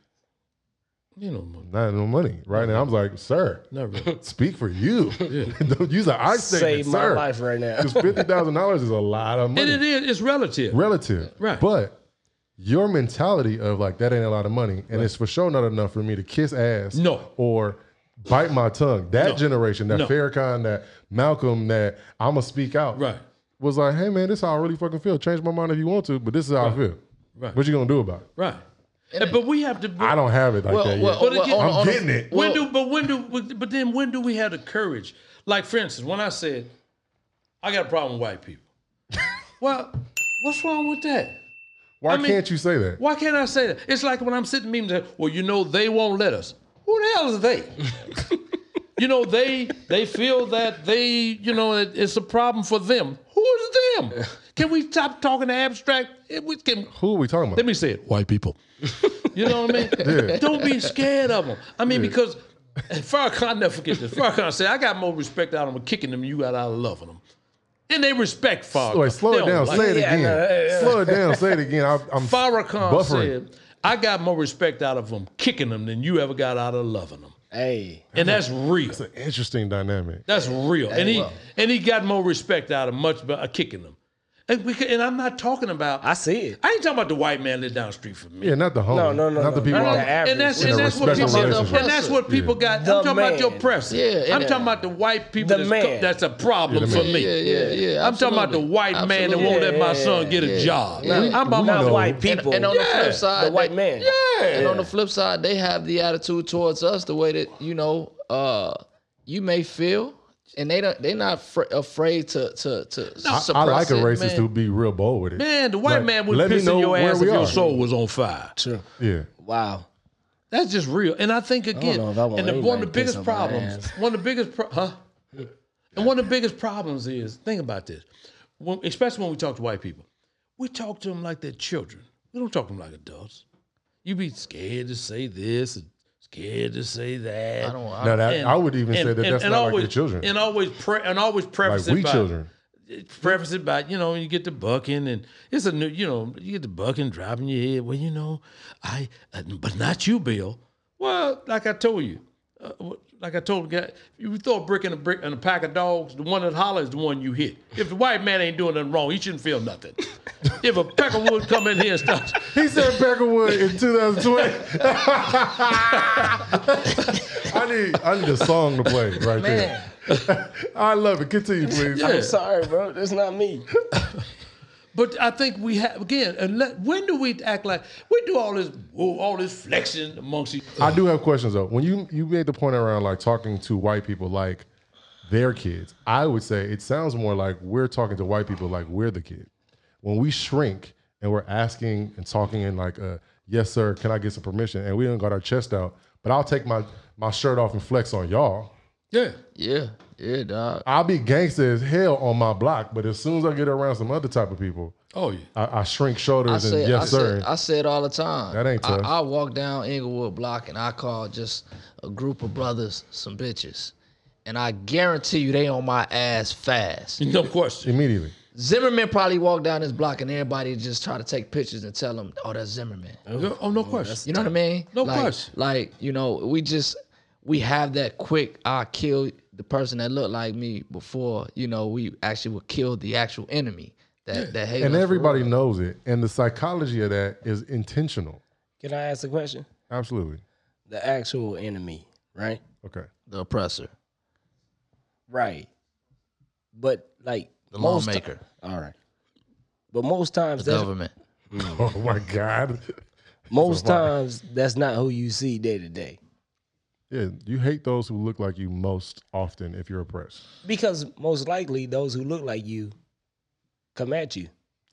C: you know, mo-
B: not no money, right? And I was like, sir,
C: not really.
B: <laughs> speak for you. <laughs> Don't use an I statement,
E: Save my
B: sir.
E: life right now.
B: Because $50,000 is a lot of money
C: and <laughs> it is. It's relative.
B: relative.
C: Right.
B: But your mentality of like that ain't a lot of money, and it's for sure not enough for me to kiss ass,
C: No.
B: or bite my tongue. That
C: No.
B: generation, that
C: No.
B: Farrakhan, that Malcolm, that I'ma speak out,
C: Right.
B: was like, hey man, this is how I really fucking feel. Change my mind if you want to, but this is how I feel.
C: Right.
B: What you gonna do about it?
C: Right. And- but we have to.
B: I don't have it like
A: Well,
B: that
A: well,
B: yet.
C: But
A: well,
C: again-
A: on-
B: I'm
A: on a-
B: getting it.
A: well-
C: when do but when do but then when do we have the courage? Like for instance, when I said I got a problem with white people. well, what's wrong with that?
B: Why
C: mean-
B: can't you say that?
C: Why can't I say that? It's like when I'm sitting memes. uh, Well, you know they won't let us. Who the hell is they? you know they they feel that they you know it, it's a problem for them. Who is them? Can we stop talking abstract? It, we can
B: Who are we talking about?
C: let me say it. White people. You know what
B: <laughs>
C: I mean? Don't be scared of them. I mean, because and Farrakhan never forget this. Farrakhan said, "I got more respect out of them kicking them. than You got out of loving them." And they respect Farrakhan.
B: Wait, slow
C: They
B: it
C: don't
B: down.
C: like
B: Say it
E: Yeah, I
B: again.
E: know. Yeah, yeah.
B: Slow it down. Say it again. I, I'm
C: <laughs> Farrakhan
B: buffering.
C: said, "I got more respect out of them kicking them than you ever got out of loving them."
E: <laughs> Hey,
C: And that's real.
B: Interesting dynamic.
C: That's real. And he and he got more respect out of much by kicking them. And, we, and I'm not talking about.
E: I see it.
C: I ain't talking about the white man live down the street from me.
B: Yeah, not the home.
E: No, no, no,
B: Not the
E: no,
B: people.
E: not
B: out-
E: the average.
C: And that's,
E: In
C: and
B: a
C: that's what
B: respectful
C: people,
B: relationship.
C: and that's what people got.
E: The
C: I'm talking about the
E: man.
C: oppressor.
A: Yeah,
C: I'm
A: yeah.
C: talking about the white people.
E: The
C: that's,
E: man.
C: that's a problem
B: Yeah, the
C: for
B: man.
C: me.
A: Yeah, yeah, yeah.
C: I'm talking about the
A: absolutely.
C: white man that won't
A: Absolutely.
C: let my
E: Yeah,
C: son get a
A: yeah.
C: job.
A: Yeah.
E: Not,
C: I'm about
E: not
B: know.
E: white
A: And-
E: people.
A: And, on the
C: Yeah.
A: flip side,
E: the white
A: they-
E: man.
A: And on the flip side, they have the attitude towards us the way that you know uh, you may feel, and they don't. They're not fr- afraid to to to.
B: I,
A: suppress
B: I like a
A: it,
B: racist
A: man.
B: who be real bold with it.
C: Man, the white
B: Like,
C: man would
B: let me
C: piss in
B: know
C: your
B: where
C: ass if
B: we
C: your
B: are.
C: soul was on fire.
E: True.
B: Yeah.
E: Wow.
C: That's just real. And I think again,
E: know if I want
C: and the,
E: anybody
C: one of the
E: to piss
C: biggest
E: on my
C: problems,
E: ass.
C: one of the biggest, pro- huh? And one of the biggest problems is think about this, when, especially when we talk to white people, we talk to them like they're children. We don't talk to them like adults. You be scared to say this, and scared to say that.
A: I don't. I
B: Now
A: don't
B: that
C: And-
B: I would even say
C: and-
B: that
C: and-
B: that's
C: and
B: not
C: always,
B: like your children,
C: and always pre- and always preface
B: like we
C: it by <laughs>
B: children.
C: preface it by you know you get the bucking and it's a new you know you get the bucking driving your head well you know I uh, but not you Bill well like I told you uh, wh- like I told the guy you throw a brick in a brick in a pack of dogs the one that hollers is the one you hit if the white man ain't doing nothing wrong he shouldn't feel nothing if a peck of wood come in here and <laughs> start
B: He said Peckerwood in
C: <laughs>
B: 2020. I need I need a song to play right there. <laughs> I love it. Continue, please.
C: Yeah.
E: I'm sorry, bro. That's not me.
C: But I think we have again. And let, when do we act like we do all this oh, all this flexing amongst each?
B: I do have questions though. When you you made the point around like talking to white people like their kids, I would say it sounds more like we're talking to white people like we're the kid. When we shrink and we're asking and talking and like, uh, yes sir, can I get some permission? And we didn't got our chest out, but I'll take my my shirt off and flex on y'all.
C: Yeah,
A: Yeah, yeah, dog.
B: I'll be gangster as hell on my block, but as soon as I get around some other type of people,
C: oh yeah.
B: I, I shrink
A: I
B: shoulders
A: say,
B: and yes
A: I
B: sir.
A: Say, I say it all the time.
B: That ain't tough.
A: I, I walk down Inglewood Block and I call just a group of brothers some bitches, and I guarantee you they on my ass fast.
C: No question.
B: immediately.
A: Zimmerman probably walked down this block and everybody just try to take pictures and tell him, "Oh, that's Zimmerman."
C: Oh no question.
A: You know what I mean?
C: No
A: like,
C: question.
A: Like you know, we just we have that quick. I kill the person that looked like me before. You know, we actually would kill the actual enemy that that hated. us
B: And
A: for
B: everybody
A: real.
B: knows it. And the psychology of that is intentional.
E: Can I ask a question?
B: Absolutely.
E: The actual enemy, right?
B: Okay. <laughs>
A: the oppressor,
E: Right. But like
A: the
E: most
A: lawmaker,
E: all right. But most times
A: the
E: that's
A: government.
B: Oh my God.
E: most times that's not who you see day to day.
B: Yeah, you hate those who look like you most often if you're oppressed.
E: Because most likely those who look like you come at you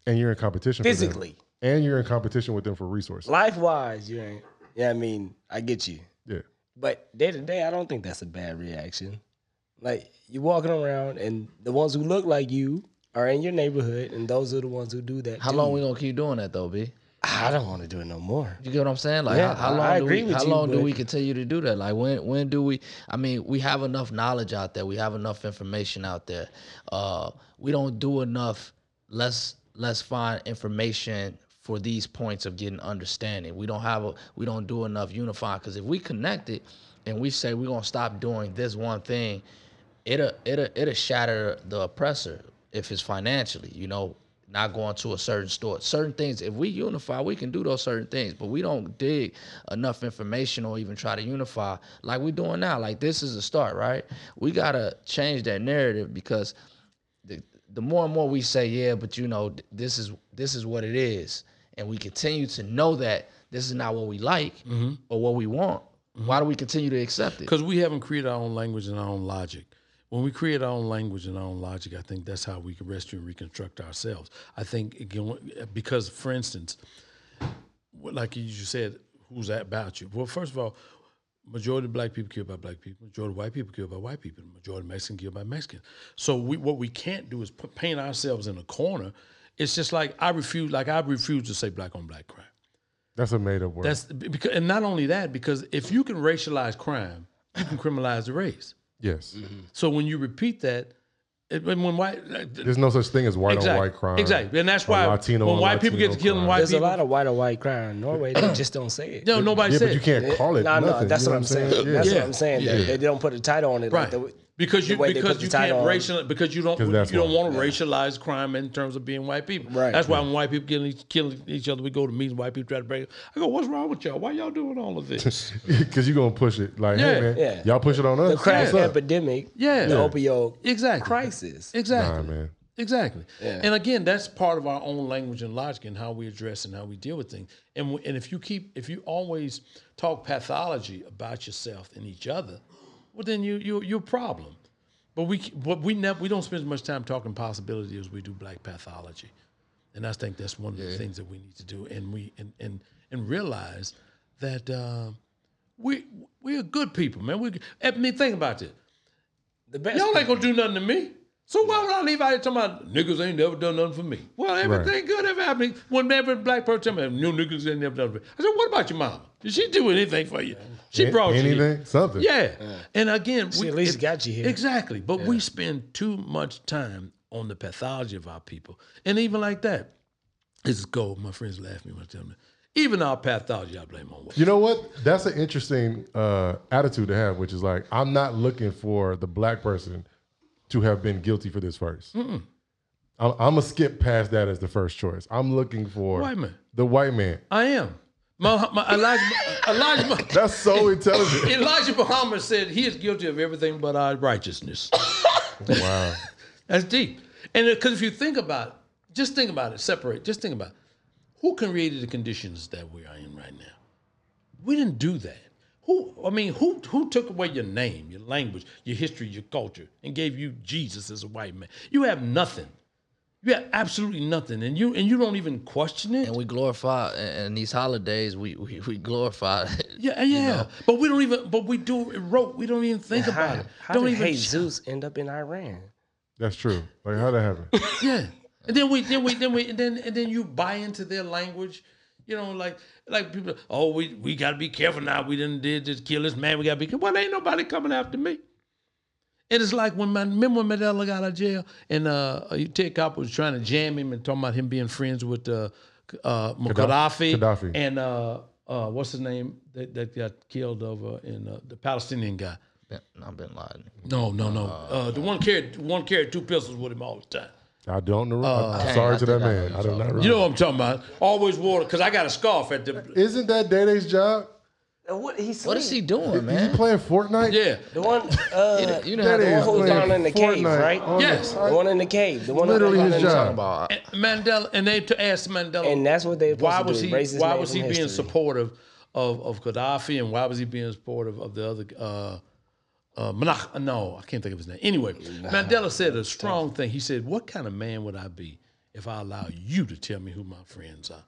B: And you're in competition For
E: physically.
B: them. And you're in competition with them for resources.
E: Life wise, you ain't yeah, I mean, I get you.
B: Yeah.
E: But day to day, I don't think that's a bad reaction. Like you're walking around and the ones who look like you are in your neighborhood and those are the ones who do that.
A: How
E: to
A: long
E: you.
A: we gonna keep doing that though, B?
E: I don't want to do it no more.
A: You get what I'm saying? Like,
E: Yeah,
A: how, how
E: I-
A: long
E: I
A: do
E: agree
A: we,
E: with
A: how
E: you,
A: long do
E: but-
A: we continue to do that? Like, when when do we? I mean, we have enough knowledge out there. We have enough information out there. Uh, we don't do enough. Let's let's find information for these points of getting understanding. We don't have a we don't do enough unifying because if we connect it and we say we're gonna stop doing this one thing, it'll it'll it'll shatter the oppressor if it's financially, you know, not going to a certain store. Certain things, if we unify, we can do those certain things, but we don't dig enough information or even try to unify like we're doing now. Like this is a start, right? We gotta change that narrative because the, the more and more we say, yeah, but you know, th- this is this is what it is, and we continue to know that this is not what we like or what we want. Why do we continue to accept it?
C: Because we haven't created our own language and our own logic. When we create our own language and our own logic, I think that's how we can rescue and reconstruct ourselves. I think again, because, for instance, what- like you just said, who's that about you? Well, first of all, majority of black people killed by black people, majority of white people killed by white people, majority of Mexican killed by Mexican. So we, what we can't do is put, paint ourselves in a corner. It's just like I refuse, like I refuse to say black on black crime.
B: That's a made up word.
C: That's because, and not only that, because if you can racialize crime, you can criminalize the race.
B: yes.
C: So when you repeat that, it, when when white like,
B: There's no such thing as white on
C: exactly,
B: white crime.
C: exactly, and that's
B: or
C: why
B: Latino
C: when
B: on
C: white people get
B: Latino
C: to killing
B: crime.
C: white
E: There's
C: people,
E: a lot of white on white crime in Norway. They just don't say it.
C: no, nobody
B: Yeah,
C: said
B: but you
C: it.
B: can't call it
E: no,
B: nothing.
E: no, that's
B: you
E: what
B: know
E: I'm saying.
B: Yeah.
E: That's
C: Yeah.
E: what I'm saying. They- They,
C: Yeah.
E: don't put a title on it. Like
C: right
E: the,
C: because you
E: the way they
C: because
E: put
C: you
E: the
C: can't
E: title on.
C: racial because you don't
B: 'Cause that's
C: you don't
B: why.
C: want to racialize crime in terms of being white people.
E: Right.
C: That's why when white people killing each, killing each other, we go to meetings, white people try to break. It. I go, what's wrong with y'all? Why y'all doing all
B: <laughs>
C: of this?
B: Because you're going to push it. Like,
C: Yeah.
B: hey, man,
E: Yeah.
B: y'all push it on us.
E: the crack
B: What's up?
E: epidemic,
C: Yeah.
E: the
C: Yeah.
E: opioid
C: exactly.
E: crisis.
C: Exactly.
B: Nah, man.
C: Exactly. And again, that's part of our own language and logic and how we address and how we deal with things. And w- and if you keep if you always talk pathology about yourself and each other, well then you you you're a problem. But we c- but we never we don't spend as much time talking possibility as we do black pathology. And I think that's one of the things that we need to do and we and and and realize that um, we we are good people, man. We I mean think about this.
E: The best.
C: Y'all ain't gonna do nothing to me. So why would I leave out here talking about niggas ain't never done nothing for me? Well, everything good ever happened. When every black person tell me, no niggas ain't never done for me. I said, what about your mama? Did she do anything for you? She brought you. here.
B: Anything? Something.
C: Yeah. And again, we,
E: Uh, at least got you here.
C: Exactly. But we spend too much time on the pathology of our people. And even like that, this is gold. My friends laugh at me when I tell them that. Even our pathology, I blame on white.
B: You know what? That's an interesting uh, attitude to have, which is like, I'm not looking for the black person to have been guilty for this 1st i I'm, I'm gonna skip past that as the first choice. I'm looking for
C: White man.
B: the white man.
C: I am. My, my Elijah,
E: <laughs>
C: Elijah,
B: That's
C: <laughs>
B: so intelligent.
C: Elijah Muhammad said he is guilty of everything but our righteousness.
B: wow.
C: That's deep. And because if you think about it, just think about it, separate, just think about it. Who created the conditions that we are in right now? We didn't do that. Who I mean, who who took away your name, your language, your history, your culture, and gave you Jesus as a white man? You have nothing. You have absolutely nothing. And you and you don't even question it.
A: and we glorify and and these holidays we we, we <laughs> glorify
C: yeah, yeah. But we don't even but we do it rote. We don't even think about
E: How,
C: it.
E: how
C: don't
E: did
C: even
E: Jesus end up in Iran?
B: That's true. Like how'd that happen?
C: Yeah. And then we then we then we and then and then you buy into their language. You know, like like people, oh, we we gotta be careful now. We didn't did just kill this man, we gotta be careful. Well, ain't nobody coming after me. And it's like when my remember when Mandela got out of jail and uh Ted Koppel was trying to jam him and talking about him being friends with uh uh Gaddafi,
B: Gaddafi.
C: and uh uh what's his name that, that got killed over in uh, the Palestinian guy.
A: Ben, not Bin Laden.
C: No, no, no. Uh, the one carried one carried two pistols with him all the time.
B: I don't know. I'm sorry
A: Uh, I
B: to that
A: think I know
B: man.
A: who you're talking
B: I do not. Remember.
C: You know what I'm talking about? Always wore because I got a scarf at the
B: Isn't that Day Day's job?
E: What, he's
A: What is he doing, man?
B: He playing Fortnite?
C: yeah.
E: The one, <laughs> uh,
A: You know
B: That
A: the
B: is
E: who's
B: playing
E: down in the
B: Fortnite
E: cave,
B: Oh,
E: right?
B: on the
C: Yes.
E: the
B: side.
E: one in the cave. The one
B: Literally
E: in the
B: his
A: talking
B: job.
A: about.
C: And Mandela, and they to ask Mandela,
E: And that's what they supposed
C: why
E: to
C: was
E: do,
C: he
E: erase his
C: why
E: name
C: was
E: from
C: he being
E: history.
C: supportive of of Gaddafi, and why was he being supportive of the other uh, uh, Menach? No, I can't think of his name. Anyway, Mandela said a strong thing. He said, "What kind of man would I be if I allow you to tell me who my friends are?"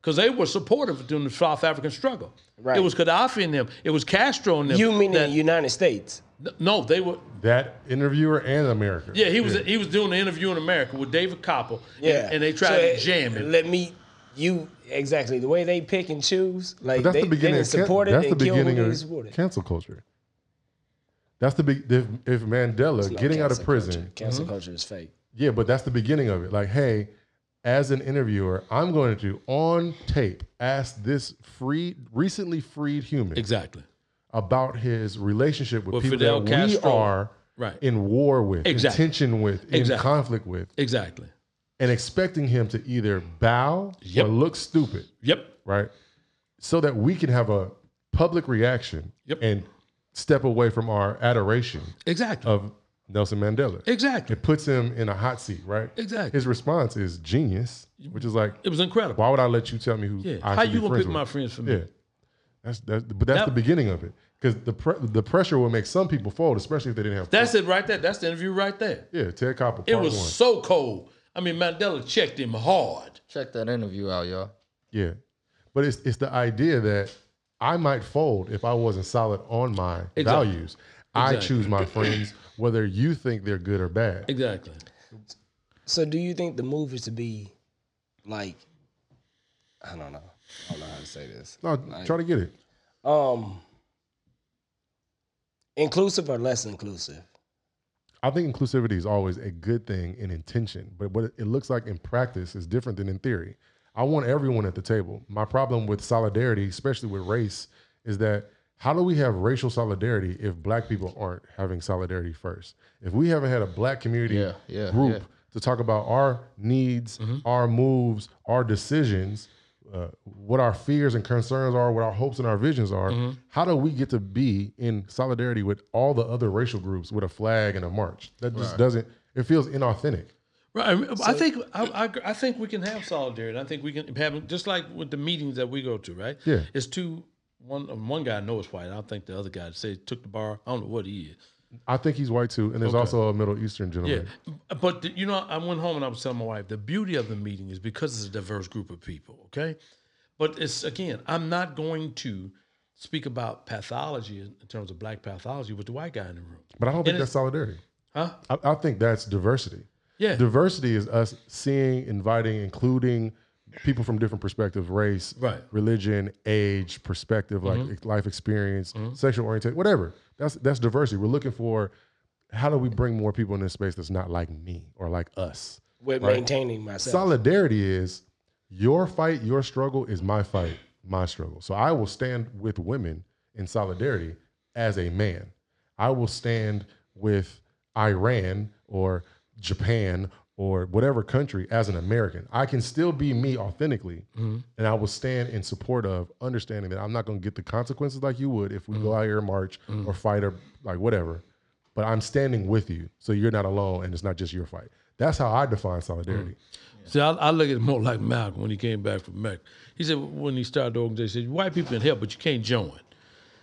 C: Because they were supportive during the South African struggle.
E: Right.
C: It was Gaddafi and them. It was Castro and them.
E: You mean
C: that-
E: the United States?
C: no? They were
B: That interviewer and America.
C: Yeah, he was he was doing an interview in America with David Koppel. and-
E: Yeah.
C: and, they tried
E: So
C: to
E: it-
C: jam him.
E: Let me you exactly the way they pick and choose. Like
B: But that's
E: they,
B: the beginning.
E: they
B: Of,
E: didn't
B: can-
E: support it
B: that's the
E: and kill who
B: beginning
E: didn't
B: of
E: support it.
B: cancel culture. That's the big. If, if Mandela
E: No,
B: getting out of
E: cancel
B: prison, Mm-hmm.
E: culture. Cancel culture is fake.
B: yeah, but that's the beginning of it. Like, hey, as an interviewer, I'm going to on tape ask this free, recently freed human
C: Exactly.
B: about his relationship with,
C: With
B: people
C: Fidel
B: that we
C: Castro.
B: are
C: Right.
B: in war with,
C: Exactly.
B: in tension with, in
C: Exactly.
B: conflict with,
C: Exactly.
B: and expecting him to either bow
C: Yep.
B: or look stupid.
C: Yep.
B: right? So that we can have a public reaction
C: Yep.
B: and step away from our adoration
C: Exactly.
B: of Nelson Mandela.
C: exactly.
B: It puts him in a hot seat, right?
C: Exactly.
B: His response is genius, which is like,
C: It was incredible.
B: why would I let you tell me who?
C: Yeah.
B: I
C: How
B: should
C: you
B: be
C: gonna pick
B: friends
C: my
B: with?
C: friends for me?
B: Yeah, that's that's, but that's
C: That-
B: the beginning of it because the pre- the pressure will make some people fold, especially if they didn't have.
C: That's it right there. That's the interview right there.
B: yeah, Ted Koppel.
C: It
B: part
C: was
B: one.
C: so cold. I mean, Mandela checked him hard.
A: Check that interview out, y'all.
B: Yeah, but it's it's the idea that I might fold if I wasn't solid on my values. I
C: Exactly.
B: choose my friends, whether you think they're good or bad.
C: Exactly.
E: So do you think the move is to be like I don't know. I don't know how to say this.
B: No, try to get it.
E: Um inclusive or less inclusive?
B: I think inclusivity is always a good thing in intention, but what it looks like in practice is different than in theory. I want everyone at the table. My problem with solidarity, especially with race, is that how do we have racial solidarity if black people aren't having solidarity first? If we haven't had a black community
A: Yeah, yeah,
B: group
A: yeah.
B: to talk about our needs,
C: Mm-hmm.
B: our moves, our decisions, uh, what our fears and concerns are, what our hopes and our visions are.
C: Mm-hmm.
B: How do we get to be in solidarity with all the other racial groups with a flag and a march? That just doesn't. It feels inauthentic.
C: Right. I think I, I, I think we can have solidarity. I think we can have just like with the meetings that we go to, right?
B: Yeah.
C: It's two one one guy I know is white. I don't think the other guy said took the bar. I don't know what he is.
B: I think he's white too, and there's also a Middle Eastern gentleman.
C: Yeah, but the, you know, I went home and I was telling my wife the beauty of the meeting is because it's a diverse group of people. Okay, but it's again, I'm not going to speak about pathology in in terms of black pathology with the white guy in the room,
B: But I don't think
C: And
B: that's solidarity.
C: huh?
B: I, I think that's diversity.
C: Yeah,
B: Diversity is us seeing, inviting, including people from different perspectives, race,
C: Right. Mm-hmm.
B: religion, age, perspective, like life experience, sexual orientation, whatever. That's that's diversity. We're looking for how do we bring more people in this space that's not like me or like us?
E: With maintaining myself.
B: Solidarity is your fight, your struggle is my fight, my struggle. So I will stand with women in solidarity as a man. I will stand with Iran or Japan or whatever country as an American. I can still be me authentically, and I will stand in support of understanding that I'm not going to get the consequences like you would if we go out here and march or fight or like whatever. But I'm standing with you, so you're not alone, and it's not just your fight. That's how I define solidarity.
C: See, I, I look at it more like Malcolm when he came back from America. He said when he started the organization, he said, white people can help, but you can't join.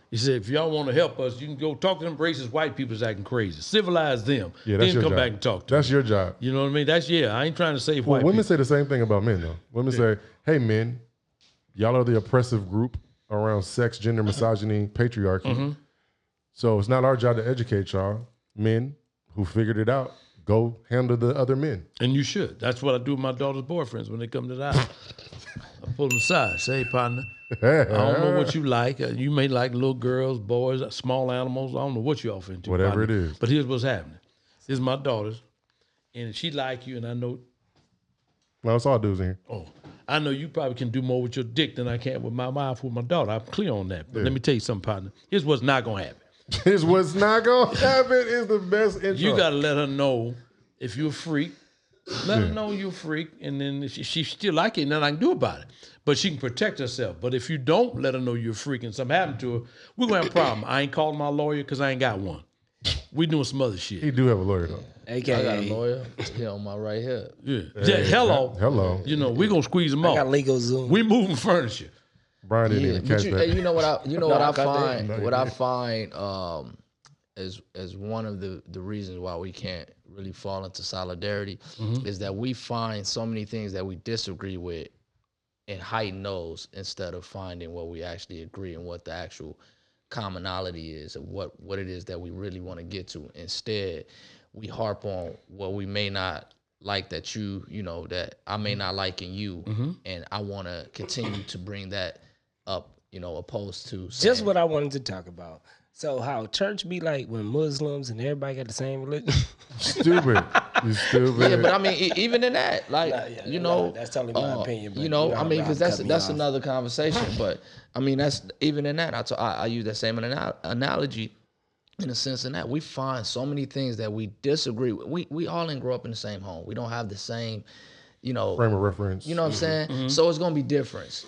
C: He said, if y'all want to help us, you can go talk to them racist white people that's acting crazy. Civilize them.
B: Yeah, that's
C: then
B: your
C: come
B: job.
C: back and talk to them.
B: That's your job.
C: You know what I mean? That's yeah. I ain't trying to save white
B: Women
C: people.
B: say the same thing about men, though. Women say, "Hey, men, y'all are the oppressive group around sex,
A: <laughs>
B: gender, misogyny, patriarchy.
A: Mm-hmm.
B: So it's not our job to educate y'all, men who figured it out. Go handle the other men.
C: And you should. That's what I do with my daughter's boyfriends when they come to the house. I pull them aside. Say, hey, partner, I don't know what you like. Uh, You may like little girls, boys, uh, small animals. I don't know what you're off into.
B: Whatever
C: partner.
B: it is.
C: But here's what's happening. This is my daughter's, and she like you, and I know.
B: No, it's all
A: <laughs>
B: dudes in here.
C: Oh, I know you probably can do more with your dick than I can with my mouth with my daughter. I'm clear on that. But let me tell you something, partner. Here's what's not gonna happen.
B: Here's what's not gonna happen is the best intro.
C: You gotta let her know if you're a freak. Let her know you're a freak, and then if she, she still like it, and nothing I can do about it. But she can protect herself. But if you don't let her know you're a freak and something happened to her, we're gonna have a problem. I ain't calling my lawyer because I ain't got one. We doing some other
B: he
C: shit.
B: do have a lawyer though.
E: AKA
A: I got a lawyer here on my right here.
C: Yeah. Yeah, hello.
B: Hello,
C: You know, we're gonna squeeze them
E: I got
C: off.
E: legal zoom.
C: We moving furniture.
B: Brian didn't
A: Yeah,
B: even catch
A: but you,
B: that.
A: hey, you know what I you know what
E: I
A: I
E: got that.
A: find what I find um as as one of the the reasons why we can't really fall into solidarity
E: Mm-hmm.
A: is that we find so many things that we disagree with and heighten those instead of finding what we actually agree and what the actual commonality is of what what it is that we really want to get to. Instead, we harp on what we may not like that you you know that I may not like in you, and I want to continue to bring that up. You know, opposed to
E: Just
A: saying-
E: what I wanted to talk about. So how church be like when Muslims and everybody got the same religion?
B: <laughs> Stupid. You stupid.
A: Yeah, but I mean, e- even in that, like
E: Nah, yeah,
A: you
E: no,
A: know,
E: that's totally my
A: uh,
E: opinion, but
A: You know,
E: you're
A: I mean,
E: allowed
A: because
E: to
A: that's
E: cut me
A: that's
E: off.
A: another conversation. But I mean, that's even in that, I t- I- I use that same ana- analogy in a sense in that we find so many things that we disagree with. We we all didn't grow up in the same home. We don't have the same, you know,
B: Frame of reference.
A: you know what I'm saying? So it's gonna be difference.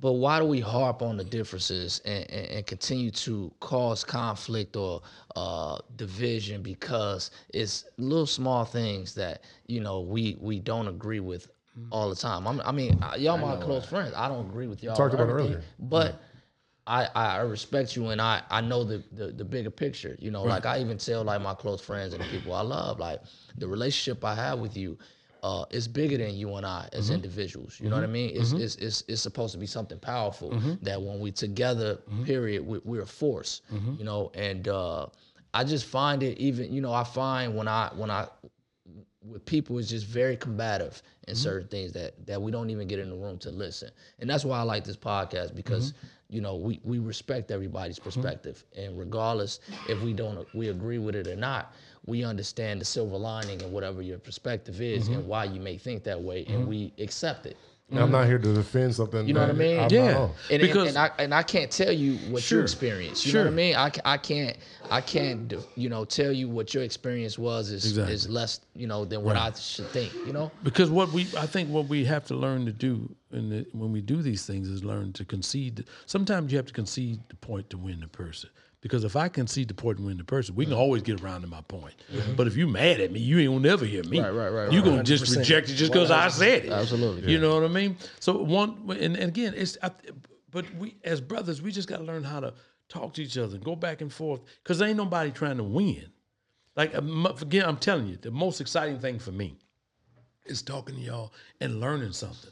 A: But why do we harp on the differences and, and, and continue to cause conflict or uh, division because it's little small things that you know we we don't agree with all the time. I'm, I mean, I- y'all my close friends. I don't agree with y'all.
B: talked
A: on
B: about it
A: everything,
B: earlier.
A: but. I, I respect you and I, I know the, the, the bigger picture. You know, like I even tell like my close friends and the people I love, like the relationship I have with you uh, is bigger than you and I
B: Mm-hmm.
A: as individuals. You know what I mean? It's, it's, it's, it's supposed to be something powerful
B: Mm-hmm.
A: that when we together, period, we, we're a force,
B: Mm-hmm.
A: you know? And uh, I just find it even, you know, I find when I, when I, with people is just very combative in
C: Mm-hmm.
A: certain things that that we don't even get in the room to listen. And that's why I like this podcast because
C: Mm-hmm.
A: you know we we respect everybody's perspective and regardless if we don't we agree with it or not, we understand the silver lining and whatever your perspective is
C: Mm-hmm.
A: and why you may think that way and we accept it.
B: And I'm not here to defend something.
A: You know what I
B: that
A: mean?
B: I'm not
C: Yeah.
B: on.
A: And,
C: Because-
A: and, and I and I can't tell you what
C: Sure.
A: you experienced. You know
C: Sure.
A: what I mean? I, ca- I can't I can't d- you know tell you what your experience was is is
C: Exactly.
A: less you know than what I should think. You know?
C: Because what we, I think, what we have to learn to do, in the, when we do these things, is learn to concede. Sometimes you have to concede the point to win the person. Because if I concede the point and win the person, we can always get around to my point. But if you mad at me, you ain't gonna never hear me.
A: Mm-hmm. Right, right, right,
C: You
A: right.
C: gonna just reject it just because I said it.
A: Absolutely.
C: You know what I mean? So one, and, and again, it's. I, but we as brothers, we just gotta learn how to talk to each other and go back and forth. Because ain't nobody trying to win. Like um, again, I'm telling you, the most exciting thing for me is talking to y'all and learning something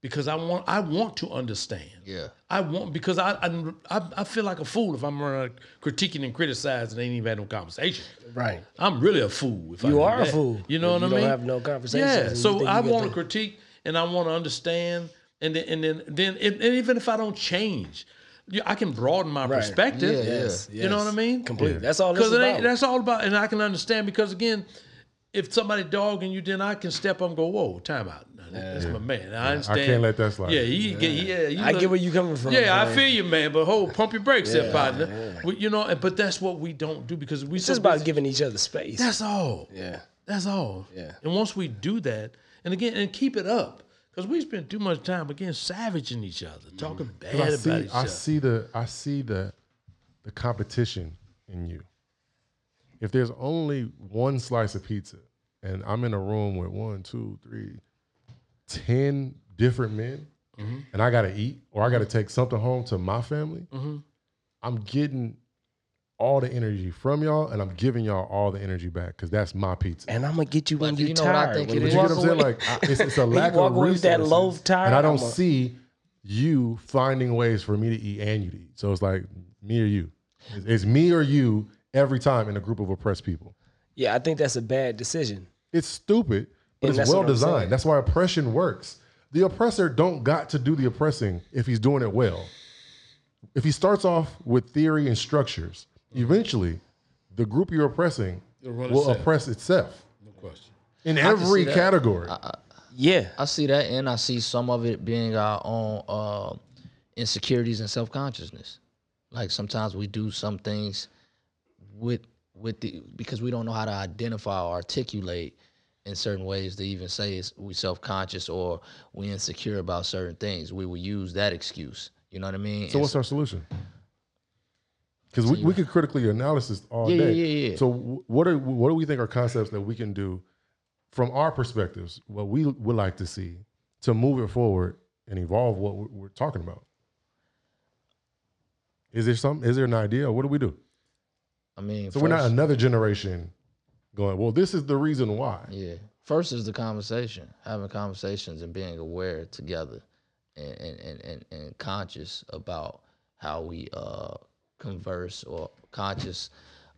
C: because I want I want to understand.
A: Yeah.
C: I want because I I, I- I feel like a fool if I'm around critiquing and criticizing and ain't even had no conversation.
E: <laughs> Right.
C: I'm really a fool if I
E: You
C: do
E: are a
C: that.
E: fool
C: You know
E: if
C: what
E: you don't
C: I mean?
E: have no conversations and
C: Yeah.
E: you
C: So
E: think you
C: I
E: got
C: want to
E: the-
C: critique and I want to understand and then and then then and, and even if I don't change, you- I can broaden my perspective.
A: Yeah, yeah.
E: Yes,
C: You know
E: yes.
C: what I mean?
E: Completely. That's all this
C: Because
E: is
C: it ain't,
E: about.
C: that's all about, and I can understand because again, if somebody dogging you, then I can step up and go, whoa, time out. Now, That's my man. I understand.
B: can't let that slide.
C: Yeah, he, get- yeah. you
E: I
C: look-
E: get where you coming from.
C: Yeah, I
E: man.
C: feel you, man. But hold, pump your brakes, there, partner. We- you know, and- but that's what we don't do because we
E: It's just about giving each other space.
C: That's all.
E: yeah.
C: That's all.
E: Yeah.
C: And once we do that, and again, and keep it up, because we spend too much time again savaging each other, talking
E: Mm-hmm.
B: I
C: bad about
B: see,
C: each
B: I
C: other.
B: see the I see the the competition in you. If there's only one slice of pizza and I'm in a room with one, two, three, ten different men, and I gotta eat or I gotta take something home to my family, I'm getting all the energy from y'all and I'm giving y'all all the energy back because that's my pizza.
E: And I'm gonna get you when
A: But
E: you,
A: you know what I
E: tired.
A: think
E: when
A: it
B: But you
E: you
B: get
A: walk
B: what I'm saying?
A: away-
B: Like I- it's,
E: <laughs>
B: it's a lack
E: walk
B: of
E: away
B: resources.
E: with that loaf tired,
B: and I don't
E: I'm a-
B: see you finding ways for me to eat and you to eat. So it's like me or you. It's, it's me or you every time in a group of oppressed people.
E: Yeah, I think that's a bad decision.
B: It's stupid, but
E: And
B: it's
E: that's
B: well
E: what I'm saying.
B: designed. That's why oppression works. The oppressor don't got to do the oppressing if he's doing it well. If he starts off with theory and structures, eventually the group you're oppressing
C: run
B: will
C: itself.
B: oppress itself
C: No question.
B: in every
A: see that.
B: category.
E: Yeah.
A: I see that, and I see some of it being our own uh, insecurities and self consciousness. Like sometimes we do some things with with the because we don't know how to identify or articulate in certain ways to even say it's, we self conscious or we insecure about certain things. We will use that excuse. You know what I mean?
B: So what's our solution? Because we, we could critically analysis all
A: Yeah, yeah,
B: day.
A: yeah, yeah.
B: So wh- what are what do we think are concepts that we can do from our perspectives? What we would like to see to move it forward and evolve what we're, we're talking about. Is there some? Is there an idea? What do we do?
A: I mean,
B: So we we're not
A: first-
B: another generation going. Well, this is the reason why.
A: Yeah. First is the conversation, having conversations and being aware together and, and, and, and, and conscious about how we uh, converse or conscious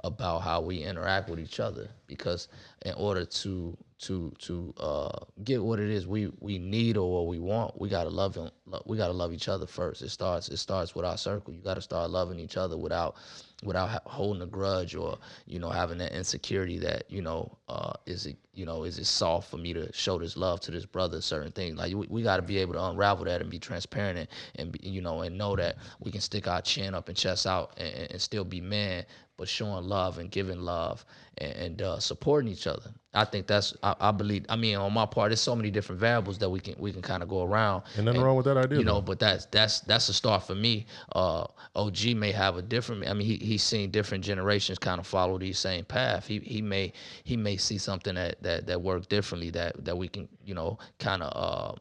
A: about how we interact with each other. Because in order to to to uh, get what it is we we need or what we want, we gotta love him. lo- We gotta love each other first. It starts it starts with our circle. You gotta start loving each other without without ha- holding a grudge or you know having that insecurity that you know uh, is it you know is it soft for me to show this love to this brother certain things like we, we got to be able to unravel that and be transparent and, and be, you know and know that we can stick our chin up and chest out and, and, and still be men but showing love and giving love and, and uh, supporting each other I think that's I, I believe I mean on my part there's so many different variables that we can we can kind of go around
B: And nothing wrong with that idea.
A: you know,
B: though.
A: but that's that's that's a start for me. Uh, OG may have a different. I mean, he, he's seen different generations kind of follow these same path. He he may he may see something that that that worked differently that that we can you know kind of uh,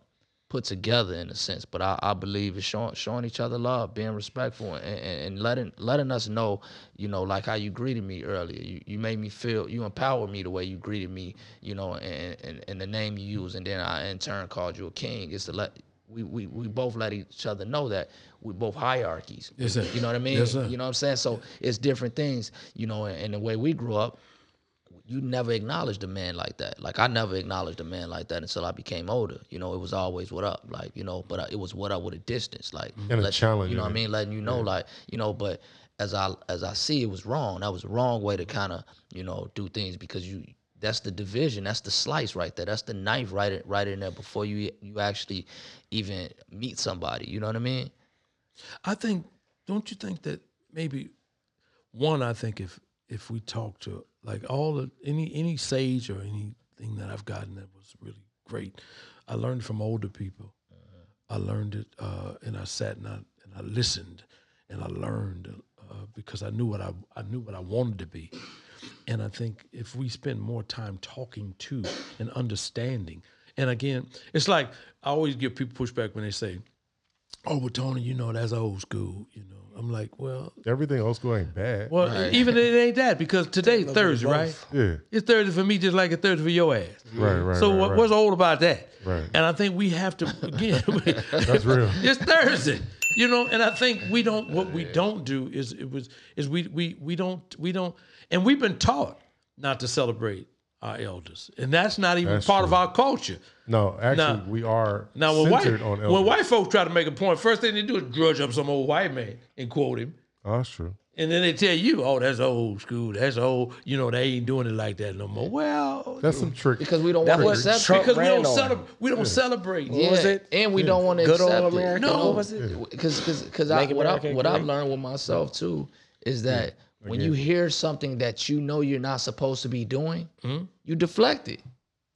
A: put together in a sense. But I, I believe it's showing showing each other love, being respectful, and, and, and letting letting us know, you know, like how you greeted me earlier. You you made me feel you empowered me the way you greeted me, you know, and and, and the name you used, and then I in turn called you a king. It's to let we, we, we both let each other know that we both hierarchies.
C: Yes, sir.
A: You know what I mean?
C: Yes, sir.
A: You know what I'm saying? So it's different things, you know, and, and the way we grew up, you never acknowledged a man like that. Like I never acknowledged a man like that until I became older. You know, it was always what up, like you know, but I, it was what up with a distance, like
B: And a
A: let-
B: challenge
A: You know
B: in
A: what I
B: it.
A: mean? Letting you know, like you know, but as I as I see, it was wrong. That was the wrong way to kind of you know do things because you that's the division, that's the slice right there, that's the knife right in- right in there before you you actually even meet somebody. You know what I mean?
C: I think, don't you think that maybe one, I think if if we talk to like all of any any sage or anything that I've gotten that was really great, I learned from older people. I learned it, uh, and I sat and I and I listened, and I learned uh, because I knew what I I knew what I wanted to be, and I think if we spend more time talking to and understanding, and again, it's like I always give people pushback when they say, "Oh, well, Tony, you know that's old school," you know. I'm like, well,
B: Everything old school ain't bad.
C: well, even it ain't
B: <laughs>
C: that because today Thursday, right?
B: yeah.
C: It's Thursday for me just like it's Thursday for your ass.
B: Right, right.
C: So
B: right,
C: what,
B: right.
C: what's old about that?
B: Right.
C: And I think we have to again.
B: <laughs>
C: <laughs>
B: That's real.
C: it's Thursday, you know. And I think we don't. What we don't do is it was is we we we don't we don't. And we've been taught not to celebrate our elders, and that's not even
B: That's
C: part of
B: true.
C: our culture.
B: No, actually,
C: Now-
B: we are
C: Now, when white
B: centered on
C: when
B: elders.
C: white folks try to make a point, first thing they do is drudge up some old white man and quote him.
B: Oh, that's true.
C: And then they tell you, oh, that's old school. That's old. You know, they ain't doing it like that no more. Well,
B: That's some trick.
A: Because we don't
E: That
A: want to
E: was
A: accept
E: Trump-
A: it.
C: because we
E: ran
C: don't,
E: on
C: celeb- we don't celebrate.
A: Yeah,
E: was it?
A: And we don't want to
E: Good
A: accept
E: old
A: it.
E: America.
A: No,
E: What was it?
A: Because because I
E: Make
A: what I
E: America
A: what I've
E: great.
A: learned with myself too is that when you hear something that you know you're not supposed to be doing, you deflect it.
C: Mm-hmm.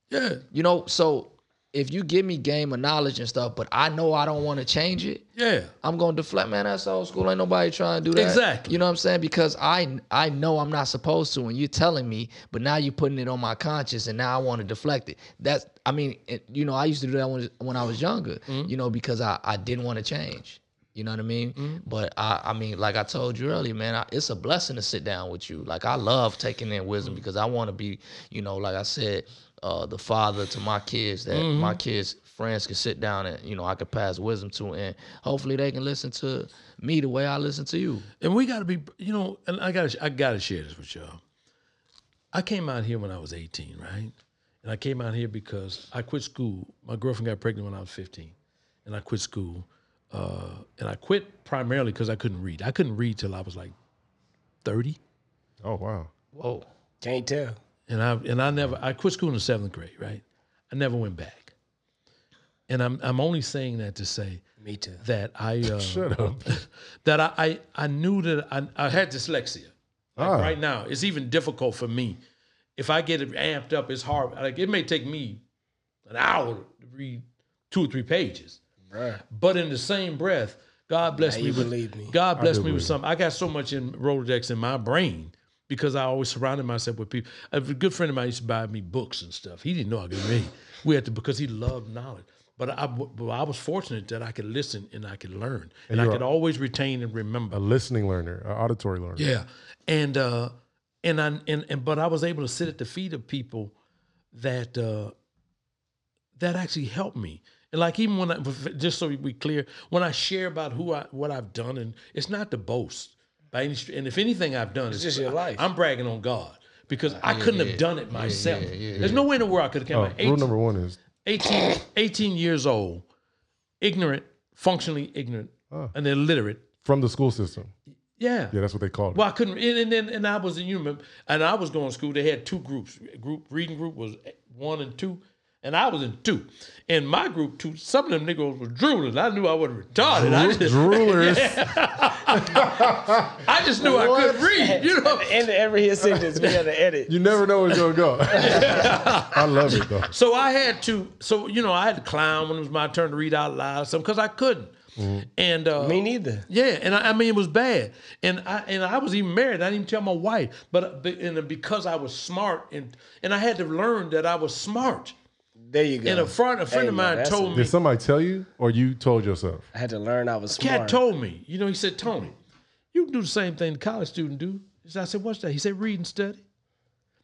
C: Yeah.
A: You know, so if you give me game of knowledge and stuff, but I know I don't want to change it,
C: Yeah.
A: I'm gonna deflect, man. That's old school. Ain't nobody trying to do that.
C: Exactly.
A: You know what I'm saying? Because I I know I'm not supposed to, and you're telling me, but now you're putting it on my conscience, and now I want to deflect it. That's I mean, it, you know, I used to do that when when I was younger. You know, because I I didn't want to change. You know what I mean? But I I mean, like I told you earlier, man, I, it's a blessing to sit down with you. Like I love taking in wisdom because I want to be, you know, like I said, uh, the father to my kids that my kids friends can sit down and you know I could pass wisdom to and hopefully they can listen to me the way I listen to you.
C: And we got to be, you know, and I got to I got to share this with y'all. I came out here when I was 18, right? And I came out here because I quit school. My girlfriend got pregnant when I was 15, and I quit school. Uh, and I quit primarily because I couldn't read. I couldn't read till I was like 30.
B: oh, wow.
A: Whoa.
E: Can't tell.
C: and I and I never I quit school in the seventh grade, right? I never went back. And I'm I'm only saying that to say
E: Me too.
C: that I
B: <laughs>
C: uh,
B: Shut up.
C: <laughs> that I, I I knew that I, I had dyslexia. Like
B: Ah.
C: Right now, it's even difficult for me. If I get it amped up, it's hard. Like it may take me an hour to read two or three pages.
E: Bruh.
C: But in the same breath, God bless
E: Now
C: me
E: you
C: with
E: believe me.
C: God bless
B: do
C: me with
B: believe
C: something. I got so much in Rolodex in my brain because I always surrounded myself with people. A good friend of mine used to buy me books and stuff. He didn't know I could read. We had to because he loved knowledge. But I, but I was fortunate that I could listen and I could learn and, I
B: you're
C: could
B: a-
C: always retain and remember.
B: A listening learner, an auditory learner.
C: Yeah, and uh, and I and, and but I was able to sit at the feet of people that uh, that actually helped me. And like even when I just so we clear, when I share about who I what I've done, and it's not to boast by any str- and if anything I've done, it's
E: just your life. Uh,
C: I, am bragging on God because I couldn't have done it myself. There's no way in the world I could have came
B: Oh,
C: out.
B: rule
C: 18
B: number one is
C: 18, 18 years old, ignorant, functionally ignorant, and illiterate.
B: from the school system.
C: Yeah.
B: Yeah, that's what they called
C: <laughs>
B: it.
C: Well, I couldn't, and, and then and I was in you remember, and I was going to school. They had two groups. Group reading group was one and two, and I was in two. And my group two, some of them niggas was drooling. I knew I was retarded. I just,
B: Droolers.
C: I just knew I couldn't read. You know.
E: End of every hit sentence, we had to edit.
B: You never know where it's gonna
C: <laughs>
B: go. I love it though.
C: So I had to. So you know, I had to clown when it was my turn to read out loud or something because I couldn't. And
E: <laughs>
C: uh,
E: Me neither.
C: Yeah, and I, I mean it was bad, and I and I was even married. I didn't even tell my wife, but but- and uh, because I was smart and and I had to learn that I was smart.
E: There you go.
C: And a friend a friend
E: Hey,
C: of
E: now,
C: mine
E: that's
C: told
E: a-
C: me,
B: Did somebody tell you or you told yourself?
E: I had to learn I was smart.
C: Cat told me, you know, he said, Tony, you can do the same thing the college student do. So I said, what's that? He said, read and study.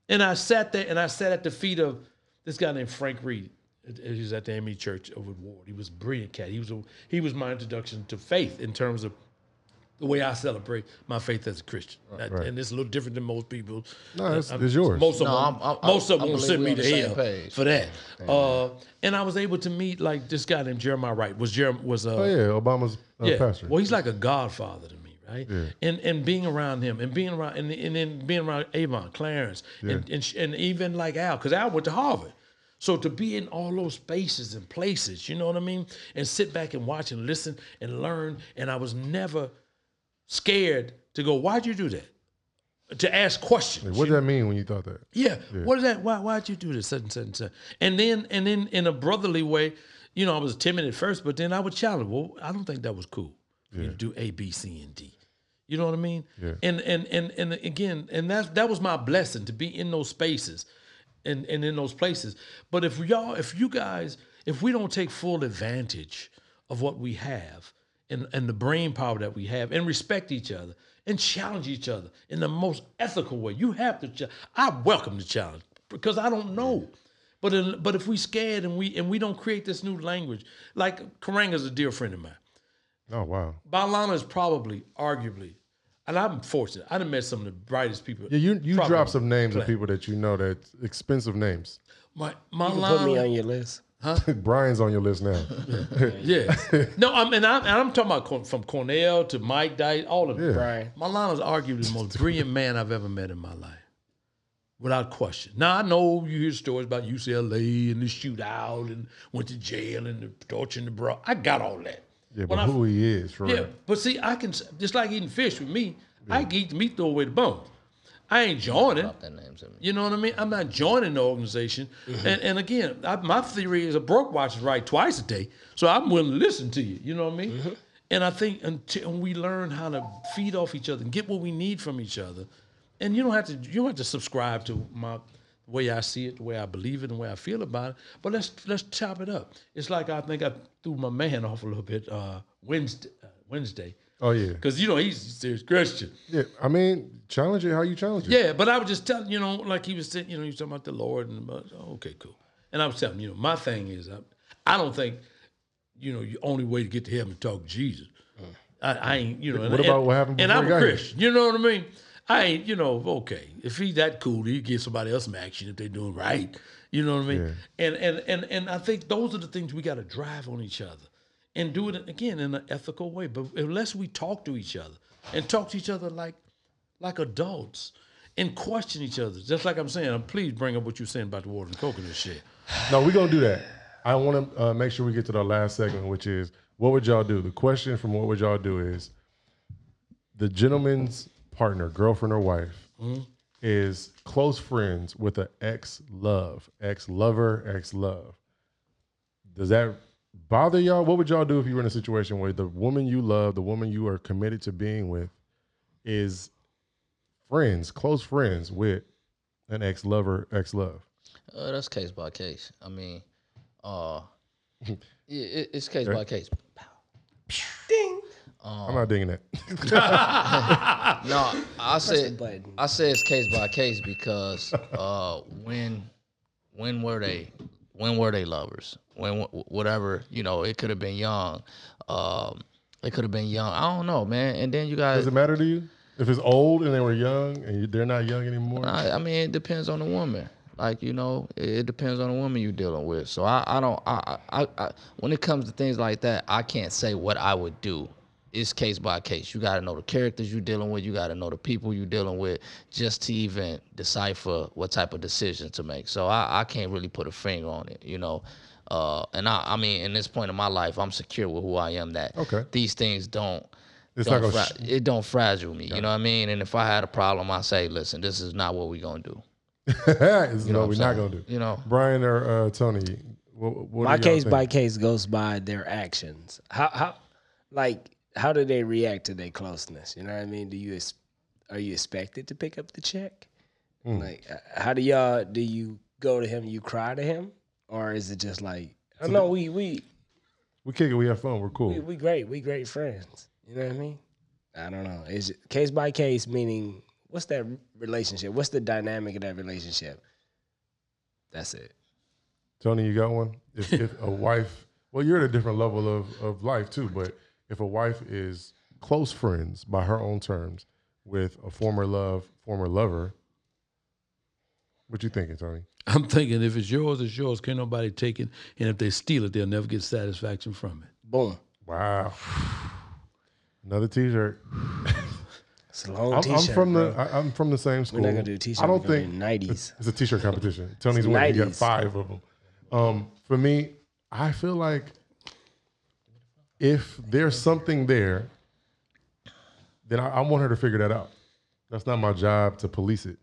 C: And I sat there and I sat at the feet of this guy named Frank Reed. He was at the ME Church over at Ward. He was a brilliant cat. He was a, he was my introduction to faith in terms of the way I celebrate my faith as a Christian. And it's a little different than most people. Uh,
B: No, it's, it's yours.
C: Most of
A: No,
C: them,
A: I'm- I'm-
C: most of
A: I
C: them will
A: believe
C: send
A: we
C: me
A: on
C: to
A: the same
C: hell
A: page.
C: for that. Uh, and I was able to meet like this guy named Jeremiah Wright. Was Jeremiah was uh,
B: oh yeah, Obama's uh, pastor.
C: well, he's like a godfather to me, right? And and being around him, and being around, and, and then being around Avon, Clarence, and, and sh- and even like Al, because Al went to Harvard. So to be in all those spaces and places, you know what I mean, and sit back and watch and listen and learn, and I was never scared to go. Why'd you do that? To ask questions.
B: what did that mean when you thought that?
C: Yeah. What is that? Why? Why'd you do this? Such and such and such. And then, and then, in a brotherly way, you know, I was timid at first, but then I would challenge. Well, I don't think that was cool. for You to do A, B, C, and D. You know what I mean?
B: Yeah.
C: And and and and again, and that that was my blessing to be in those spaces, and and in those places. But if y'all, if you guys, if we don't take full advantage of what we have, and and the brain power that we have, and respect each other, and challenge each other in the most ethical way, you have to. Ch- I welcome the challenge because I don't know. But in, but if we scared and we and we don't create this new language, like Karanga's a dear friend of mine.
B: Oh wow.
C: Balana is probably, arguably, and I'm fortunate. I done met some of the brightest people.
B: Yeah, you you
C: Probably.
B: drop some names of people that you know that expensive names. <laughs>
C: My,
E: You Put me
C: Malana,
E: on your list.
B: Brian's on your list now.
C: yeah. no, I'm and I'm, and I'm talking about Corn- from Cornell to Mike Dice, all of them.
E: Brian.
C: Malana's arguably the most brilliant man I've ever met in my life, without question. Now I know you hear stories about UCLA and the shootout and went to jail and the torture and the bra. I got all that.
B: Yeah,
C: When
B: but
C: I-
B: who he is for
C: Yeah,
B: real.
C: but see, I can just like eating fish with me. I can eat the meat, throw away the bones. I ain't joining.
A: Drop that name to me.
C: You know what I mean? I'm not joining the organization. And, and again, I, my theory is a broke watch is right twice a day. So I'm willing to listen to you. You know what I mean? And I think until we learn how to feed off each other and get what we need from each other, and you don't have to you don't have to subscribe to my the way I see it, the way I believe it, and the way I feel about it. But let's let's chop it up. It's like I think I threw my man off a little bit uh, Wednesday. Uh, Wednesday,
B: Oh yeah.
C: because you know he's a serious Christian.
B: Yeah. I mean, challenge it how you challenge it.
C: Yeah, but I was just telling you know, like he was saying, you know, he was talking about the Lord and about, oh, okay, cool. And I was telling him, you know, my thing is, I, I don't think, you know, your only way to get to heaven is to talk to Jesus. I, I ain't, you know. and-
B: What about what happened
C: And
B: before
C: I'm
B: he
C: a
B: got here?
C: Christian. You know what I mean? I ain't, you know, okay. If he that cool, he give somebody else some action if they doing right. You know what I mean? And and and and I think those are the things we got to drive on each other, and do it again in an ethical way. But unless we talk to each other and talk to each other like like adults and question each other. Just like I'm saying, uh, please bring up what you're saying about the water and coconut shit.
B: No, we're gonna do that. I want to uh, make sure we get to the last segment, which is what would y'all do? The question from what would y'all do is the gentleman's partner, girlfriend or wife, is close friends with an ex love, ex lover, ex love. Does that bother y'all? What would y'all do if you were in a situation where the woman you love, the woman you are committed to being with, is friends, close friends with an ex lover, ex love?
A: Uh, that's case by case. I mean, uh, yeah, it, it's case by case.
B: I'm not digging that. <laughs>
A: No, I said
E: button.
A: I said it's case by case because uh, when when were they when were they lovers? When wh- whatever you know, it could have been young. Um, it could have been young. I don't know, man. And then you guys,
B: Does it matter to you? If it's old and they were young and you, they're not young anymore, <laughs>
A: I, I mean, it depends on the woman. Like you know, it, it depends on the woman you're dealing with. So I, I don't. I, I, I, when it comes to things like that, I can't say what I would do. It's case by case. You got to know the characters you're dealing with. You got to know the people you're dealing with, just to even decipher what type of decision to make. So I, I can't really put a finger on it. You know. Uh, and I, I mean, in this point in my life, I'm secure with who I am. That
B: Okay.
A: these things don't
B: It's
A: don't
B: not gonna
A: fra- it don't fragile me. You know what I mean? And if I had a problem, I say, listen, this is not what we're gonna do.
B: it's no,
A: what
B: we're
A: I'm
B: not
A: saying?
B: gonna do.
A: You know,
B: Brian or uh, Tony, what, what
E: My
B: do y'all
E: case
B: think?
E: by case goes by their actions. How how like how do they react to their closeness? You know what I mean? Do you ex- are you expected to pick up the check?
B: Mm.
E: Like uh, how do y'all do you go to him? You cry to him, or is it just like oh, no? We we
B: we kick it, we have fun, we're cool.
E: we we great. We great friends. You know what I mean? I don't know. Is it case by case meaning what's that relationship? What's the dynamic of that relationship? That's it.
B: Tony, you got one? If, if a wife, well, you're at a different level of, of life too, but if a wife is close friends by her own terms with a former love, former lover, what you thinking, Tony?
C: I'm thinking if it's yours, it's yours. Can't nobody take it. And if they steal it, they'll never get satisfaction from it.
E: Boom.
B: Wow. Another T-shirt.
E: It's a long
B: I'm,
E: t-shirt.
B: I'm from
E: bro.
B: the I, I'm from the same school.
E: We're not gonna do a t-shirt.
B: I don't
E: We're gonna
B: think
E: do
B: <laughs>
E: 90s.
B: It's, it's a T-shirt competition. Tony's winning. You got
E: 90s.
B: five of them. Um, for me, I feel like if there's something there, then I, I want her to figure that out. That's not my job to police it.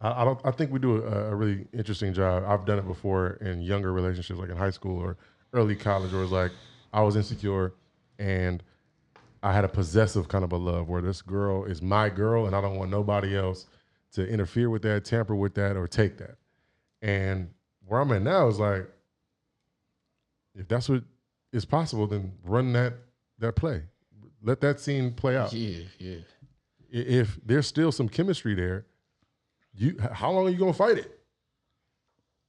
B: I, I don't. I think we do a, a really interesting job. I've done it before in younger relationships, like in high school or early college, where it's like I was insecure and I had a possessive kind of a love where this girl is my girl and I don't want nobody else to interfere with that, tamper with that, or take that. And where I'm at now is like, if that's what is possible, then run that that play. Let that scene play out. I-
A: yeah, yeah.
B: If there's still some chemistry there, you h- how long are you gonna fight it?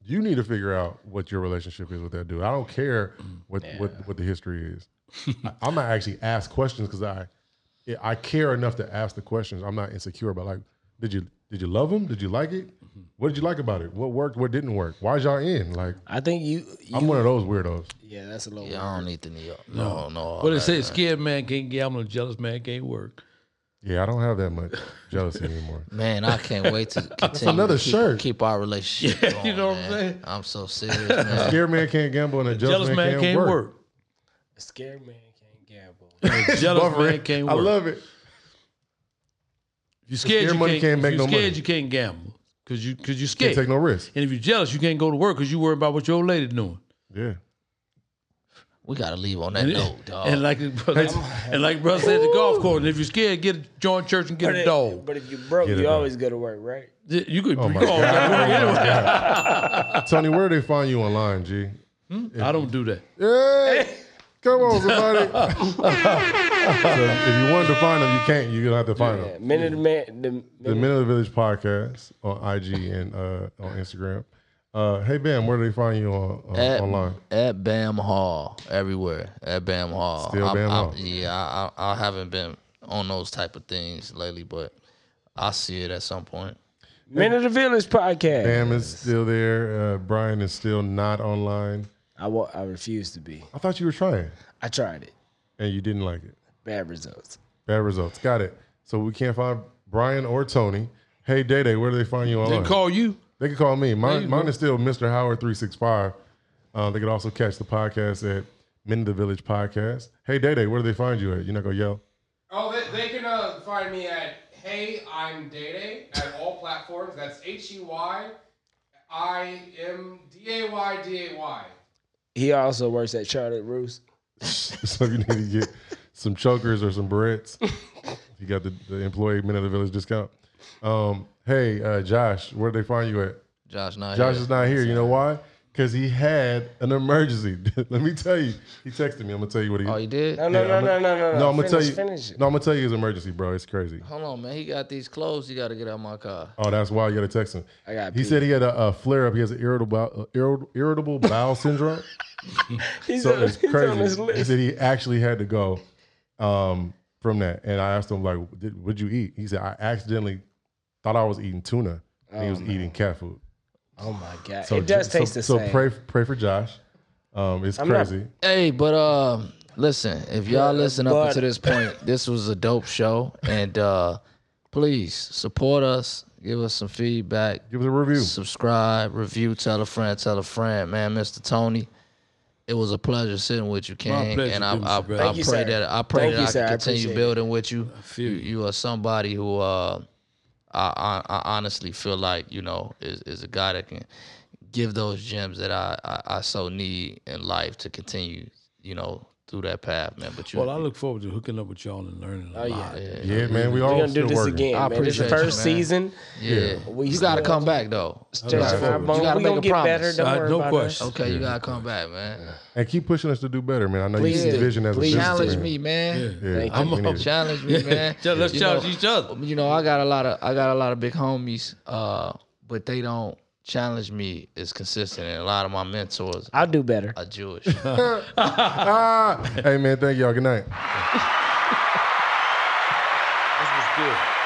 B: You need to figure out what your relationship is with that dude. I don't care what what, what the history is. I- I'm gonna actually ask questions because I yeah, I care enough to ask the questions. I'm not insecure about like, did you did you love him? Did you like it?
C: Mm-hmm.
B: What did you like about it? What worked? What didn't work? Why's y'all in? Like,
E: I think you. you
B: I'm one of those weirdos.
E: yeah, that's a little.
A: Yeah, I
E: word.
A: don't need the New York. No, no. all
C: What
B: Oh,
C: they
A: that,
C: say,
A: man.
C: scared man can't gamble, a jealous man can't work.
B: Yeah, I don't have that
C: <laughs>
B: much jealousy anymore.
A: Man, I can't wait
B: <laughs>
A: to continue
B: another
A: to keep,
B: shirt.
A: keep our relationship.
C: Yeah, <laughs>
A: going,
C: you know what I'm
A: man.
C: saying?
A: I'm so
B: <laughs>
A: serious, man.
B: Scared man can't gamble and a jealous,
C: Jealous man
B: can't,
C: can't
B: work. <laughs>
C: work.
E: A scared man can't gamble.
C: A jealous
B: Buffering.
C: man can't
B: I
C: work.
B: love it.
C: If you're scared,
B: scared
C: you
B: money
C: can't,
B: can't
C: if
B: make
C: you're
B: no
C: scared,
B: money.
C: you can't gamble because you because you're
B: Can't
C: scared.
B: take no risk.
C: and if you're jealous, you can't go to work because you worry about what your old lady doing.
B: Yeah.
A: We gotta leave on that
C: And, <laughs>
A: note, dog.
C: and like and like brother said, at the golf course. And if you're scared, get a join church and get a dog.
E: But if you broke,
B: Get a
E: you
B: dog.
E: always go to work, right?
C: You could
B: Oh
C: you
B: my
C: always
B: God.
C: gotta work
B: Oh my
C: anyway.
B: <laughs> Tony, where do they find you online, G?
C: I don't do that.
B: Hey, come on, somebody. <laughs> so if you wanted to find them, you can't. You're gonna have to find
E: Yeah,
B: them.
E: men of the man, the,
B: The Men of the Village podcast on IG and uh, on Instagram. Uh, hey Bam, where do they find you on, on
A: At-
B: online?
A: At Bam Hall, everywhere. At Bam Hall.
B: Still
A: I'm-
B: Bam
A: I'm-
B: Hall.
A: Yeah, I, I, I haven't been on those type of things lately, but I see it at some point.
E: men of the village podcast.
B: Bam is still there. Uh, Brian is still not online.
E: I wa- I refuse to be.
B: I thought you were trying
E: I tried it.
B: and you didn't like it.
E: Bad results.
B: Bad results. Got it. So we can't find Brian or Tony. Hey Day Day, where do they find you
C: They
B: online?
C: call you.
B: They can call me. Mine, mine is still Mr. Howard three six five. Uh, they can also catch the podcast at Men of the Village Podcast. Hey, Day Day, where do they find you at? You're not gonna yell. <laughs>
D: Oh, they, they can uh, find me at Hey I'm Day Day at all platforms. That's H E Y I M D A Y D A Y.
E: He also works at Charlotte Roost.
B: so if you need to get some chokers or some barrettes, you got the, the employee Men of the Village discount. Um, hey, uh, Josh, where do they find you at?
A: Josh not
B: Josh
A: here.
B: is not here. You know why? Because he had an emergency. <laughs> Let me tell you. He texted me. I'm gonna tell you what he.
A: Oh, you did?
E: No, no,
B: Yeah,
E: no, no,
B: I'ma-
E: no, no, no.
B: no, I'm gonna
E: Finish,
B: tell you.
E: Finish it.
B: No, I'm gonna tell you his emergency, bro. It's crazy.
A: Hold on, man. He got these clothes. You got to get out of my car.
B: Oh, that's why you got to text him.
E: I got
B: He
E: pee.
B: said he had a, a flare up. He has an irritable, uh, irrit- irritable bowel
E: <laughs>
B: syndrome.
E: He's,
B: So
E: on,
B: it's
E: he's on
B: crazy.
E: his
B: He
E: list.
B: said he actually had to go um, for from that. And I asked him like, Did, "What'd you eat?" He said, "I accidentally thought I was eating tuna. and he was eating cat food."
E: Oh my god,
B: So
E: it does
B: J-
E: taste
B: so,
E: the
B: so
E: same.
B: pray pray for Josh. Um, it's
E: I'm not-
B: crazy.
A: Hey, but uh, listen, if y'all listen up
E: but-
A: until this point, this was a dope show, and uh, please support us. Give us some feedback.
B: Give us a review.
A: Subscribe, review, tell a friend, tell a friend, man, Mr. Tony. It was a pleasure sitting with you, King,
F: pleasure
A: and I,
F: doing
A: I,
F: this, bro.
A: I
F: Thank
A: pray
E: you, sir.
A: that I pray
E: Thank
A: that
E: you,
A: I
E: sir. I
A: can continue
E: appreciate
A: building with you.
F: feel you.
A: you are somebody who uh, I, I I honestly feel like you know is is a guy that can give those gems that I I, I so need in life to continue, you know, through that path, man. But you,
F: Well, I look forward to hooking up with y'all and learning a
E: Oh, yeah.
F: lot.
B: Yeah, man, we
E: We're
B: all
E: gonna do
B: still
E: this
B: working.
E: again,
A: I
E: man. This is the
A: appreciate you,
E: first
A: man.
E: season.
A: yeah,
E: We
A: you gotta
E: still-
A: come back though.
E: It's just
B: Absolutely.
E: our bone.
A: You gotta
E: we
A: make
E: gonna
A: a
E: get
A: promise.
E: better. Don't
F: Uh,
E: worry
F: no
E: about
F: question.
E: us.
A: Okay, you gotta come back, man.
B: And keep pushing us to do better, man. I know
E: Please
B: you see the
E: do.
B: vision as a
E: Please
B: business
A: Challenge
B: man.
A: me, man.
B: Yeah,
E: Thank
B: I'm
E: you.
B: we need it.
A: Challenge me, man.
F: Yeah, let's <laughs>
A: You
F: challenge
A: know-
F: each other.
A: You know, I got a lot of I got a lot of big homies, uh, but they don't challenge me as consistent. And a lot of my mentors
E: I'll do better.
A: are Jewish.
B: Ah, hey man, thank y'all. Good night.
F: This was good.